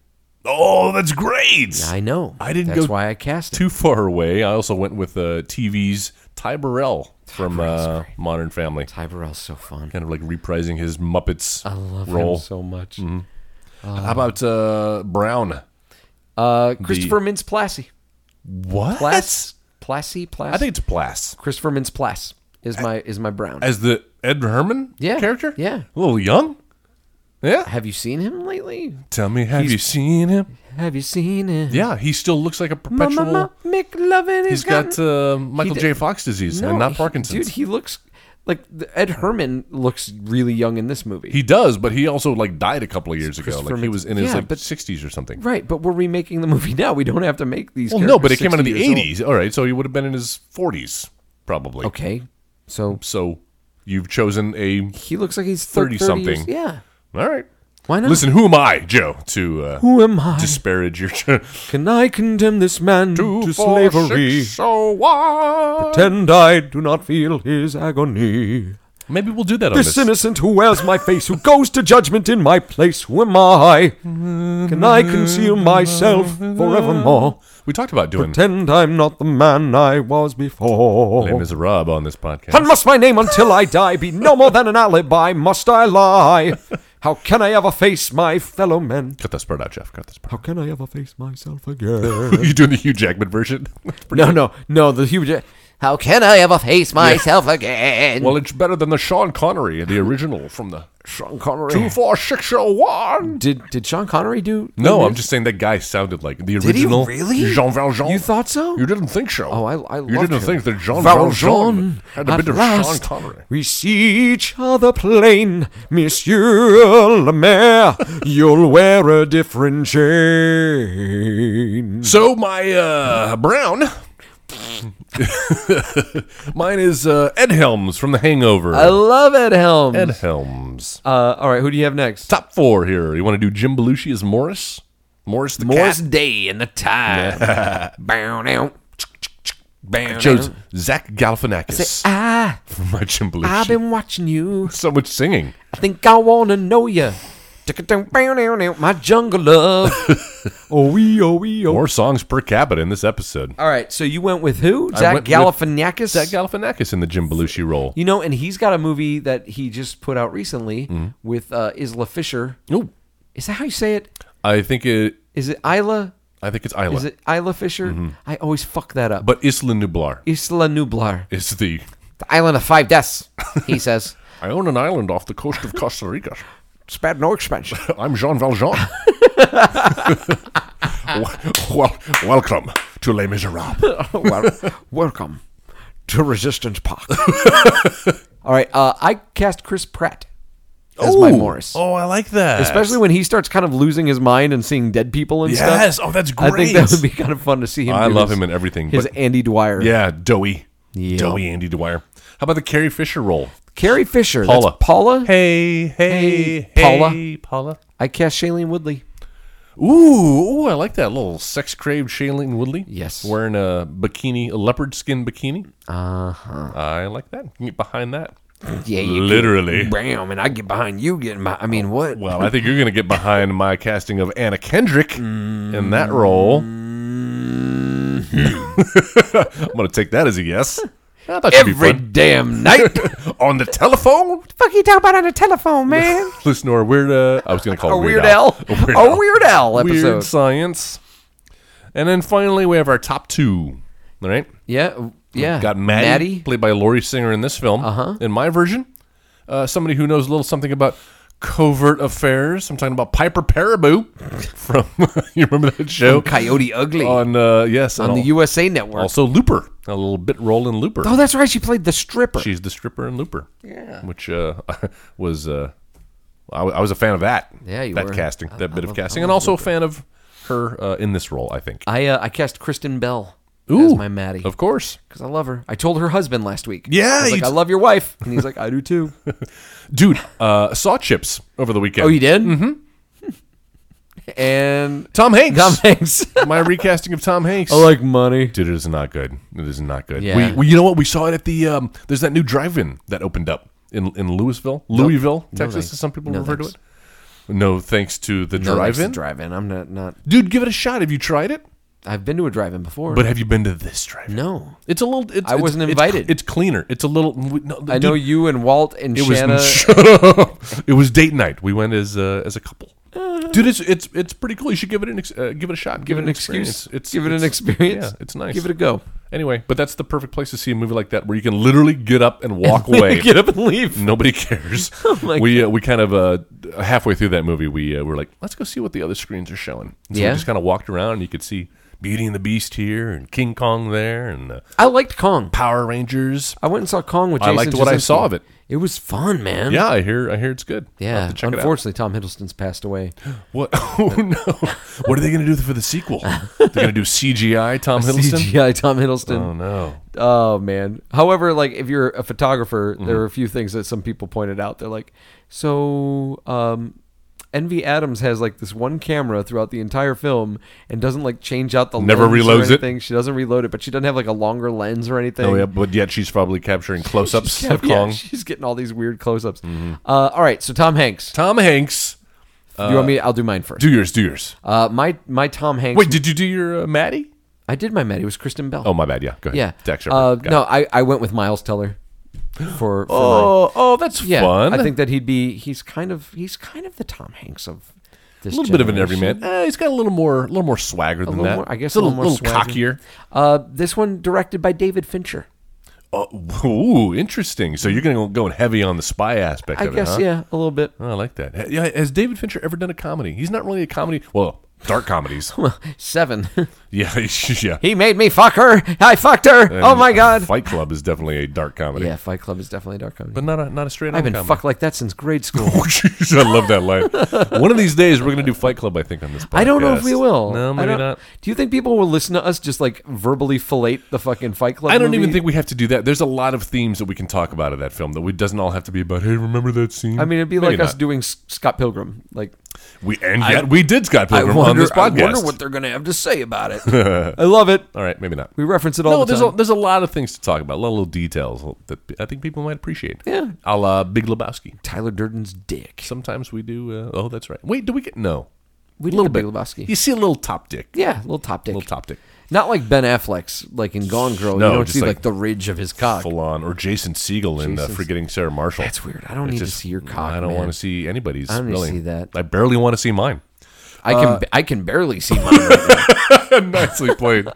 Speaker 4: Oh, that's great.
Speaker 3: I know.
Speaker 4: I didn't
Speaker 3: That's
Speaker 4: go
Speaker 3: why I cast him.
Speaker 4: too far away. I also went with uh, TV's Ty Burrell from uh, Modern Family,
Speaker 3: Ty Burrell's so fun.
Speaker 4: kind of like reprising his Muppets
Speaker 3: I love
Speaker 4: role.
Speaker 3: him so much.
Speaker 4: Mm-hmm. How about uh, Brown?
Speaker 3: Uh, Christopher Mintz Plasse.
Speaker 4: What?
Speaker 3: Plasse. Plasse. Plasse.
Speaker 4: I think it's Plas
Speaker 3: Christopher Mintz Plasse is my is my Brown.
Speaker 4: as the Ed Herman
Speaker 3: Yeah,
Speaker 4: character.
Speaker 3: yeah.
Speaker 4: a little young. Yeah.
Speaker 3: Have you seen him lately?
Speaker 4: Tell me, have you seen him?
Speaker 3: Have you seen him?
Speaker 4: Yeah, he still looks like a perpetual.
Speaker 3: Mama, McLovin
Speaker 4: He's
Speaker 3: has
Speaker 4: got
Speaker 3: gotten-
Speaker 4: uh, Michael
Speaker 3: d-
Speaker 4: J. Fox disease
Speaker 3: No,
Speaker 4: and not
Speaker 3: he-
Speaker 4: Parkinson's.
Speaker 3: Dude, he looks like Ed Herman looks really young in this movie.
Speaker 4: He does, but he also like died a couple of years ago.
Speaker 3: Christopher
Speaker 4: Like he
Speaker 3: Mc-
Speaker 4: was in his
Speaker 3: Yeah,
Speaker 4: like
Speaker 3: but-
Speaker 4: 60s or something.
Speaker 3: right, but we're remaking the movie <laughs> now. We don't have to make these.
Speaker 4: Well, no, but it
Speaker 3: characters
Speaker 4: came out in
Speaker 3: 60
Speaker 4: the
Speaker 3: years old.
Speaker 4: 80s. All right, so he would have been in his 40s probably.
Speaker 3: Okay, so
Speaker 4: So you've chosen a
Speaker 3: he looks like he's thir-
Speaker 4: 30
Speaker 3: thirty something.
Speaker 4: something.
Speaker 3: Yeah,
Speaker 4: All right.
Speaker 3: why not?
Speaker 4: Listen, who am I, Joe, to uh,
Speaker 3: who am I?
Speaker 4: disparage your <laughs> to
Speaker 3: Can I condemn this man to slavery?
Speaker 4: So what?
Speaker 3: Pretend I do not feel his agony.
Speaker 4: Maybe we'll do that on
Speaker 3: This
Speaker 4: this.
Speaker 3: innocent who wears my face, who goes to judgment in my place, who am I? Can I conceal myself forevermore?
Speaker 4: we talked about doing
Speaker 3: Pretend I'm not the man I was
Speaker 4: Les
Speaker 3: before.
Speaker 4: Miserables on this podcast.
Speaker 3: And must my name until I die be no more than an alibi? Must I lie? How can I ever face my fellow men?
Speaker 4: Cut this part out, Jeff. Cut this part.
Speaker 3: How can I ever face myself
Speaker 4: out. <laughs>
Speaker 3: again?
Speaker 4: you doing the Hugh Jackman version?
Speaker 3: <laughs>
Speaker 4: <laughs>
Speaker 3: no, no, no, the huge. How can I ever face myself again?
Speaker 4: well, it's better than the Sean Connery, the original from the
Speaker 3: Sean Connery.
Speaker 4: two four six oh one.
Speaker 3: Did did Sean Connery do?
Speaker 4: No, I'm just saying that guy sounded like the
Speaker 3: he
Speaker 4: original.
Speaker 3: really?
Speaker 4: Jean Valjean.
Speaker 3: You thought so?
Speaker 4: You didn't think so.
Speaker 3: Oh, I- I
Speaker 4: You
Speaker 3: loved him.
Speaker 4: didn't think that Jean Valjean
Speaker 3: Valjean
Speaker 4: had a
Speaker 3: at
Speaker 4: bit of
Speaker 3: last.
Speaker 4: Sean Connery.
Speaker 3: We see each other plain, Monsieur Le Maire. You'll wear a different chain.
Speaker 4: So my uh, brown. <laughs> Mine is uh, Ed Helms from The Hangover.
Speaker 3: I love Ed Helms.
Speaker 4: Ed Helms.
Speaker 3: Uh, all right, who do you have next?
Speaker 4: Top four here. You want to do Jim Belushi as Morris? Morris the cat.
Speaker 3: Day and the Time. <laughs> Bow down. Bow
Speaker 4: I chose Zach Galifianakis
Speaker 3: Ah,
Speaker 4: for my Jim Belushi.
Speaker 3: I've been watching you.
Speaker 4: so much singing.
Speaker 3: I think I wanna know you. My jungle love.
Speaker 4: <laughs>
Speaker 3: oh wee, oh wee, oh.
Speaker 4: More songs per capita in this episode.
Speaker 3: All right, so you went with who?
Speaker 4: I
Speaker 3: Zach
Speaker 4: went with
Speaker 3: Galifianakis.
Speaker 4: Zach Galifianakis in the Jim Belushi role.
Speaker 3: You know, and he's got a movie that he just put out recently with uh, Isla Fisher.
Speaker 4: Mm-hmm. Ooh.
Speaker 3: Is that how you say it?
Speaker 4: I think it.
Speaker 3: Is it Isla?
Speaker 4: I think it's Isla,
Speaker 3: Is it Isla Fisher? I always fuck that up.
Speaker 4: Mm-hmm. but Isla Nublar
Speaker 3: Isla Nublar,
Speaker 4: is the.
Speaker 3: the island of five deaths.
Speaker 4: <laughs>
Speaker 3: He says,
Speaker 4: I own an island off the coast of Costa Rica. <laughs>
Speaker 3: "Spared no expense."
Speaker 4: I'm Jean Valjean. <laughs> well, welcome to Les Miserables.
Speaker 3: <laughs> well, welcome to Resistance
Speaker 4: <laughs>
Speaker 3: Park. All right, uh, I cast Chris Pratt as my Morris,
Speaker 4: Oh, I like that.
Speaker 3: especially when he starts kind of losing his mind and seeing dead people and stuff.
Speaker 4: Yes. Oh, that's
Speaker 3: I think that
Speaker 4: great.
Speaker 3: would be kind of fun to see him.
Speaker 4: I
Speaker 3: do
Speaker 4: love
Speaker 3: his-
Speaker 4: him in everything,
Speaker 3: His
Speaker 4: but-
Speaker 3: Andy Dwyer.
Speaker 4: Yeah, Doughy.
Speaker 3: Yeah.
Speaker 4: Doughy Andy Dwyer. How about the Carrie Fisher role?
Speaker 3: Carrie Fisher. that's
Speaker 4: Paula.
Speaker 3: Paula.
Speaker 4: Hey, hey,
Speaker 3: Hey, Paula.
Speaker 4: Paula.
Speaker 3: I cast Shailene Woodley.
Speaker 4: Ooh, ooh, I like that little sex craved Shailene Woodley.
Speaker 3: Yes.
Speaker 4: Wearing a bikini, a leopard skin bikini. Uh huh. I like that. You can get behind that.
Speaker 3: Yeah. You
Speaker 4: Literally. Oh,
Speaker 3: Get, bam, and I get behind you getting my. I mean, what?
Speaker 4: Well, I think you're going to get behind my casting of Anna Kendrick in that role. I'm
Speaker 3: Mm-hmm.
Speaker 4: <laughs> going to take that as a yes. I thought she'd be
Speaker 3: Every
Speaker 4: fun.
Speaker 3: damn night.
Speaker 4: <laughs> on the telephone.
Speaker 3: fuck you talk about on the telephone, man?
Speaker 4: <laughs> Listen to our weird. Uh, I was going to call
Speaker 3: A
Speaker 4: it <laughs> Weird
Speaker 3: Weird
Speaker 4: Al.
Speaker 3: Al. A Weird Al
Speaker 4: Weird
Speaker 3: episode.
Speaker 4: science. And then finally, we have our top two. All right.
Speaker 3: yeah. Yeah.
Speaker 4: Got Maddie,
Speaker 3: Maddie.
Speaker 4: played by Laurie Singer in this film. Uh-huh. In my version, uh, somebody who knows a little something about covert affairs. I'm talking about Piper Paraboo <laughs> from you remember that show
Speaker 3: Coyote Ugly
Speaker 4: on uh, yes
Speaker 3: on
Speaker 4: and
Speaker 3: the
Speaker 4: al-
Speaker 3: USA Network.
Speaker 4: Also Looper, a little bit role in Looper.
Speaker 3: oh, that's right. She played the stripper.
Speaker 4: She's the stripper in Looper. Yeah, which uh, <laughs> was uh, I, w- I was a fan of that.
Speaker 3: Yeah, you
Speaker 4: that
Speaker 3: were.
Speaker 4: casting,
Speaker 3: I-
Speaker 4: that
Speaker 3: I
Speaker 4: bit of
Speaker 3: love-
Speaker 4: casting,
Speaker 3: I
Speaker 4: and
Speaker 3: love
Speaker 4: also a fan of her uh, in this role. I think.
Speaker 3: I uh, I cast Kristen Bell as
Speaker 4: Ooh,
Speaker 3: my Maddie
Speaker 4: of course.
Speaker 3: because I love her. I told her husband last week.
Speaker 4: Yeah,
Speaker 3: I was like,
Speaker 4: you
Speaker 3: I
Speaker 4: t-
Speaker 3: love your wife, and he's like, I do
Speaker 4: <laughs>
Speaker 3: too.
Speaker 4: Dude, uh, saw chips over the weekend.
Speaker 3: oh, you did? Mm-hmm.
Speaker 4: <laughs>
Speaker 3: and
Speaker 4: Tom Hanks.
Speaker 3: Tom Hanks.
Speaker 4: My recasting of Tom Hanks.
Speaker 3: Oh, like money.
Speaker 4: Dude, it is not good. It is not good.
Speaker 3: Yeah.
Speaker 4: We, we, you know what? We saw it at the. Um, there's that new drive-in that opened up in in Louisville, Louisville, Texas,
Speaker 3: thanks.
Speaker 4: as some people
Speaker 3: No
Speaker 4: refer
Speaker 3: thanks.
Speaker 4: to it. No, thanks to the drive-in.
Speaker 3: Drive-in. I'm not not.
Speaker 4: Dude, give it a shot. Have you tried it?
Speaker 3: I've been to a drive-in before.
Speaker 4: But have you been to this drive-in?
Speaker 3: no,
Speaker 4: It's a little. It's,
Speaker 3: I
Speaker 4: it's-
Speaker 3: wasn't
Speaker 4: it's-
Speaker 3: invited.
Speaker 4: It's, cleaner. It's a little. we- No,
Speaker 3: I know
Speaker 4: dude,
Speaker 3: you and Walt and
Speaker 4: <laughs> It was.
Speaker 3: Shanna.
Speaker 4: shut up. It was date night. We went as uh, as a couple. Dude, it's it's it's pretty cool. You should give it an ex- uh, give it a shot. Give, it an experience. It's
Speaker 3: give it an
Speaker 4: it's-
Speaker 3: experience.
Speaker 4: Yeah, it's nice.
Speaker 3: Give it a go.
Speaker 4: anyway. But that's the perfect place to see a movie like that, where you can literally get up
Speaker 3: <laughs>
Speaker 4: and walk away.
Speaker 3: Get up and leave. Oh <laughs>
Speaker 4: Nobody cares.
Speaker 3: my
Speaker 4: we uh, we kind of uh, halfway through that movie, we uh, were like, let's go see what the other screens are showing. And so
Speaker 3: Yeah.
Speaker 4: we just kind of walked around, and you could see Beauty and the Beast here, and King Kong there, and uh,
Speaker 3: I liked Kong.
Speaker 4: Power Rangers.
Speaker 3: I went and saw Kong with
Speaker 4: I
Speaker 3: Jason.
Speaker 4: liked what I
Speaker 3: Jasinski.
Speaker 4: saw of it.
Speaker 3: It was fun, man.
Speaker 4: Yeah, I hear I hear it's good. I'll
Speaker 3: Yeah.
Speaker 4: have to check it out.
Speaker 3: Unfortunately, Tom Hiddleston's passed away.
Speaker 4: What? Oh no! What are they going to do for
Speaker 3: <laughs>
Speaker 4: the sequel? They're going to do CGI Tom <laughs> Hiddleston.
Speaker 3: CGI Tom Hiddleston.
Speaker 4: Oh no!
Speaker 3: Oh man. However, like if you're a photographer,
Speaker 4: Mm-hmm.
Speaker 3: there are a few things that some people pointed out. They're like, so um Envy Adams has like this one camera throughout the entire film and doesn't like change out the
Speaker 4: Never
Speaker 3: lens
Speaker 4: reloads
Speaker 3: or
Speaker 4: it.
Speaker 3: anything. She doesn't reload it, but she doesn't have like a longer lens or anything.
Speaker 4: Oh yeah, but yet she's
Speaker 3: <laughs>
Speaker 4: probably capturing close-ups
Speaker 3: Yeah,
Speaker 4: of Kong. Mm-hmm.
Speaker 3: she's getting all these weird close-ups. Uh, all right, so Tom Hanks.
Speaker 4: Tom Hanks.
Speaker 3: you want me? I'll do mine first.
Speaker 4: Uh, Do yours. Do yours.
Speaker 3: uh, my my Tom Hanks.
Speaker 4: Wait, did you do your uh, Maddie?
Speaker 3: I did my med. It was Kristen Bell.
Speaker 4: Oh my bad. Yeah, go ahead.
Speaker 3: yeah.
Speaker 4: Dax Shepard.
Speaker 3: uh,
Speaker 4: Got it.
Speaker 3: no, I, I went with Miles Teller for, for my-
Speaker 4: Oh, oh, that's
Speaker 3: yeah,
Speaker 4: fun.
Speaker 3: I think that he'd be. He's kind of. He's kind of the Tom Hanks of this.
Speaker 4: a little bit of an
Speaker 3: generation.
Speaker 4: everyman. Eh, he's got a little more, a little more swagger
Speaker 3: A
Speaker 4: than
Speaker 3: little
Speaker 4: that.
Speaker 3: more, I guess
Speaker 4: He's a little,
Speaker 3: more
Speaker 4: little
Speaker 3: swagger.
Speaker 4: cockier.
Speaker 3: Uh, this one directed by David Fincher.
Speaker 4: Oh, ooh, interesting. So you're going to go going heavy on the spy aspect
Speaker 3: I
Speaker 4: of
Speaker 3: guess
Speaker 4: it, huh?
Speaker 3: yeah, a little bit.
Speaker 4: Oh, I like that. Ha- Yeah, has David Fincher ever done a comedy? He's not really a comedy. Well,
Speaker 3: <laughs>
Speaker 4: dark comedies.
Speaker 3: Seven.
Speaker 4: yeah, <laughs> yeah.
Speaker 3: he made me fuck her. I fucked her. oh
Speaker 4: And
Speaker 3: my god.
Speaker 4: Fight Club is definitely a dark comedy.
Speaker 3: Yeah, Fight Club is definitely a dark comedy.
Speaker 4: but not a not a straight.
Speaker 3: I've been
Speaker 4: comedy.
Speaker 3: fucked like that since grade school.
Speaker 4: Oh, <laughs> jeez, I love that line. One of these days, we're gonna do Fight Club. I think on this. podcast.
Speaker 3: I don't know if we will.
Speaker 4: No,
Speaker 3: I
Speaker 4: maybe
Speaker 3: don't-
Speaker 4: not.
Speaker 3: Do you think people will listen to us just like verbally fillet the fucking Fight Club?
Speaker 4: I don't even
Speaker 3: movie?
Speaker 4: think we have to do that. There's a lot of themes that we can talk about in that film that we doesn't all have to be about. Hey, remember that scene?
Speaker 3: I mean, it'd be
Speaker 4: Maybe
Speaker 3: like us
Speaker 4: not.
Speaker 3: doing S- Scott Pilgrim. Like,
Speaker 4: We and yet we did Scott Pilgrim on this podcast.
Speaker 3: they're going to have to say about
Speaker 4: <laughs>
Speaker 3: it. I love it.
Speaker 4: all right, maybe not.
Speaker 3: We reference it all
Speaker 4: no,
Speaker 3: the
Speaker 4: there's
Speaker 3: time.
Speaker 4: a, there's a lot of things to talk about, a lot of little details that I think people might appreciate.
Speaker 3: Yeah.
Speaker 4: a la Big Lebowski.
Speaker 3: Tyler Durden's dick.
Speaker 4: Sometimes we do. Uh, oh, that's right. Wait, do we get no?
Speaker 3: We
Speaker 4: A little
Speaker 3: did the
Speaker 4: bit.
Speaker 3: Big Lebowski.
Speaker 4: You see a little top dick.
Speaker 3: yeah, little top dick.
Speaker 4: little top dick.
Speaker 3: Not like Ben Affleck's, like in Gone Girl.
Speaker 4: No,
Speaker 3: you don't
Speaker 4: just
Speaker 3: see like,
Speaker 4: like
Speaker 3: the ridge of his cock.
Speaker 4: full on, or Jason Siegel in uh,
Speaker 3: Jason's-
Speaker 4: Forgetting Sarah Marshall.
Speaker 3: That's weird. I don't need to see your cock,
Speaker 4: I don't
Speaker 3: man.
Speaker 4: want to see anybody's.
Speaker 3: I don't need to
Speaker 4: really.
Speaker 3: see that.
Speaker 4: I barely want to see mine. <laughs>
Speaker 3: I
Speaker 4: Uh,
Speaker 3: can I can barely see mine. right now. <laughs>
Speaker 4: Nicely played,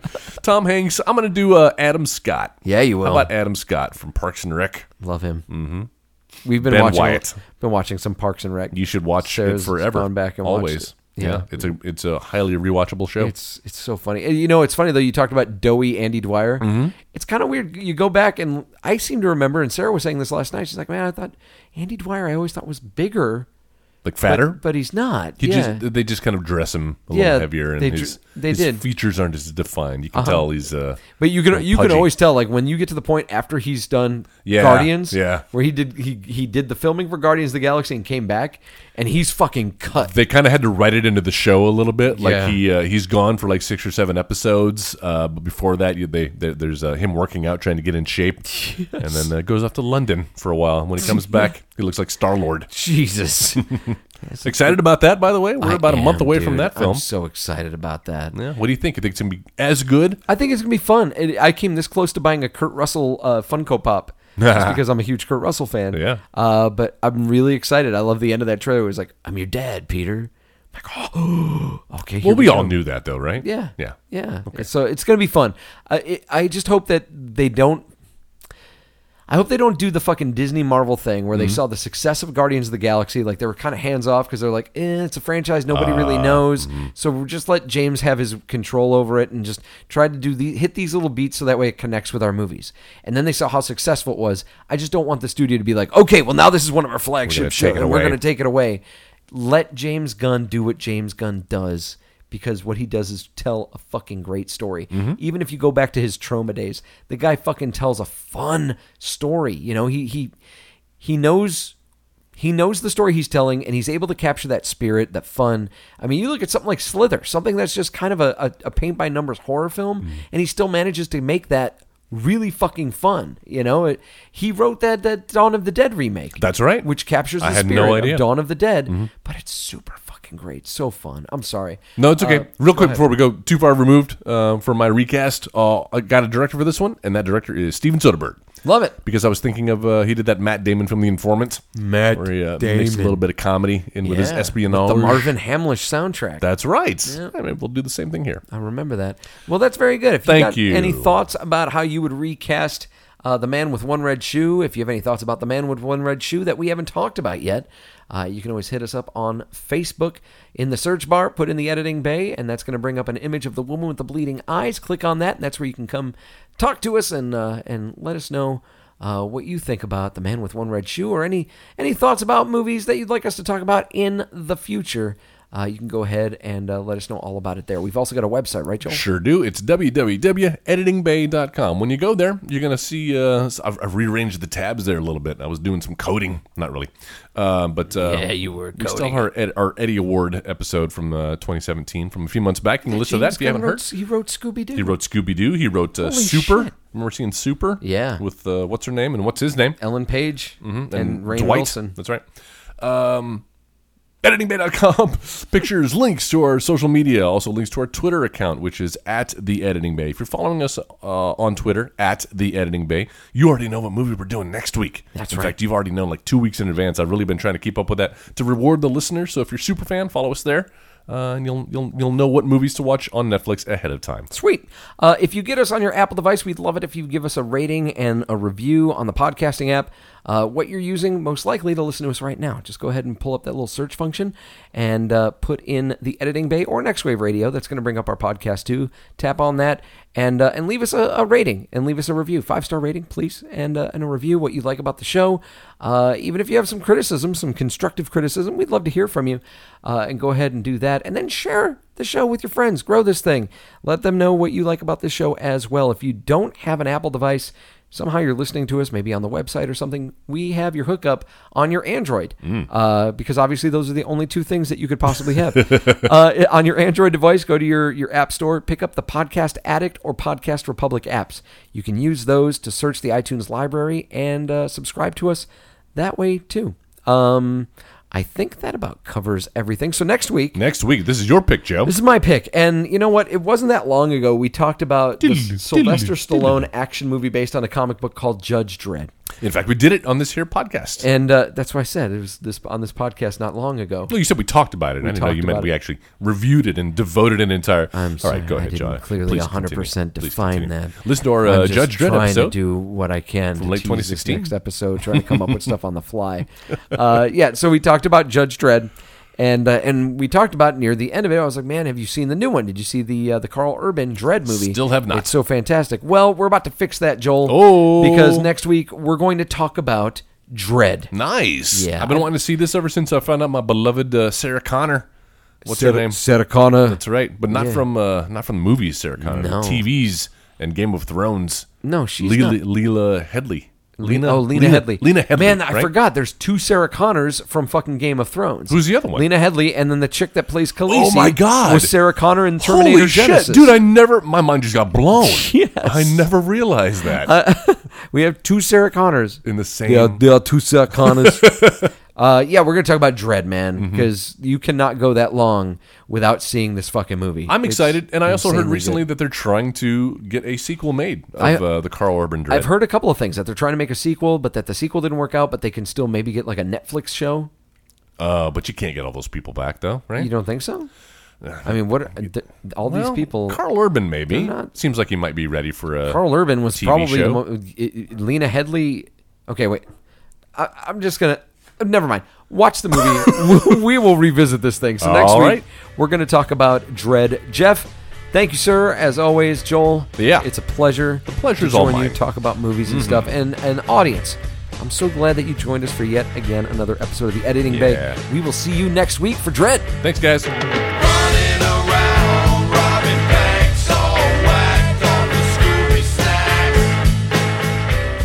Speaker 4: Tom Hanks. I'm gonna do uh, Adam Scott.
Speaker 3: Yeah, Oh. you will.
Speaker 4: How about Adam Scott from Parks and Rec?
Speaker 3: Love him. Mm-hmm. We've been
Speaker 4: Ben
Speaker 3: watching
Speaker 4: Wyatt.
Speaker 3: been watching some Parks and Rec.
Speaker 4: You should watch
Speaker 3: Sarah's
Speaker 4: it forever.
Speaker 3: gone back and watched
Speaker 4: always.
Speaker 3: it.
Speaker 4: Yeah.
Speaker 3: Yeah.
Speaker 4: it's a it's a highly rewatchable show.
Speaker 3: It's it's so funny. And, You know, it's funny though. You talked about doughy Andy Dwyer.
Speaker 4: Mm-hmm.
Speaker 3: It's kind of weird. You go back and I seem to remember, and Sarah was saying this last night. She's like, "Man, I thought Andy Dwyer. I always thought was bigger,
Speaker 4: like
Speaker 3: but-
Speaker 4: fatter.
Speaker 3: but, he's not.
Speaker 4: He
Speaker 3: yeah,
Speaker 4: just, they just kind of dress him a
Speaker 3: Yeah,
Speaker 4: little heavier, and
Speaker 3: they dr-
Speaker 4: his,
Speaker 3: they
Speaker 4: his
Speaker 3: did. Uh-huh.
Speaker 4: features aren't as defined. You can tell he's uh,
Speaker 3: but you can
Speaker 4: like
Speaker 3: you can
Speaker 4: pudgy.
Speaker 3: always tell like when you get to the point after he's done
Speaker 4: Yeah,
Speaker 3: Guardians,
Speaker 4: yeah.
Speaker 3: where he did he he did the filming for Guardians of the Galaxy and came back, and he's fucking cut.
Speaker 4: they kind of had to write it into the show a little bit. Like
Speaker 3: Yeah.
Speaker 4: he uh, he's gone for like six or seven episodes. Uh, but before that, you, they, there there's uh, him working out, trying to get in shape, and then uh, goes off to London for a while. And when
Speaker 3: <laughs>
Speaker 4: he comes back, he looks like Star Lord.
Speaker 3: <laughs> Jesus,
Speaker 4: Excited about that, by the way. We're
Speaker 3: I
Speaker 4: about a month
Speaker 3: am,
Speaker 4: away
Speaker 3: dude.
Speaker 4: from that film.
Speaker 3: I'm so excited about that.
Speaker 4: yeah. What do you think? You think it's gonna be as good?
Speaker 3: I think it's gonna be fun. It, I came this close to buying a Kurt Russell uh, Funko Pop
Speaker 4: <laughs>
Speaker 3: just because I'm a huge Kurt Russell fan.
Speaker 4: Yeah.
Speaker 3: Uh, but I'm really excited. I love the end of that trailer. It was like, "I'm your dad, Peter." I'm like, <gasps> oh, okay. here
Speaker 4: Well, we all
Speaker 3: go.
Speaker 4: knew that though, right?
Speaker 3: Yeah.
Speaker 4: yeah,
Speaker 3: Yeah. So it's gonna be fun. I it, I just hope that they don't. I hope they don't do the fucking Disney Marvel thing
Speaker 4: Mm-hmm.
Speaker 3: where they saw the success of Guardians of the Galaxy. Like they were kind of hands off because they're like, eh, it's a franchise nobody
Speaker 4: Uh,
Speaker 3: really knows.
Speaker 4: mm-hmm.
Speaker 3: So we'll just let James have his control over it and just try to do the hit these little beats so that way it connects with our movies. And then they saw how successful it was. I just don't want the studio to be like, okay, well now this is one of our flagship
Speaker 4: take
Speaker 3: shows
Speaker 4: it
Speaker 3: and we're
Speaker 4: away."
Speaker 3: going to take it away. Let James Gunn do what James Gunn does because what he does is tell a fucking great story.
Speaker 4: Mm-hmm.
Speaker 3: Even if you go back to his trauma days, the guy fucking tells a fun story. You know, he he he knows he knows the story he's telling and he's able to capture that spirit, that fun. I mean, you look at something like Slither, something that's just kind of a, a, a paint by numbers horror film,
Speaker 4: Mm-hmm.
Speaker 3: and he still manages to make that really fucking fun. You know, it, he wrote that that Dawn of the Dead remake.
Speaker 4: That's right.
Speaker 3: Which captures the
Speaker 4: I had no
Speaker 3: spirit
Speaker 4: idea. Mm-hmm.
Speaker 3: of Dawn of the Dead, but it's super fucking fucking great. So fun. I'm sorry.
Speaker 4: No, it's
Speaker 3: Uh,
Speaker 4: okay. Real quick before we go too far removed uh, for my recast, uh, I got a director for this one, and that director is Steven Soderbergh.
Speaker 3: Love it.
Speaker 4: Because I was thinking of uh, he did that Matt Damon from The Informant,
Speaker 6: Matt
Speaker 4: where he uh, mixed a
Speaker 6: Damon.
Speaker 4: little bit of comedy in with his
Speaker 3: Yeah.
Speaker 4: espionage.
Speaker 3: The Marvin Hamlish soundtrack.
Speaker 4: That's right. I mean, we'll do the same thing here.
Speaker 3: I remember that. Well, that's very good. If you
Speaker 4: Thank
Speaker 3: got
Speaker 4: you.
Speaker 3: any thoughts about how you would recast uh, the Man with One Red Shoe, if you have any thoughts about the Man with One Red Shoe that we haven't talked about yet, uh, you can always hit us up on Facebook in the search bar, put in the editing bay, and that's going to bring up an image of the woman with the bleeding eyes. Click on that, and that's where you can come talk to us and uh, and let us know. Uh, what you think about the man with one red shoe, or any any thoughts about movies that you'd like us to talk about in the future? uh, you can go ahead and uh, let us know all about it there. We've also got a website, right, Joel?
Speaker 4: Sure do. It's www.editingbay.com. When you go there, you're going to see. Uh, s- I've, I've rearranged the tabs there a little bit. I was doing some coding, not really, uh, but uh,
Speaker 3: Yeah, you were
Speaker 4: We still
Speaker 3: coding.
Speaker 4: have our, Ed, our Eddie Award episode from uh, 2017 from a few months back. You can listen to that if you haven't heard.
Speaker 3: He wrote Scooby Doo.
Speaker 4: He wrote Scooby Doo. He wrote uh,
Speaker 3: Holy
Speaker 4: Super.
Speaker 3: shit.
Speaker 4: Remember seeing Super?
Speaker 3: Yeah.
Speaker 4: With uh, what's her name and what's his name?
Speaker 3: Ellen Page and, Rainn
Speaker 4: Mm-hmm, Dwight.
Speaker 3: Wilson.
Speaker 4: That's right. Um, editingbay.com. <laughs> Pictures, links to our social media, also links to our Twitter account, which is at The Editing Bay. If you're following us uh, on Twitter, at The Editing Bay, you already know what movie we're doing next week.
Speaker 3: That's
Speaker 4: in
Speaker 3: right.
Speaker 4: fact, you've already known like two weeks in advance. I've really been trying to keep up with that to reward the listeners. So if you're a super fan, follow us there. Uh, and you'll, you'll you'll know what movies to watch on Netflix ahead of time.
Speaker 3: Sweet. Uh, if you get us on your Apple device, we'd love it if you give us a rating and a review on the podcasting app. Uh, what you're using, most likely to listen to us right now. Just go ahead and pull up that little search function and uh, put in the editing bay or Next Wave Radio. That's going to bring up our podcast too. Tap on that and uh, and leave us a, a rating and leave us a review, five star rating, please, and uh, and a review what you like about the show. Uh, even if you have some criticism, some constructive criticism, we'd love to hear from you. Uh, and go ahead and do that, and then share the show with your friends. Grow this thing. Let them know what you like about this show as well. If you don't have an Apple device, somehow you're listening to us, maybe on the website or something, we have your hookup on your Android. Uh, because obviously, those are the only two things that you could possibly have. <laughs> uh, on your Android device, go to your, your App Store, pick up the Podcast Addict or Podcast Republic apps. You can use those to search the iTunes library and uh, subscribe to us that way too. Um, I think that about covers everything. So next week,
Speaker 4: Next week, this is your pick, Joe.
Speaker 3: this is my pick, and you know what? It wasn't that long ago we talked about the Sylvester Stallone action movie based on a comic book called Judge Dredd,
Speaker 4: In fact, we did it on this here podcast.
Speaker 3: and uh, that's why I said it was this on this podcast not long ago.
Speaker 4: Well, you said we talked about it. and I didn't know
Speaker 3: talked
Speaker 4: you meant
Speaker 3: about
Speaker 4: we
Speaker 3: it.
Speaker 4: actually reviewed it and devoted an entire.
Speaker 3: I'm
Speaker 4: All
Speaker 3: sorry,
Speaker 4: right, go ahead,
Speaker 3: I didn't
Speaker 4: John.
Speaker 3: clearly
Speaker 4: Please
Speaker 3: 100%
Speaker 4: continue. Please
Speaker 3: define
Speaker 4: continue.
Speaker 3: that.
Speaker 4: Listen to our
Speaker 3: I'm
Speaker 4: uh,
Speaker 3: just
Speaker 4: Judge Dredd
Speaker 3: trying
Speaker 4: episode.
Speaker 3: to do what I can to
Speaker 4: late
Speaker 3: tease this
Speaker 4: 2016.
Speaker 3: next episode, trying to come up with stuff on the
Speaker 4: <laughs>
Speaker 3: fly. Uh, yeah, so we talked about Judge Dredd, and uh, and we talked about near the end of it. I was like, man, have you seen the new one? Did you see the uh, the Carl Urban Dredd movie?
Speaker 4: Still have not.
Speaker 3: It's so fantastic. Well, we're about to fix that, Joel.
Speaker 4: Oh.
Speaker 3: because next week we're going to talk about Dredd.
Speaker 4: Nice.
Speaker 3: Yeah.
Speaker 4: I've been wanting to see this ever since I found out my beloved uh, Sarah Connor. What's her name?
Speaker 3: Sarah Connor.
Speaker 4: That's right, but not from uh, not from the movies, Sarah Connor.
Speaker 3: No.
Speaker 4: TVs and Game of Thrones.
Speaker 3: No, she's
Speaker 4: Leela, Leela Headley. Lena,
Speaker 3: oh, Lena, Headley.
Speaker 4: Lena Headley.
Speaker 3: Man, I
Speaker 4: right?
Speaker 3: forgot. There's two Sarah Connors from fucking Game of Thrones.
Speaker 4: Who's the other one?
Speaker 3: Lena Headley, and then the chick that plays Khaleesi.
Speaker 4: Oh my God.
Speaker 3: Was Sarah Connor in Terminator
Speaker 4: Holy
Speaker 3: Genesis?
Speaker 4: shit, dude! I never. My mind just
Speaker 3: <laughs>
Speaker 4: got blown. yes. I never realized that
Speaker 3: we have two Sarah Connors.
Speaker 4: in the same.
Speaker 5: Yeah, there are two Sarah
Speaker 4: <laughs>
Speaker 5: Connors.
Speaker 3: <laughs> Uh, yeah, we're gonna talk about Dread, man,
Speaker 4: Mm-hmm.
Speaker 3: because you cannot go that long without seeing this fucking movie.
Speaker 4: I'm
Speaker 3: It's
Speaker 4: excited, and I also heard
Speaker 3: insanely
Speaker 4: recently
Speaker 3: good.
Speaker 4: that they're trying to get a sequel made of
Speaker 3: I-
Speaker 4: uh, the Carl Urban Dread.
Speaker 3: I've heard a couple of things that they're trying to make a sequel, but that the sequel didn't work out. But they can still maybe get like a Netflix show.
Speaker 4: uh, but you can't get all those people back, though, right?
Speaker 3: You don't think so? I mean, what? Are, th- all these
Speaker 4: Uh, Well,
Speaker 3: people.
Speaker 4: Carl Urban, maybe
Speaker 3: they're not-
Speaker 4: seems like he might be ready for a
Speaker 3: Carl Urban was
Speaker 4: TV
Speaker 3: probably the
Speaker 4: show?
Speaker 3: mo- i- i- Lena Headley. Okay, wait. I, I'm just gonna. uh, Never mind. Watch the
Speaker 4: <laughs>
Speaker 3: movie. we will revisit this thing. So next
Speaker 4: All
Speaker 3: week
Speaker 4: right.
Speaker 3: we're going to talk about Dread. Jeff, thank you, sir. As always, Joel.
Speaker 4: Yeah.
Speaker 3: it's a pleasure. The
Speaker 4: pleasure's
Speaker 3: to
Speaker 4: all
Speaker 3: join you.
Speaker 4: mine. Mm-hmm.
Speaker 3: Talk about movies and stuff, and an audience. I'm so glad that you joined us for yet again another episode of the Editing
Speaker 4: Yeah.
Speaker 3: Bay. We will see you next week for Dread.
Speaker 4: Thanks, guys.
Speaker 7: Running around, robbing banks, all whacked on the Scooby Snacks.